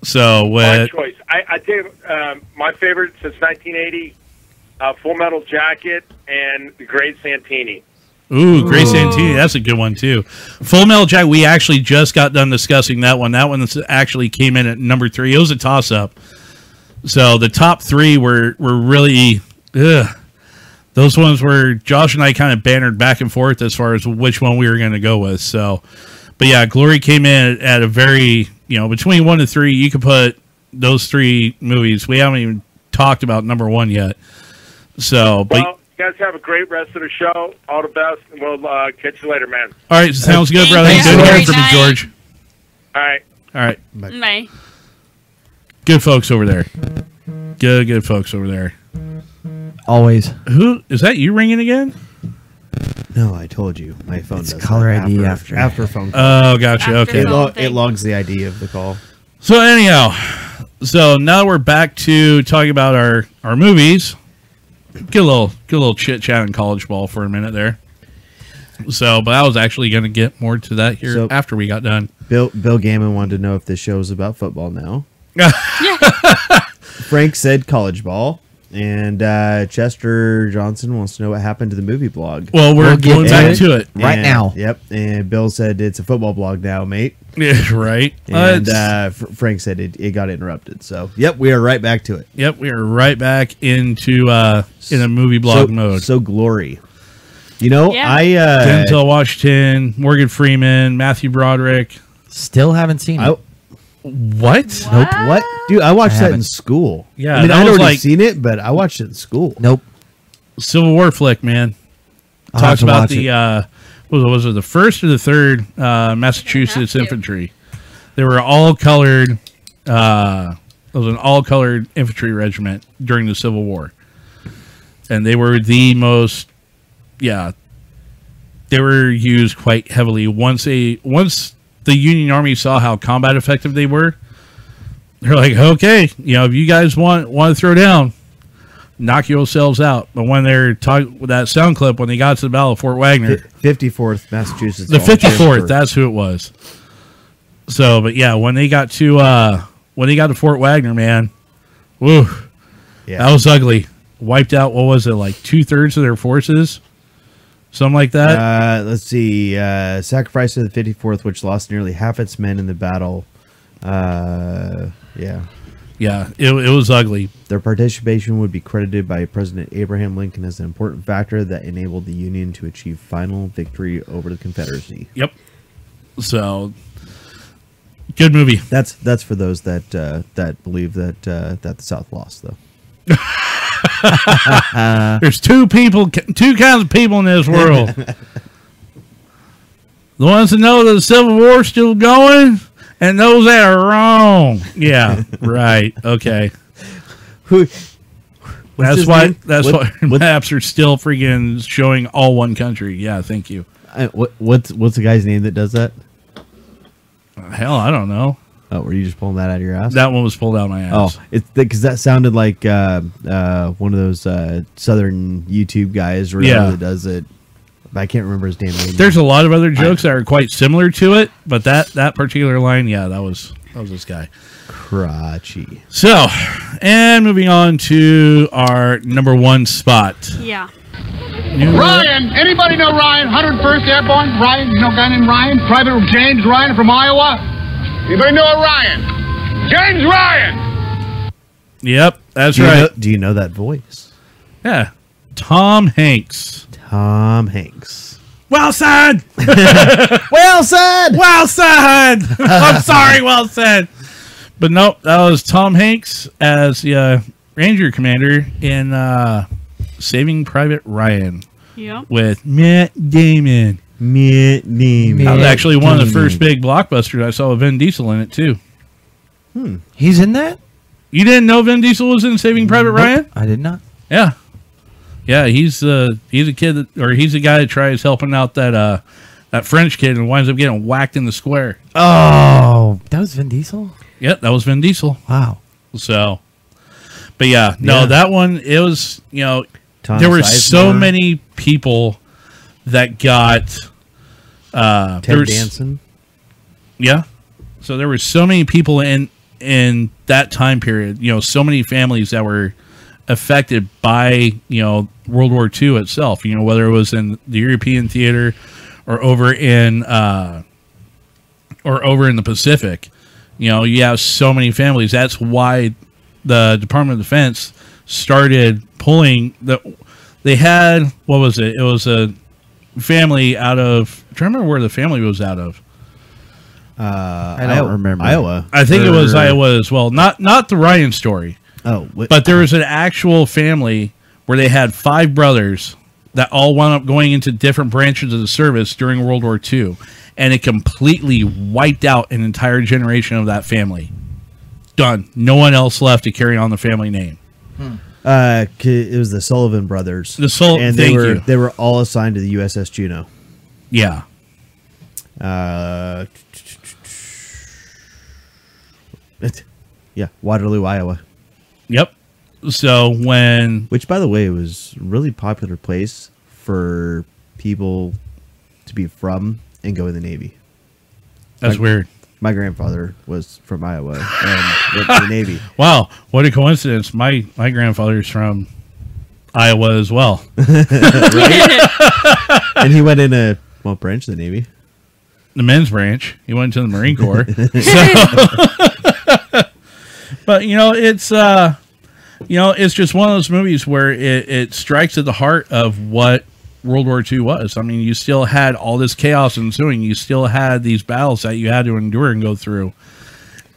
S2: So
S16: Fine
S2: what?
S16: choice. I, I tell you, um, my favorite since 1980, uh, Full Metal Jacket and The Great Santini.
S2: Ooh, Grace Santini. That's a good one too. Full Metal Jacket. We actually just got done discussing that one. That one is- actually came in at number three. It was a toss up. So the top three were were really. Ugh. Those ones were Josh and I kind of bantered back and forth as far as which one we were going to go with. So, but yeah, Glory came in at a very you know between one and three. You could put those three movies. We haven't even talked about number one yet. So, but
S16: Well, you guys have a great rest of the show. All the best, and we'll uh, catch you later, man.
S2: All right, sounds good,
S16: Thank
S2: brother.
S16: you.
S2: Good
S16: Have a
S2: hearing from
S16: great
S2: you, George.
S16: All right.
S2: All right,
S5: Bye.
S2: good folks over there. Good, good folks over there.
S3: Always.
S2: Who is that? You ringing again?
S6: No, I told you my phone.
S3: It's
S6: does
S3: caller
S6: that
S3: ID
S6: after
S3: after.
S6: after phone.
S2: Oh, gotcha, After okay.
S6: It, lo-
S2: phone
S6: it logs the ID of the call.
S2: So anyhow, so now we're back to talking about our our movies. Get a little get a little chit chat in college ball for a minute there. So, but I was actually going to get more to that here
S6: So-
S2: after we got done.
S6: Bill Bill Gammon wanted to know if this show is about football now. Frank said college ball, and uh, Chester Johnson wants to know what happened to the movie blog.
S2: Well, we're We'll get going back to it. right
S6: And-
S2: now.
S6: Yep, and Bill said it's a football blog now, mate.
S2: Yeah, right.
S6: And
S2: Let's-
S6: uh, Fr- Frank said it, it got interrupted. So, yep, we are right back to it.
S2: Yep, we are right back into uh in a movie blog
S6: So-
S2: mode.
S6: So glory. You know,
S3: Yeah. I, uh,
S2: Denzel Washington, Morgan Freeman, Matthew Broderick.
S3: Still haven't seen it.
S2: What?
S3: Nope.
S6: What? Dude, I watched
S3: I
S6: that in
S3: haven't.
S6: school.
S2: Yeah,
S6: I mean,
S2: that
S6: I'd
S2: was
S6: already
S2: like-
S6: seen it, but I watched it in school.
S3: Nope.
S2: Civil War flick, man.
S4: I'll have
S2: Talks
S4: to
S2: about
S4: watch
S2: the
S4: it.
S2: uh, what was it, was it the first or the third uh, Massachusetts infantry? They were all colored. Uh, it was an all colored infantry regiment during the Civil War, and they were the most. Yeah, they were used quite heavily once a once the Union Army saw how combat effective they were. They're like, okay, you know, if you guys want want to throw down, knock yourselves out. But when they're talking with that sound clip, when they got to the battle of Fort Wagner,
S6: Fifty fourth Massachusetts.
S2: the fifty fourth.
S6: Volunteers
S2: That's who it was. So, but yeah, when they got to uh when they got to Fort Wagner, man, woo, that was ugly. Wiped out. What was it like? Two thirds of their forces, something like
S6: for-
S2: that.
S6: Uh, let's see. Uh, sacrifice of the fifty fourth, which lost nearly half its men in the battle. Uh, yeah.
S2: Yeah, it, it was ugly.
S6: Their participation would be credited by President Abraham Lincoln as an important factor that enabled the Union to achieve final victory over the Confederacy.
S2: Yep. So, good movie.
S6: That's that's for those that uh, that believe that uh, that the South lost, though.
S2: There's two people, two kinds of people in this world. the ones that know that the Civil War's still going, and those that are wrong. Yeah, right. Okay.
S6: Who?
S2: That's
S6: his
S2: why.
S6: name?
S2: That's
S6: What-
S2: why maps are still freaking showing all one country. Yeah, thank you.
S6: I, what what's what's the guy's name that does that?
S2: Hell, I don't know.
S6: Oh, were you just pulling that out of your ass?
S2: That one was pulled out of my ass.
S6: Oh, it's because that sounded like uh, uh, one of those uh, southern YouTube guys, or whatever
S2: Yeah.
S6: that does it. I can't remember his damn name.
S2: There's a lot of other jokes that are quite similar to it, but that that particular line, yeah, that was that was this guy.
S6: Crotchy.
S2: So, and moving on to our number one spot.
S5: Yeah.
S2: New-
S17: Ryan, anybody know Ryan? 101st Airborne? Ryan, you know a guy named Ryan? Private James Ryan from Iowa? Anybody know a Ryan? James Ryan!
S2: Yep, that's
S6: Do you
S2: right.
S6: know- do you know that voice?
S2: Yeah. Tom Hanks.
S6: Tom Hanks.
S2: Well said. well
S6: said.
S2: Well said. I'm sorry. Well said. But nope, that was Tom Hanks as the uh, Ranger Commander in uh, Saving Private Ryan.
S5: Yep.
S2: With Matt Damon.
S6: Matt Damon.
S2: That was actually one of the
S6: Damon.
S2: first big blockbusters. I saw with Vin Diesel in it too.
S6: Hmm.
S2: He's in that. You didn't know Vin Diesel was in Saving Private Ryan?
S3: I did not.
S2: Yeah, yeah. He's uh he's a kid that, or he's a guy that tries helping out that uh that French kid and winds up getting whacked in the square.
S3: Oh, that was Vin Diesel.
S2: Yep, that was Vin Diesel.
S3: Wow.
S2: So, but yeah, no,
S3: Yeah.
S2: that one it was you know
S6: Tom
S2: there were so
S6: Sizemore.
S2: many people that got uh
S6: Ted
S2: there was-
S6: Danson.
S2: Yeah, so there were so many people in in that time period. You know, so many families that were affected by you know World War II itself. You know, whether it was in the European theater or over in uh, or over in the Pacific. You know, you have so many families. That's why the Department of Defense started pulling the. They had what was it? It was a family out of. I'm trying to remember where the family was out of.
S6: Uh,
S3: I don't Iowa- remember. Iowa.
S2: I think it was
S3: Or-
S2: Iowa as well. Not not the Ryan story.
S6: Oh,
S2: but there was an actual family where they had five brothers that all wound up going into different branches of the service during World War II, and it completely wiped out an entire generation of that family. Done. No one else left to carry on the family name.
S6: Uh, c- it was the Sullivan brothers.
S2: The Sul-
S6: and they
S2: thank
S6: were
S2: you.
S6: they were all assigned to the USS Juno.
S2: Yeah.
S6: Uh, it- yeah, Waterloo, Iowa.
S2: Yep. So when,
S6: which by the way was a really popular place for people to be from and go in the Navy.
S2: That's
S6: My-
S2: weird.
S6: My grandfather was from Iowa and went to the Navy.
S2: Wow, what a coincidence! My my grandfather's from Iowa as well.
S6: and he went in a well branch of the Navy.
S2: the men's branch. He went to the Marine Corps. So- but you know, it's uh, you know, it's just one of those movies where it, it strikes at the heart of what World War II was. I mean, you still had all this chaos ensuing. You still had these battles that you had to endure and go through.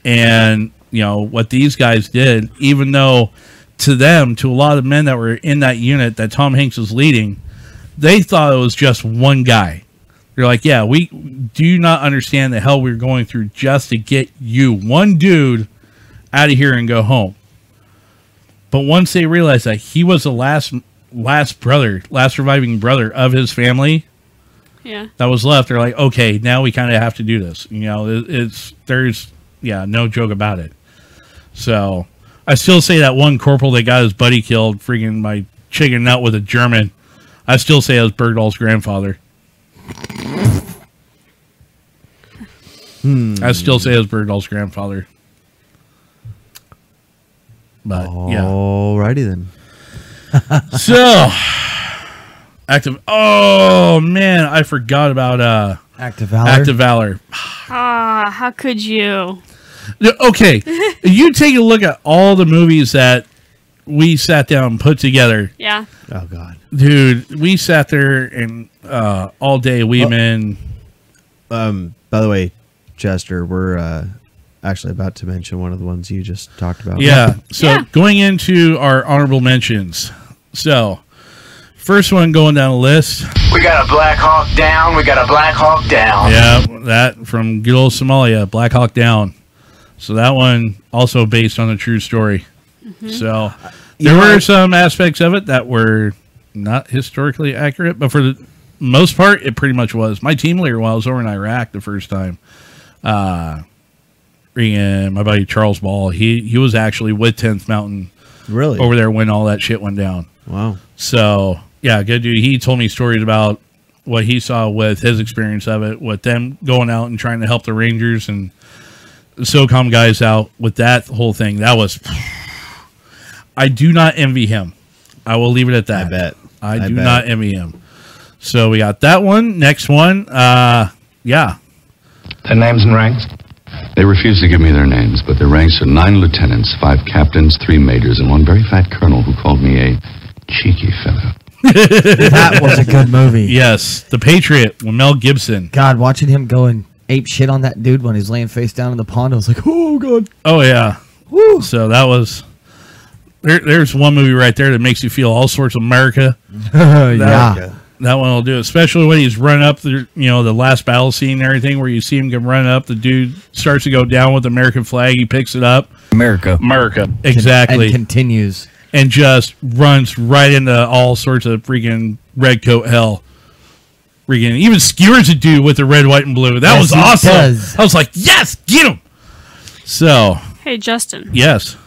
S2: And you know what these guys did, even though to them, to a lot of men that were in that unit that Tom Hanks was leading, they thought it was just one guy. They're like, yeah, we do not understand the hell we we're going through just to get you, one dude, out of here and go home. But once they realized that he was the last last brother, last surviving brother of his family,
S5: Yeah.
S2: that was left are like, okay, now we kind of have to do this. You know, it, it's there's yeah, no joke about it. So I still say that one corporal that got his buddy killed, freaking my chicken nut with a German. I still say it was Bergdahl's grandfather.
S4: Hmm.
S2: I still say it was Bergdahl's grandfather. But yeah.
S4: Alrighty then. Oh.
S2: So active. Oh man, I forgot about uh
S4: active
S5: valor?
S2: Active valor.
S5: Ah, how could you?
S2: Yeah, Okay, you take a look at all the movies that we sat down and put together.
S5: Yeah.
S4: Oh God,
S2: dude, we sat there and uh, all day we men.
S4: Um, by the way, Chester, we're uh, actually about to mention one of the ones you just talked about.
S2: Yeah. So going into our honorable mentions. So first one going down the list.
S12: We got a Black Hawk down. We got a Black Hawk down.
S2: Yeah, that from good old Somalia, Black Hawk Down. So that one also based on a true story. So
S4: Uh, You
S2: there
S4: know-
S2: were some aspects of it that were not historically accurate, but for the most part, it pretty much was. My team leader, while I was over in Iraq the first time, uh, and my buddy Charles Ball, he he was actually with 10th Mountain,
S4: really
S2: over there when all that shit went down.
S4: Wow.
S2: So yeah, good dude. He told me stories about what he saw with his experience of it, with them going out and trying to help the Rangers and SOCOM guys out with that whole thing. That was I do not envy him. I will leave it at that. I bet. I,
S4: I
S2: do
S4: bet.
S2: not envy him. So we got that one. Next one. Uh yeah.
S18: Their names and ranks? They refuse to give me their names, but their ranks are nine lieutenants, five captains, three majors, and one very fat colonel who called me a cheeky fellow.
S2: that
S3: was a good movie.
S2: Yes. The Patriot with Mel Gibson.
S3: God, watching him go and ape shit on that dude when he's laying face down in the pond, I was like, oh god.
S2: Oh yeah. So that was there, there's one movie right there that makes you feel all sorts of America. That-
S3: Yeah.
S2: That one will do, it, especially when he's run up the you know, the last battle scene and everything where you see him get run up, the dude starts to go down with the American flag, he picks it up.
S3: America.
S2: America.
S3: Con-
S2: Exactly.
S3: And continues.
S2: and just runs right into all sorts of freaking red coat hell. Freaking even skewers a dude with the red, white, and blue. That
S5: Yes,
S2: was
S5: he
S2: awesome.
S5: does.
S2: I was like, yes, get him. So
S5: Hey, Justin.
S2: yes,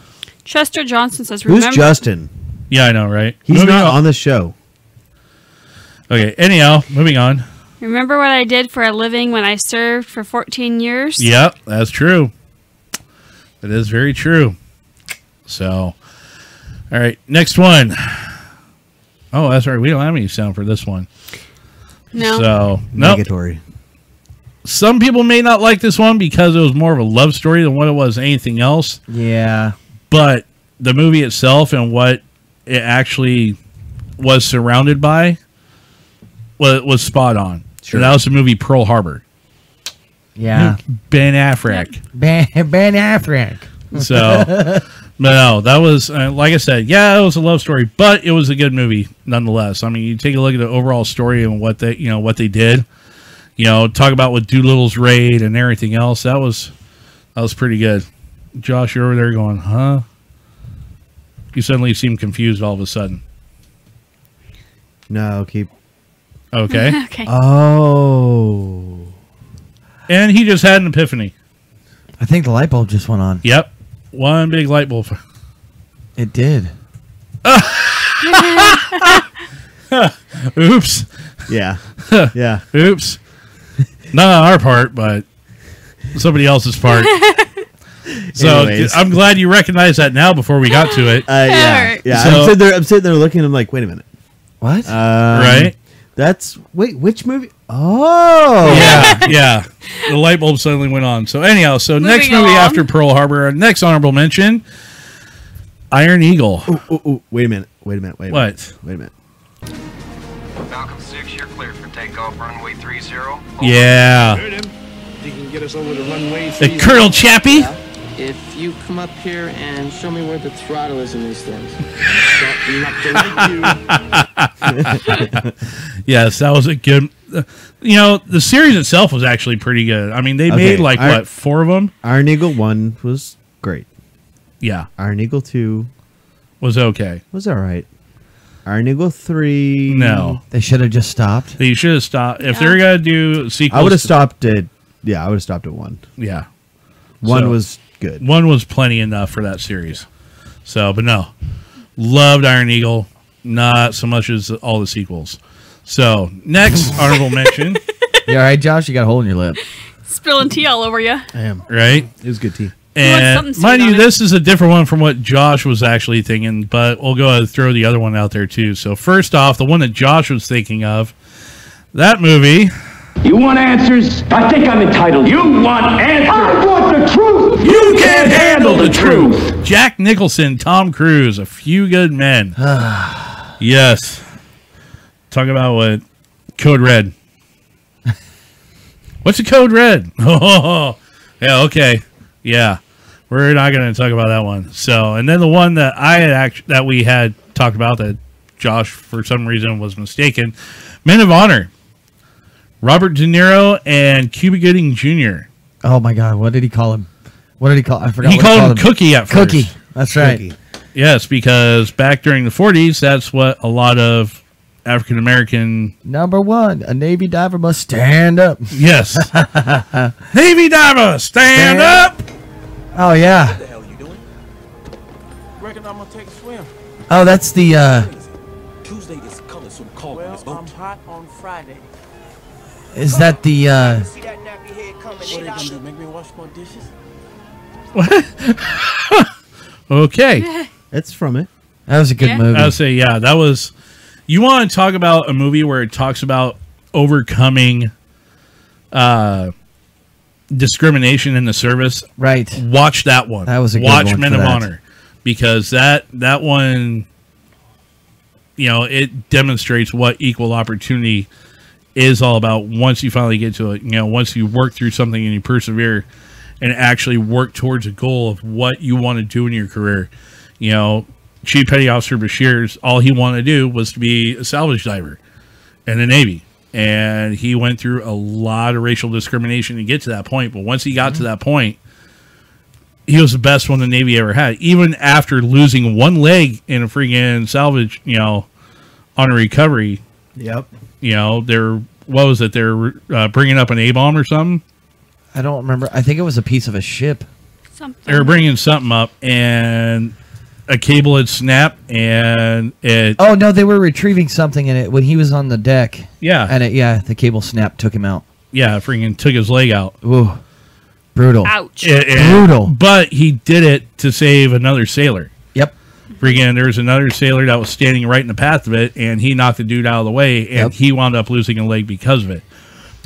S5: Chester Johnson says,
S4: Who's
S5: remember.
S4: Justin?
S2: Yeah, I know, right?
S4: He's
S2: Moving
S4: not on. the show.
S2: Okay. Anyhow, moving on.
S5: Remember what I did for a living when I served for 14 years?
S2: Yep, that's true. That is very true. So, all right, next one. Oh, that's right. We don't have any sound for this one.
S5: No.
S2: So, no.
S4: Negatory.
S2: Some people may not like this one because it was more of a love story than what it was anything else.
S3: Yeah.
S2: But the movie itself and what it actually was surrounded by was, was spot on. Sure. That was the movie Pearl Harbor.
S3: Yeah.
S2: Ben Affleck.
S3: Ben, ben Affleck.
S2: So, but no, that was uh, like I said, yeah, it was a love story, but it was a good movie nonetheless. I mean, you take a look at the overall story and what they, you know, what they did. You know, talk about with Doolittle's raid and everything else. That was that was pretty good. Josh, you're over there going, huh? You suddenly seem confused all of a sudden.
S4: No, keep.
S2: Okay.
S5: okay.
S4: Oh.
S2: And he just had an epiphany.
S3: I think the light bulb just went on.
S2: Yep. One big light bulb.
S3: It did.
S2: Oops.
S4: Yeah. Yeah.
S2: Oops. Not on our part, but somebody else's part. so
S4: Anyways.
S2: I'm glad you recognize that now before we got to it.
S4: Uh, yeah. Yeah. I'm sitting there. I'm sitting there looking. I'm like, wait a minute.
S3: What?
S2: Right?
S4: Um, That's wait. Which movie? Oh.
S2: yeah, yeah. The light bulb suddenly went on. So anyhow, so next
S4: Moving
S2: movie
S4: along.
S2: after Pearl Harbor, our next honorable mention, Iron Eagle.
S4: Ooh, ooh, wait a minute. Wait a minute. Wait. A
S2: What?
S4: Minute, wait a minute.
S10: Malcolm 6, you're clear for takeoff runway 30.
S2: Yeah.
S10: Heard him. If you can get us over to runway
S2: The Colonel Chappie.
S19: if you come up here and show me where the throttle is in these things. Don't knock the leg, you.
S2: yes, that was a good. You know, the series itself was actually pretty good. I mean, they
S6: Okay,
S2: made like
S6: Iron-
S2: what four of them?
S6: Iron Eagle one was great.
S2: Yeah.
S6: Iron Eagle two
S2: was okay.
S6: Was all right. Iron Eagle three.
S2: No.
S6: they should have just stopped.
S2: They should have stopped if they're gonna do sequels.
S6: I would have stopped at yeah. I would have stopped at one.
S2: Yeah.
S6: One was good.
S2: One was plenty enough for that series. So, but no, loved Iron Eagle, not so much as all the sequels. So, next honorable mention.
S3: You all right, Josh? You got a hole in your lip.
S5: Spilling tea all over you.
S6: I am
S2: right.
S6: It was good tea.
S2: And
S5: something
S2: mind
S5: sweet
S2: you,
S5: on
S2: this is a different one from what Josh was actually thinking, but we'll go ahead and throw the other one out there too. So first off, the one that Josh was thinking of, that movie.
S17: You want answers? I think I'm entitled. You want answers? I want the truth. You can't handle the truth.
S2: Jack Nicholson, Tom Cruise, A Few Good Men. yes. Talk about what? Code Red. What's a Code Red? Oh, yeah, okay. Yeah. We're not going to talk about that one. So, and then the one that I had act- that we had talked about that Josh, for some reason, was mistaken Men of Honor. Robert De Niro and Cuba Gooding Jr.
S3: Oh my God! What did he call him? What did he call? I forgot.
S2: He
S3: what
S2: called him Cookie at first.
S3: Cookie. That's right.
S2: Yes, because back during the 40s, that's what a lot of African American.
S3: Number one, a Navy diver must stand up.
S2: Yes. Navy diver, stand, up.
S3: Oh yeah.
S13: Reckon I'm gonna take a swim.
S3: Oh, that's the. uh
S13: Tuesday is color swim call well, I'm hot on Friday.
S3: Is that the? uh
S13: See that nappy head coming in? What they gonna do? Make me wash more dishes?
S2: Okay.
S6: It's from it.
S3: That was a
S13: good Yeah. movie.
S2: I would say, yeah, that was. You want to talk about a movie where it talks about overcoming uh, discrimination in the service?
S3: Right.
S2: Watch that one.
S3: That was a good
S2: watch
S3: one
S2: Men
S3: for
S2: of
S3: that.
S2: Honor because that that one, you know, it demonstrates what equal opportunity is all about. Once you finally get to it, you know, once you work through something and you persevere and actually work towards a goal of what you want to do in your career, you know, Chief Petty Officer Bashir's all he wanted to do was to be a salvage diver in the Navy. And he went through a lot of racial discrimination to get to that point. But once he got
S3: Mm-hmm.
S2: to that point, he was the best one the Navy ever had. Even after losing one leg in a freaking salvage, you know, on a recovery,
S20: Yep.
S2: you know, they're, what was it? They're uh, bringing up an A bomb or something?
S3: I don't remember. I think it was a piece of a ship.
S2: They were bringing something up and a cable had snapped and it,
S3: Oh no, they were retrieving something in it when he was on the deck.
S2: Yeah.
S3: And it, yeah, the cable snap took him out.
S2: yeah, freaking took his leg out.
S3: Ooh, brutal.
S2: Ouch.
S3: Brutal.
S2: But he did it to save another sailor.
S3: Yep.
S2: Freaking, there was another sailor that was standing right in the path of it, and he knocked the dude out of the way, and
S6: Yep.
S2: he wound up losing a leg because of it.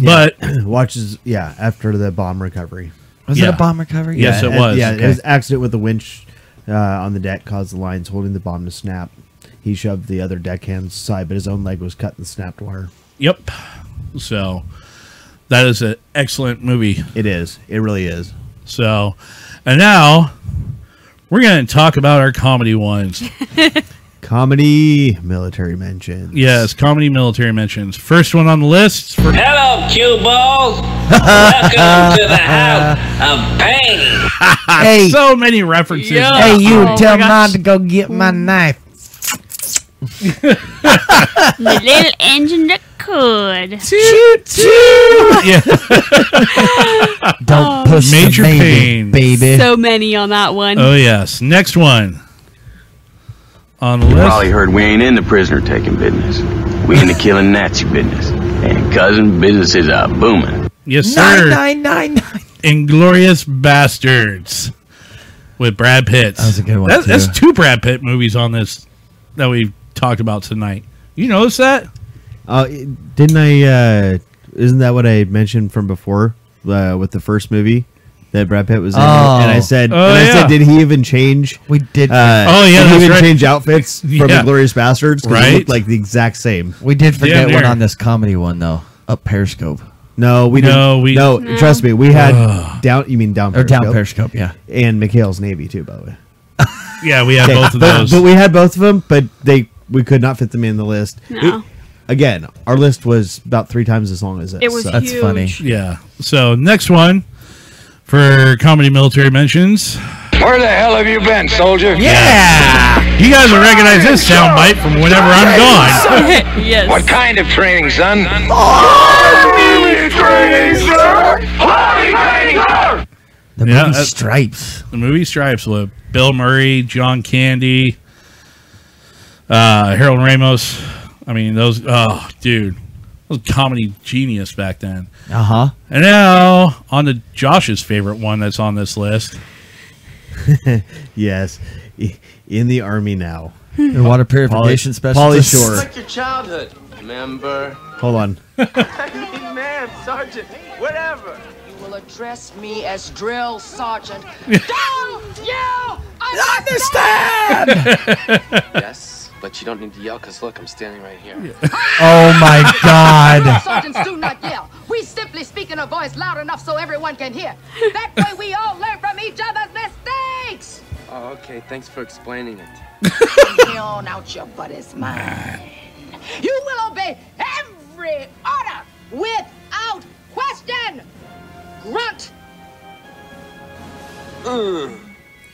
S6: But watches yeah after the bomb recovery.
S3: Was it a Yeah. bomb recovery?
S2: Yes, it was.
S6: Yeah,
S2: Okay.
S6: it was accident with the winch uh, on the deck caused the lines holding the bomb to snap. He shoved the other deckhand's side, but his own leg was cut and snapped wire.
S2: Yep. So that is an excellent movie.
S6: It is. It really is.
S2: So, and now we're going to talk about our comedy ones.
S6: Comedy military mention.
S2: yes, comedy military mentions. First one on the list. For-
S21: Hello, cue balls. Welcome to the house of pain.
S3: Hey.
S2: so many references.
S3: Hey, you
S2: Oh my
S3: tell
S2: gosh.
S3: mom to go get my knife.
S5: The little engine that could.
S2: Toot toot. Yeah.
S21: Mm.
S3: Don't push the
S2: Major
S3: baby,
S2: pain, baby.
S5: Oh, So many on that one.
S2: Oh yes. Next one on the list.
S22: Probably heard we ain't in the prisoner taking business. We in the killing Nazi business. And cousin businesses are booming.
S2: Yes, sir.
S22: Nine,
S3: nine, nine, nine.
S2: Inglorious Bastards with Brad Pitt. That was a good
S3: one,
S2: That's
S3: too.
S2: two Brad Pitt movies on this that we've talked about tonight. You notice that?
S6: Uh, it- didn't I? Uh, isn't that what I mentioned from before uh, with the first movie that Brad Pitt was in?
S3: Oh.
S6: And I said,
S3: Oh,
S6: and I
S3: yeah.
S6: said, did he even change? We
S3: did.
S6: Uh,
S3: Oh, yeah,
S6: did
S3: that's
S6: he even
S3: right.
S6: change outfits from
S3: Yeah.
S6: the Glorious Bastards? 'Cause They
S3: Right.
S6: looked like the exact same.
S3: We did forget
S6: Damn
S3: one
S6: near.
S3: on this comedy one though. Up Periscope.
S6: No, Oh, we
S2: No,
S6: didn't.
S2: we-
S6: no.
S2: No.
S6: Trust me, we had down. You mean down?
S3: Or down
S6: Periscope,
S3: yeah.
S6: And McHale's Navy too, by the way.
S2: Yeah, we had
S6: Okay,
S2: both of
S6: but,
S2: those.
S6: But we had both of them, but they we could not fit them in the list.
S23: No.
S6: It- again, our list was about three times as long as this.
S23: It was
S6: so-
S23: That's huge. funny.
S2: Yeah. So next one for comedy military mentions.
S24: Where the hell have you been, soldier?
S2: Yeah. You guys will recognize this soundbite from whenever I'm gone.
S23: yes.
S24: What kind of training, son?
S3: The
S2: Yeah,
S3: movie
S2: that's-
S3: Stripes.
S2: The movie Stripes with Bill Murray, John Candy, uh, Harold Ramos. I mean, those. Oh, dude, those comedy genius back then.
S3: Uh
S6: Uh-huh.
S3: huh.
S2: And now on to Josh's favorite one that's on this list.
S6: yes, I- in the army now.
S3: And water purification specialist.
S6: Polly Shore.
S25: your childhood. Remember?
S6: Hold on.
S25: I mean, man, sergeant, whatever. You will address me as drill sergeant. Don't you
S26: yes, but you don't need to yell because look, I'm standing right here.
S3: Oh my God.
S26: Sergeants do not yell. We simply speak in a voice loud enough so everyone can hear. That way we all learn from each other's mistakes.
S24: Oh, okay. Thanks for explaining it.
S26: From here on out, your butt is mine. You will obey every order without question. Grunt.
S2: Uh.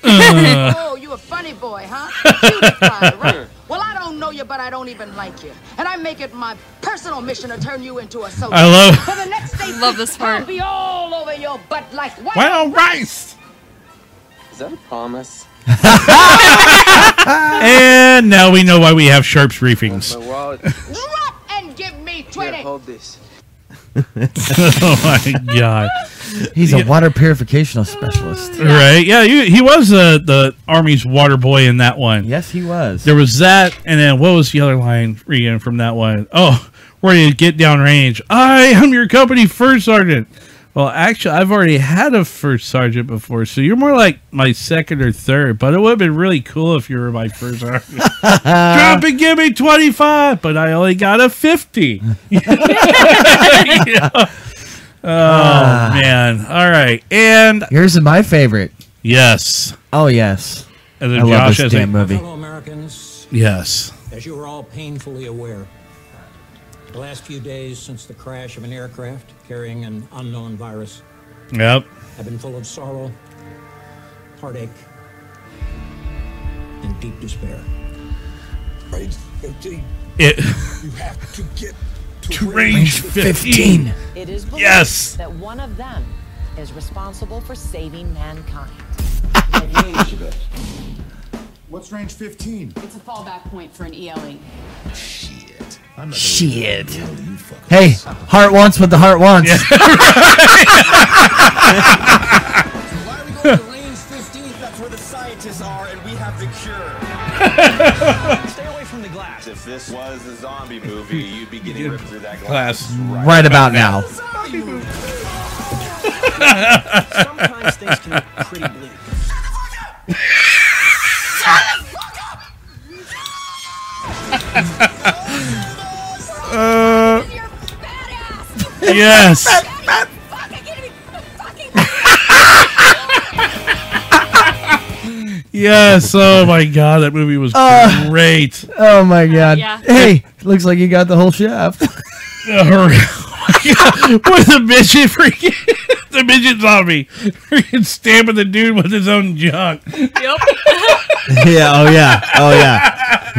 S5: Mm.
S26: oh, you a funny boy, huh? Beautified, right? Well, I don't know you, but I don't even like you. And I make it my personal mission to turn you into a soldier.
S2: I love-
S26: For the next day,
S23: Love this part.
S26: I'll be all over your butt like white
S2: Well, rice.
S26: Is that a promise?
S2: And now we know why we have Sharps briefings.
S26: Drop and give me 20. hold this.
S2: oh my god.
S3: He's a water purification specialist.
S2: Right? Yeah, you, he was the the army's water boy in that one.
S3: Yes, he was.
S2: There was that, and then what was the other line Regan from that one? Oh, where you get down range. I am your company first sergeant. Well, actually, I've already had a first sergeant before, so you're more like my second or third. But it would have been really cool if you were my first sergeant. Drop and give me twenty five, but I only got a fifty. Yeah. Oh
S3: Ah.
S2: man! All right, and
S3: Yours is my favorite.
S2: Yes.
S3: Oh yes.
S2: And then
S3: I love
S2: Josh has
S3: this damn
S2: a-
S3: movie.
S13: Fellow Americans,
S2: Yes.
S13: as you are all painfully aware, the last few days since the crash of an aircraft carrying an unknown virus
S2: Yep.
S13: have been full of sorrow, heartache, and deep despair.
S2: It.
S13: You have to get
S2: to range 15.
S17: It is believed
S2: Yes.
S17: that one of them is responsible for saving mankind.
S13: What's range 15?
S17: It's a fallback point for an ELE.
S3: Shit. Hey, heart wants what the heart wants.
S13: Range 15, that's where the scientists are, and we have the
S18: cure.
S13: Stay away from the glass.
S18: If this was a zombie movie, you'd be getting ripped through that
S2: Class.
S3: right about now.
S13: Sometimes things can look pretty bleak.
S2: Uh, yes. yes. Oh my god, that movie was
S3: Uh,
S2: great.
S3: Oh my god.
S2: Yeah.
S3: Hey, looks like you got the whole shaft.
S2: Oh, with the midget freaking the midget zombie freaking stabbing the dude with his own junk.
S3: Uh,
S6: yeah. Oh yeah. Oh yeah.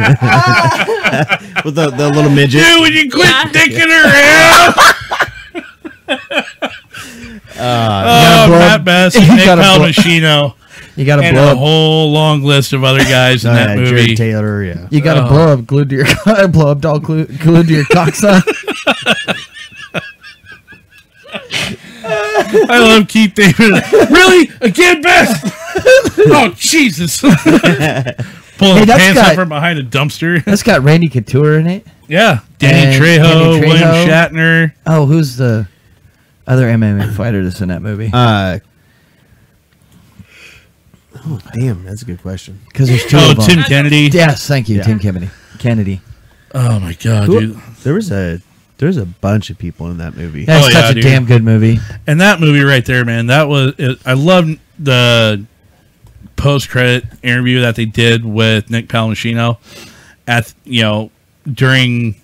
S6: With the, the little midget.
S2: Dude, would you quit dicking around?
S6: Uh,
S2: Oh,
S6: you gotta blow
S2: Matt
S6: up-
S2: Best,
S6: you
S2: Nick
S6: gotta blow-
S2: Palmachino.
S3: You gotta
S2: and
S3: blow
S2: a
S3: up- Uh,
S2: whole long list of other guys in
S6: Oh,
S2: that
S6: yeah, Jerry
S2: movie.
S6: Taylor, yeah.
S3: You got a
S2: Oh.
S3: blow up glued to your co- blow up doll glued, glued to your cock sign.
S2: I love Keith David. really? Again, Best? oh, Jesus. Pulling
S3: Hey,
S2: his
S3: that's
S2: pants
S3: got-
S2: out from behind a dumpster.
S3: That's got Randy Couture in it.
S2: Yeah. Danny
S3: And
S2: Trejo,
S3: Danny
S2: William
S3: Trejo.
S2: Shatner.
S3: Oh, who's the other MMA fighter that's in that movie?
S6: Uh, oh, damn, that's a good question.
S3: Because there's two
S6: Oh,
S3: of them.
S6: Tim Kennedy.
S3: Yes, thank you,
S6: Yeah.
S3: Tim Kennedy. Kennedy.
S2: Oh, my God,
S6: Who-
S2: dude.
S6: There was a
S4: There's a bunch of people in that movie.
S3: That's such a
S2: Oh, dude.
S3: damn good movie.
S2: And that movie right there, man, that was it, I love the post credit interview that they did with Nick Palmachino at you know during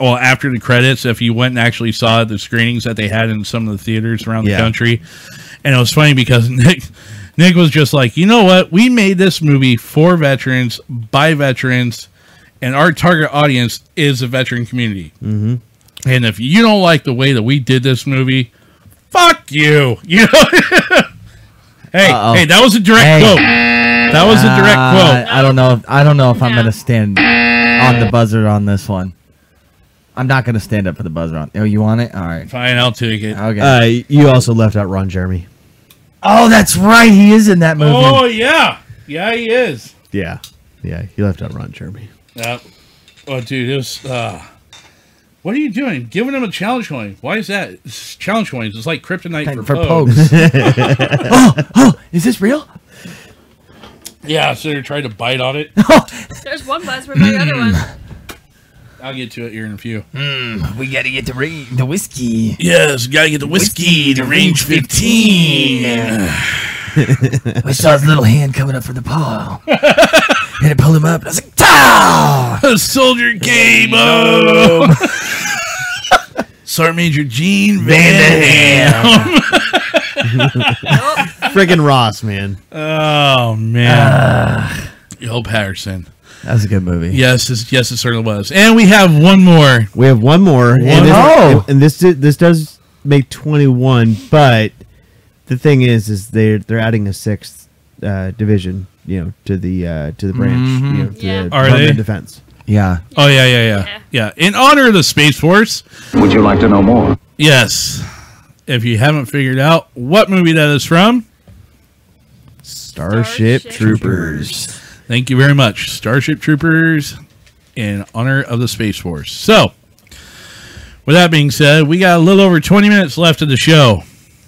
S2: well after the credits. If you went and actually saw the screenings that they had in some of the theaters around the
S7: Yeah.
S2: country, and it was funny because Nick. Nick was just like, you know what? We made this movie for veterans, by veterans, and our target audience is the veteran community.
S4: Mm-hmm.
S2: And if you don't like the way that we did this movie, fuck you. You know. hey,
S3: Uh-oh.
S2: hey, that was a direct
S3: Hey.
S2: quote. That was a direct
S3: Uh,
S2: quote.
S3: I don't know. If, I don't know if I'm gonna stand on the buzzer on this one. I'm not gonna stand up for the buzzer on. Oh, you want it? All right.
S2: Fine, I'll take it.
S3: Okay.
S4: Uh, you also left out Ron Jeremy.
S3: oh, that's right. He is in that movie.
S2: Oh yeah, yeah, he is.
S4: Yeah, yeah, you left out Ron Jeremy.
S2: Yeah. Oh, dude, it was. Uh, what are you doing? Giving him a challenge coin? Why is that? It's challenge coins. It's like kryptonite for,
S3: for
S2: pokes.
S3: pokes. oh, oh, is this real?
S2: Yeah, so they're trying to bite on it.
S3: Oh.
S5: There's one buzz. Where my other one?
S2: I'll get to it here in a few.
S3: Hmm, we gotta get the ring, the whiskey.
S2: Yes, gotta get the whiskey. The range fifteen.
S3: I saw his little hand coming up from the paw, and I pulled him up. And I was like, "Tow!"
S2: Soldier game. Oh. Sergeant Major Gene Van
S4: Friggin' Ross, man.
S2: Oh man. Yo Patterson.
S3: That was a good movie.
S2: Yes, it's, yes, it certainly was. And we have one more.
S4: We have one more.
S2: One-
S4: And this,
S2: Oh!
S4: and this this does make twenty one, but the thing is, is they're they're adding a sixth uh, division, you know, to the uh, to the branch, you know, to
S2: Yeah.
S4: the
S2: Mm-hmm. Are they?
S4: Department of Defense.
S3: Yeah.
S2: Oh yeah, yeah, yeah, yeah. In honor of the Space Force.
S10: Would you like to know more?
S2: Yes. If you haven't figured out what movie that is from,
S4: Starship, Troopers.
S2: Thank you very much, Starship Troopers, in honor of the Space Force. So, with that being said, we got a little over 20 minutes left of the show.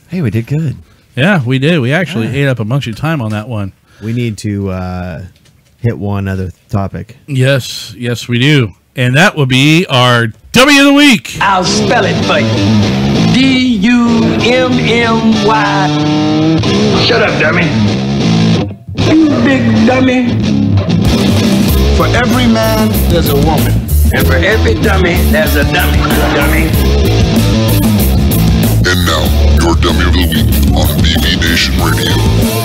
S3: Hey, we did good.
S2: Yeah, we did. We actually ate up a bunch of time on that one.
S4: We need to uh, hit one other topic.
S2: Yes, yes, we do. And that will be our W of the Week.
S27: I'll spell it for you. D U M M Y. Shut up, dummy. You big dummy. For every man, there's a woman. And for every dummy, there's a dummy. Dummy.
S8: And now, your dummy of the week on BB Nation Radio.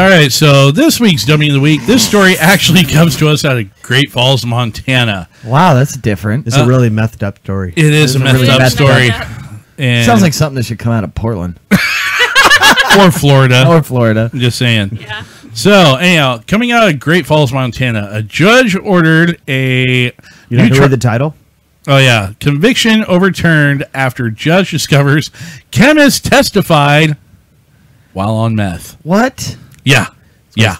S2: All right, so this week's Dummy of the Week, this story actually comes to us out of Great Falls, Montana.
S3: Wow, that's different.
S2: It's a Uh, really
S4: methed up story.
S2: It is a messed up story. And
S3: Sounds like something that should come out of Portland.
S2: or Florida.
S3: Or Florida.
S2: Just saying. Yeah. So, anyhow, coming out of Great Falls, Montana, a judge ordered a.
S4: You know
S2: new
S4: who
S2: tri-
S4: read the title?
S2: Oh, yeah. Conviction overturned after judge discovers chemist testified while on meth.
S3: What?
S2: Yeah. Yeah.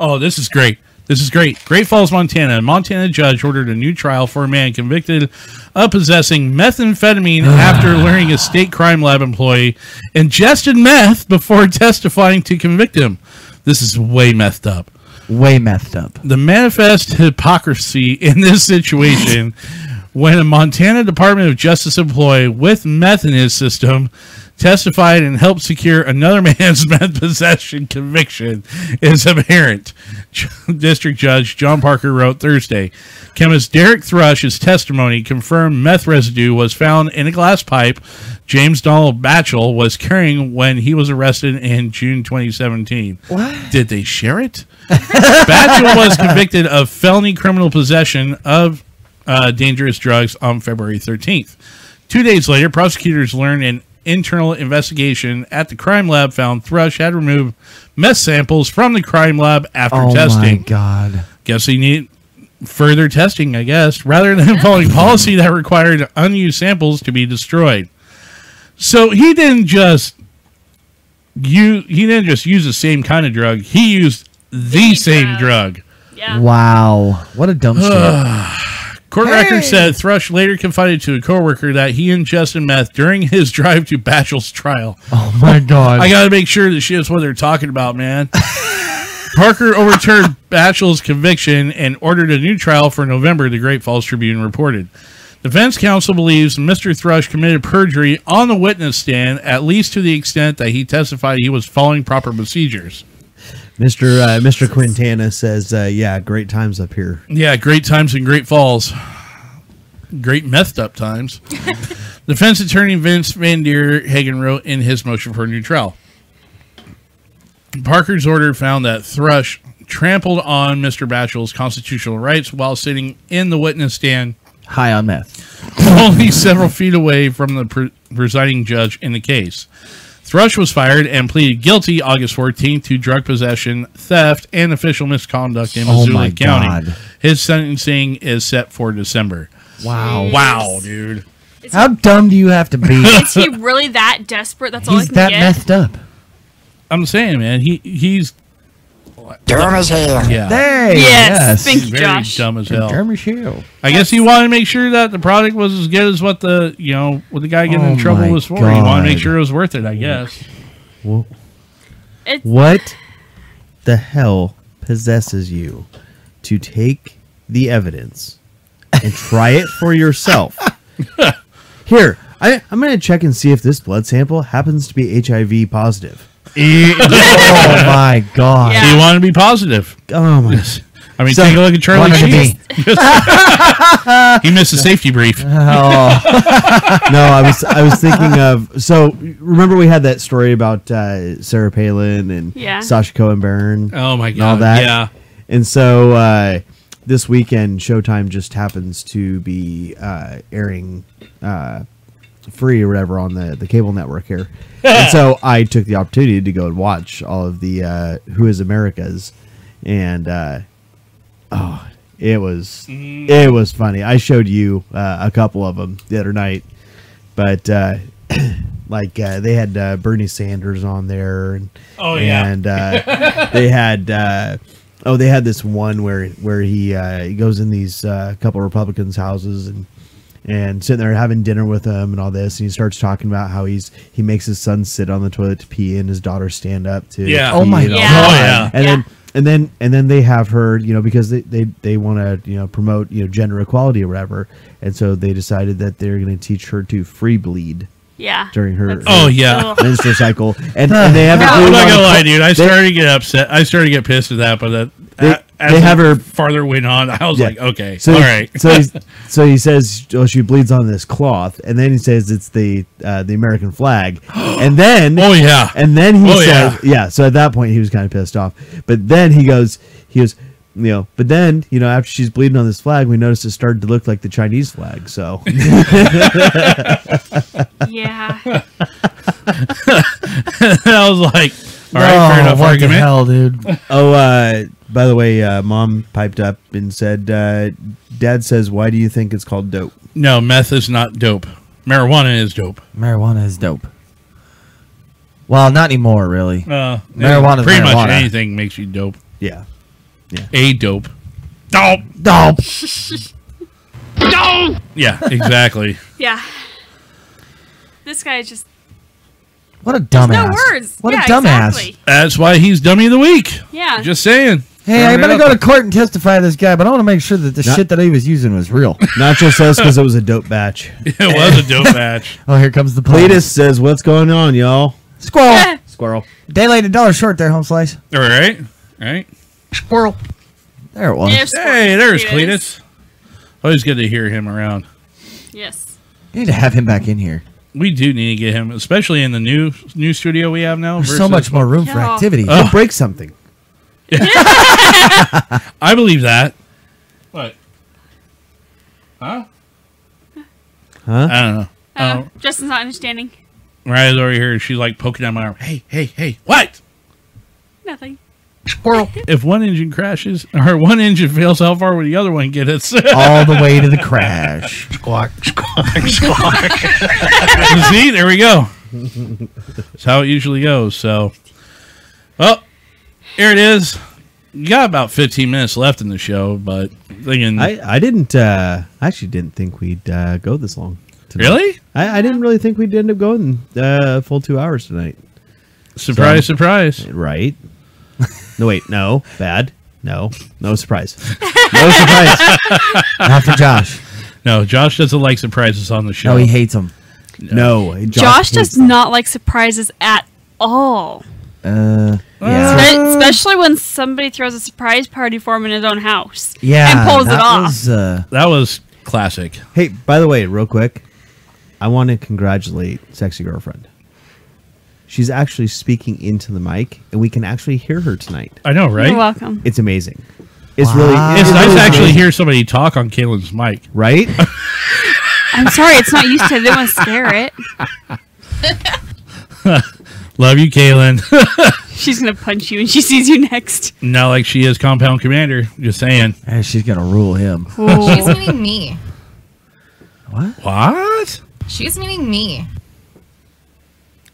S2: oh, this is great. This is great. Great Falls, Montana. A Montana judge ordered a new trial for a man convicted of possessing methamphetamine after learning a state crime lab employee ingested meth before testifying to convict him. This is way methed up.
S3: Way methed up.
S2: The manifest hypocrisy in this situation when a Montana Department of Justice employee with meth in his system testified and helped secure another man's meth possession conviction is apparent. District Judge John Parker wrote Thursday. Chemist Derek Thrush's testimony confirmed meth residue was found in a glass pipe James Donald Batchel was carrying when he was arrested in June 2017.
S3: What?
S2: Did they share it? Batchel was convicted of felony criminal possession of uh, dangerous drugs on February 13th. Two days later, prosecutors learned an internal investigation at the crime lab found Thrush had removed meth samples from the crime lab after
S3: Oh
S2: testing.
S3: my god.
S2: Guess he need further testing, I guess, rather than following policy that required unused samples to be destroyed. So he didn't just you he didn't just use the same kind of drug. He used the same drug.
S3: Wow. What a dumb shit.
S2: Court records said Thrush later confided to a coworker that he ingested meth during his drive to Batchel's trial.
S3: Oh my god.
S2: I got to make sure that she knows what they're talking about, man. Parker overturned Batchel's conviction and ordered a new trial for November, the Great Falls Tribune reported. Defense counsel believes Mr. Thrush committed perjury on the witness stand, at least to the extent that he testified he was following proper procedures.
S6: Mr. Uh, Mr. Quintana says, uh, "Yeah, great times up here."
S2: Yeah, great times in Great Falls. Great messed up times. Defense attorney Vince Van Der Hagen wrote in his motion for a new trial. Parker's order found that Thrush trampled on Mr. Batchel's constitutional rights while sitting in the witness stand.
S3: High on meth.
S2: Only several feet away from the pre- presiding judge in the case. Thrush was fired and pleaded guilty August 14th to drug possession, theft, and official misconduct in
S3: Oh
S2: Missoula
S3: my
S2: County.
S3: God.
S2: His sentencing is set for December.
S3: Wow.
S2: Wow, dude.
S3: How dumb do you have to be?
S5: Is he really that desperate? That's all I
S3: He's
S5: can
S3: that
S5: get.
S3: messed up.
S2: I'm saying, man, he he's
S3: Dumb as hell.
S2: Yeah.
S3: There, Yes, yes. thank you,
S2: Very
S3: Josh.
S2: dumb as hell.
S3: Dumb as hell.
S2: I guess he wanted to make sure that the product was as good as what the you know what the guy getting
S6: Oh
S2: in trouble
S6: my
S2: was for. He wanted to make
S6: God.
S2: sure it was worth it. I guess.
S6: Wha-
S5: It's-
S6: What the hell possesses you to take the evidence and try it for yourself? Here, I, I'm going to check and see if this blood sample happens to be HIV positive.
S3: oh my god!
S2: So you want E- to be positive?
S6: Oh my!
S2: I mean,
S6: So-
S2: take a look at Charlie
S6: Wanted to
S2: Sheen. he missed a safety brief.
S6: Oh.
S3: Oh.
S6: no, I was I was thinking of so remember we had that story about uh, Sarah Palin and
S2: Yeah.
S6: Sasha Cohen Baron.
S2: Oh my
S6: and all
S2: God,
S6: that.
S2: yeah.
S6: And so uh, this weekend, Showtime just happens to be uh, airing uh, free or whatever on the the cable network here. and so I took the opportunity to go and watch all of the uh, Who Is America's, and uh, oh, it was it was funny. I showed you uh, a couple of them the other night, but uh, like uh, they had uh, Bernie Sanders on there, and
S2: Oh, yeah.
S6: and uh, they had uh, oh they had this one where where he uh, he goes in these uh, couple Republicans' houses and and sitting there having dinner with them and all this and he starts talking about how he's he makes his son sit on the toilet to pee and his daughter stand up to
S3: Yeah.
S6: pee
S3: Oh my
S6: and all
S3: Yeah.
S6: that.
S3: Oh, yeah.
S6: and then and then and then they have her you know because they they, they want to you know promote you know gender equality or whatever and so they decided that they're going to teach her to free bleed
S5: Yeah.
S6: during her
S5: That's- Oh, yeah. Ugh.
S6: menstrual cycle and, and they have her
S2: I'm
S6: glued
S2: not
S6: on
S2: gonna
S6: a-
S2: lie, dude. I
S6: they-
S2: started to get upset. I started to get pissed at that, but that
S6: They-
S2: a- as
S6: they
S2: the
S6: have her-
S2: farther went on. I was
S6: Yeah.
S2: like, okay,
S6: So
S2: all
S6: he-
S2: right.
S6: so he's, so he says, "Oh, she bleeds on this cloth," and then he says it's the uh, the American flag, and then
S2: Oh, yeah.
S6: and then he
S2: Oh, yeah.
S6: says, yeah. So at that point, he was kind of pissed off, but then he goes, he goes, you know, but then you know, after she's bleeding on this flag, we noticed it started to look like the Chinese flag. So
S5: Yeah.
S2: I was like, all right, fair enough argument.
S6: dude. oh, uh, by the way, uh, mom piped up and said, uh, "Dad says, why do you think it's called dope?"
S2: No, meth is not dope. Marijuana is dope.
S3: Marijuana is dope. Well, not anymore, really.
S2: Uh,
S3: marijuana is
S2: pretty
S3: marijuana.
S2: much anything makes you dope.
S6: Yeah, yeah.
S2: A dope. Dope.
S3: Dope.
S5: no.
S2: Yeah, exactly.
S5: Yeah. This guy is just
S3: What a
S5: There's no
S3: dumbass.
S5: words.
S3: What
S5: Yeah,
S3: a dumbass.
S5: exactly.
S2: That's why he's dummy of the week.
S5: Yeah.
S2: Just saying.
S3: Hey, I
S2: Throwing it
S3: better
S2: out
S3: go
S2: there.
S3: to court and testify this guy, but I want to make sure that the
S6: Not-
S3: shit that he was using was real.
S6: Nacho says because it was a dope batch.
S2: It was a dope match.
S3: Oh, here comes the
S6: Cletus says, "What's going on, y'all?"
S3: Squirrel.
S6: Squirrel.
S3: Day late a dollar short there, home slice.
S2: All right. All right.
S3: Squirrel. There it was.
S2: Hey, there's
S5: Cletus.
S2: Cletus. Always good to hear him around.
S5: Yes.
S3: You need to have him back in here.
S2: We do need to get him, especially in the new new studio we have now.
S3: There's so much more room for
S2: Yeah.
S3: activity.
S2: Oh. You'll
S6: break something.
S2: I believe that. What? Huh?
S6: Huh?
S2: I don't know.
S5: Uh,
S2: Oh,
S5: Justin's not understanding.
S2: Mariah's over here. She's like poking at my arm. Hey, hey, hey! What?
S5: Nothing.
S3: Squirrel.
S2: If one engine crashes or one engine fails, how far would the other one get us?
S3: All the way to the crash. Squawk, squawk,
S2: See, there we go. That's how it usually goes. So, well, here it is. You got about 15 minutes left in the show, but thinking
S6: I, I didn't. Uh, I actually didn't think we'd uh, go this long. Tonight.
S2: Really?
S6: I, I didn't really think we'd end up going uh, full two hours tonight.
S2: surprise,
S6: So-
S2: surprise.
S6: Right. No, wait, no, bad. No, no surprise. No surprise.
S3: Not for Josh.
S2: No, Josh doesn't like surprises on the show.
S3: No, he hates them.
S6: No,
S5: Josh,
S6: hates
S5: does not like surprises at all.
S3: Uh,
S5: Spe-
S3: yeah.
S5: Especially when somebody throws a surprise party for him in his own house.
S6: Yeah,
S5: And pulls it
S6: that
S5: off.
S6: was,
S3: uh,
S2: that was classic.
S6: Hey, by the way, real quick, I want to congratulate Sexy Girlfriend. She's actually speaking into the mic, and we can actually hear her tonight.
S2: I know, right? You're
S5: welcome.
S6: It's amazing. It's
S2: Wow.
S6: really
S2: It's
S6: it
S2: nice
S6: really
S2: to actually
S6: amazing.
S2: hear somebody talk on Kalen's mic.
S6: Right?
S5: I'm sorry, it's not used to it. They want to scare it.
S2: Love you, Kalen.
S5: She's going to punch you when she sees you next.
S2: Not like she is compound commander. Just saying.
S3: And she's gonna rule him.
S7: She's meeting me.
S2: What?
S7: She's meeting me.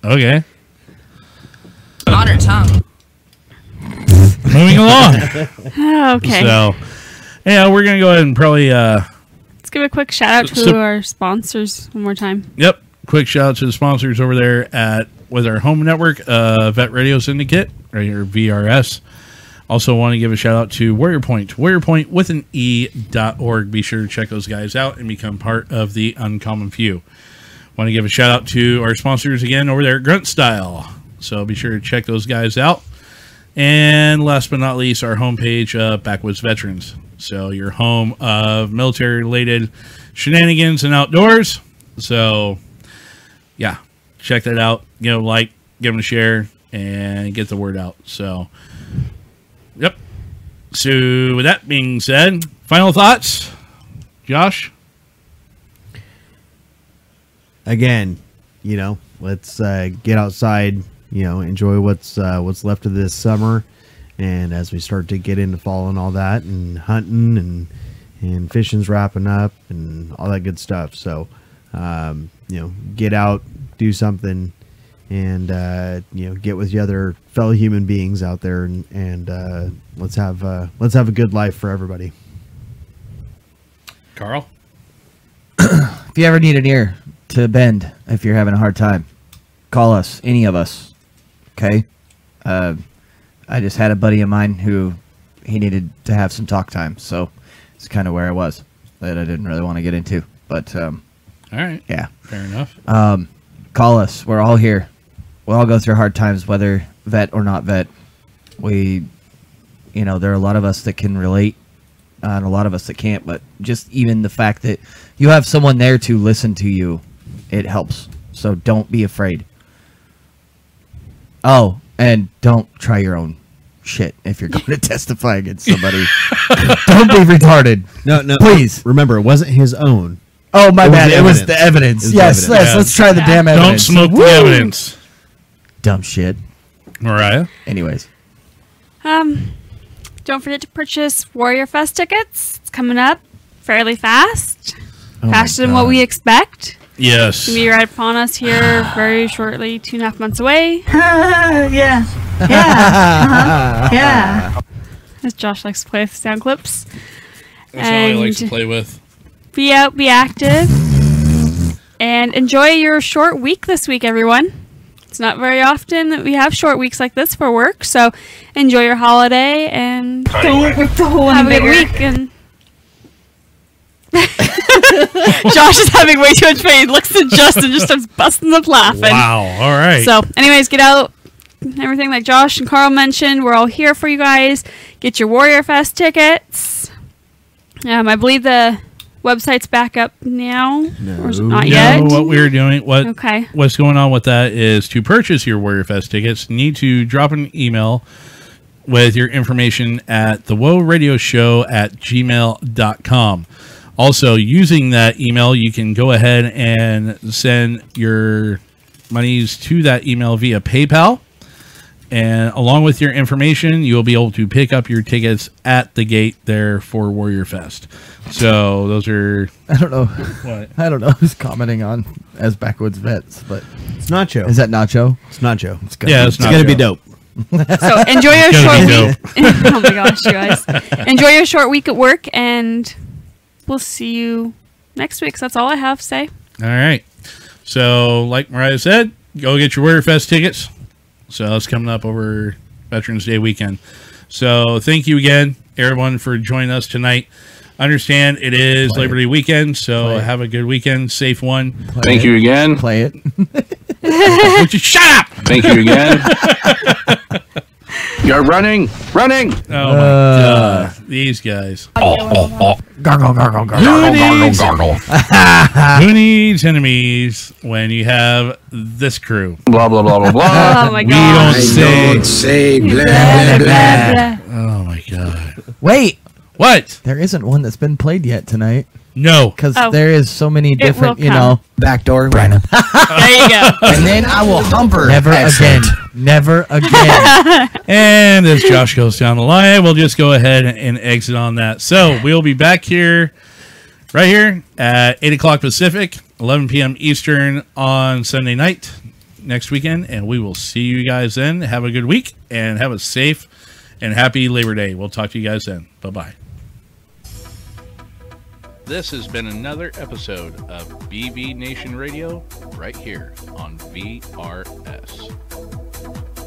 S2: Okay.
S7: On her tongue.
S2: Moving along.
S5: okay.
S2: So, yeah, we're gonna go ahead and probably. uh
S5: Let's give a quick shout out to
S2: So-
S5: our sponsors one more time.
S2: Yep. Quick shout out to the sponsors over there at with our home network, uh, Vet Radio Syndicate, or your VRS. Also, want to give a shout out to Warrior Point, Warrior Point with an E dot org. Be sure to check those guys out and become part of the uncommon few. Want to give a shout out to our sponsors again over there at Grunt Style. So be sure to check those guys out. And last but not least, our homepage, uh, Backwoods Veterans. So your home of military related shenanigans and outdoors. So, yeah, check that out. You know, like, give them a share, and get the word out. So, yep. So, with that being said, final thoughts, Josh?
S6: again, you know, let's uh, get outside, you know, enjoy what's uh, what's left of this summer, and as we start to get into fall and all that, and hunting and and fishing's wrapping up and all that good stuff. So, um, you know, get out, do something, and uh, you know, get with the other fellow human beings out there, and and uh, let's have uh, let's have a good life for everybody.
S2: Carl?
S3: If you ever need an ear to bend, if you're having a hard time, call us, any of us. Okay? Uh, I just had a buddy of mine who he needed to have some talk time, so it's kind of where I was that I didn't really want to get into. But um,
S2: All right.
S3: Yeah.
S2: Fair enough.
S3: Um, call us. We're all here. We all go through hard times, whether vet or not vet. We, you know, there are a lot of us that can relate, uh, and a lot of us that can't. But just even the fact that you have someone there to listen to you, it helps. So don't be afraid. Oh, and don't try your own shit if you're going to testify against somebody. don't be retarded.
S6: No, no,
S3: Please.
S6: remember, it wasn't his own.
S3: Oh my
S6: It was
S3: bad!
S6: the
S3: It was
S6: evidence.
S3: the evidence.
S6: It was the
S3: yes,
S6: evidence.
S3: yes. Let's try the damn
S2: Don't
S3: evidence.
S2: smoke the evidence.
S3: Dumb shit.
S2: Mariah.
S3: Anyways,
S5: Um, don't forget to purchase Warrior Fest tickets. It's coming up fairly fast,
S2: Oh my
S5: faster than what we expect. It's
S2: Yes.
S5: gonna be right upon us here very shortly, two and a half months away. yeah,
S2: Uh-huh.
S5: yeah. As Josh likes to play with sound clips.
S2: That's all he likes to
S5: And-
S2: play with.
S5: Be out, be active, and enjoy your short week this week, everyone. It's not very often that we have short weeks like this for work, so enjoy your holiday and
S26: Don't with the whole
S5: have a good
S26: underwear.
S5: week. And Josh is having way too much pain. He looks at Justin, just starts busting up laughing.
S2: Wow. All right.
S5: So, anyways, get out. Everything like Josh and Carl mentioned, we're all here for you guys. Get your Warrior Fest tickets. Um, I believe the website's back up now, or is it not
S2: No,
S5: yet?
S2: what we're doing, what
S5: Okay.
S2: what's going on with that is to purchase your Warrior Fest tickets, you need to drop an email with your information at the Woe Radio Show at gmail.com. Also, using that email, you can go ahead and send your monies to that email via PayPal. And along with your information, you'll be able to pick up your tickets at the gate there for Warrior Fest. So those are
S3: I don't know.
S2: What?
S3: I don't know who's commenting on as backwoods vets, but
S6: it's Nacho.
S3: Is that Nacho?
S6: It's Nacho. It's
S3: gonna
S6: Yeah,
S3: be-
S6: it's It's gonna be Nacho. dope.
S5: So enjoy your
S6: It's
S5: short
S6: gonna
S5: week.
S6: be dope.
S5: oh my gosh, you guys! Enjoy your short week at work, and we'll see you next week. So that's all I have to say.
S2: All right. So, like Mariah said, go get your Warrior Fest tickets. So, it's coming up over Veterans Day weekend. So thank you again, everyone, for joining us tonight. Understand it is Labor Day weekend, so have a good weekend, safe one.
S10: Thank you again.
S3: Play it.
S2: Would you shut up?
S10: Thank you again. You're running, running.
S2: Oh my god, these guys. Uh. Oh, oh, oh. Gargle, gargle,
S10: gargle, gargle, gargle.
S2: Who needs enemies when you have this crew?
S10: Blah blah blah blah blah.
S5: Oh my
S2: We
S5: god.
S2: don't say.
S10: say blah
S2: Oh my god.
S3: Wait,
S2: What?
S3: there isn't one that's been played yet tonight
S2: No.
S3: because
S5: Oh.
S3: there is so many
S5: will
S3: different, you
S5: come.
S3: know, backdoor. Brandon.
S5: There you go.
S9: And then I will humper.
S3: Never again.
S9: Excellent.
S3: Never again.
S2: And as Josh goes down the line, we'll just go ahead and exit on that. So we'll be back here, right here at 8 o'clock Pacific, 11 p.m. Eastern on Sunday night next weekend. And we will see you guys then. Have a good week and have a safe and happy Labor Day. We'll talk to you guys then. Bye bye. This has been another episode of BB Nation Radio right here on VRS.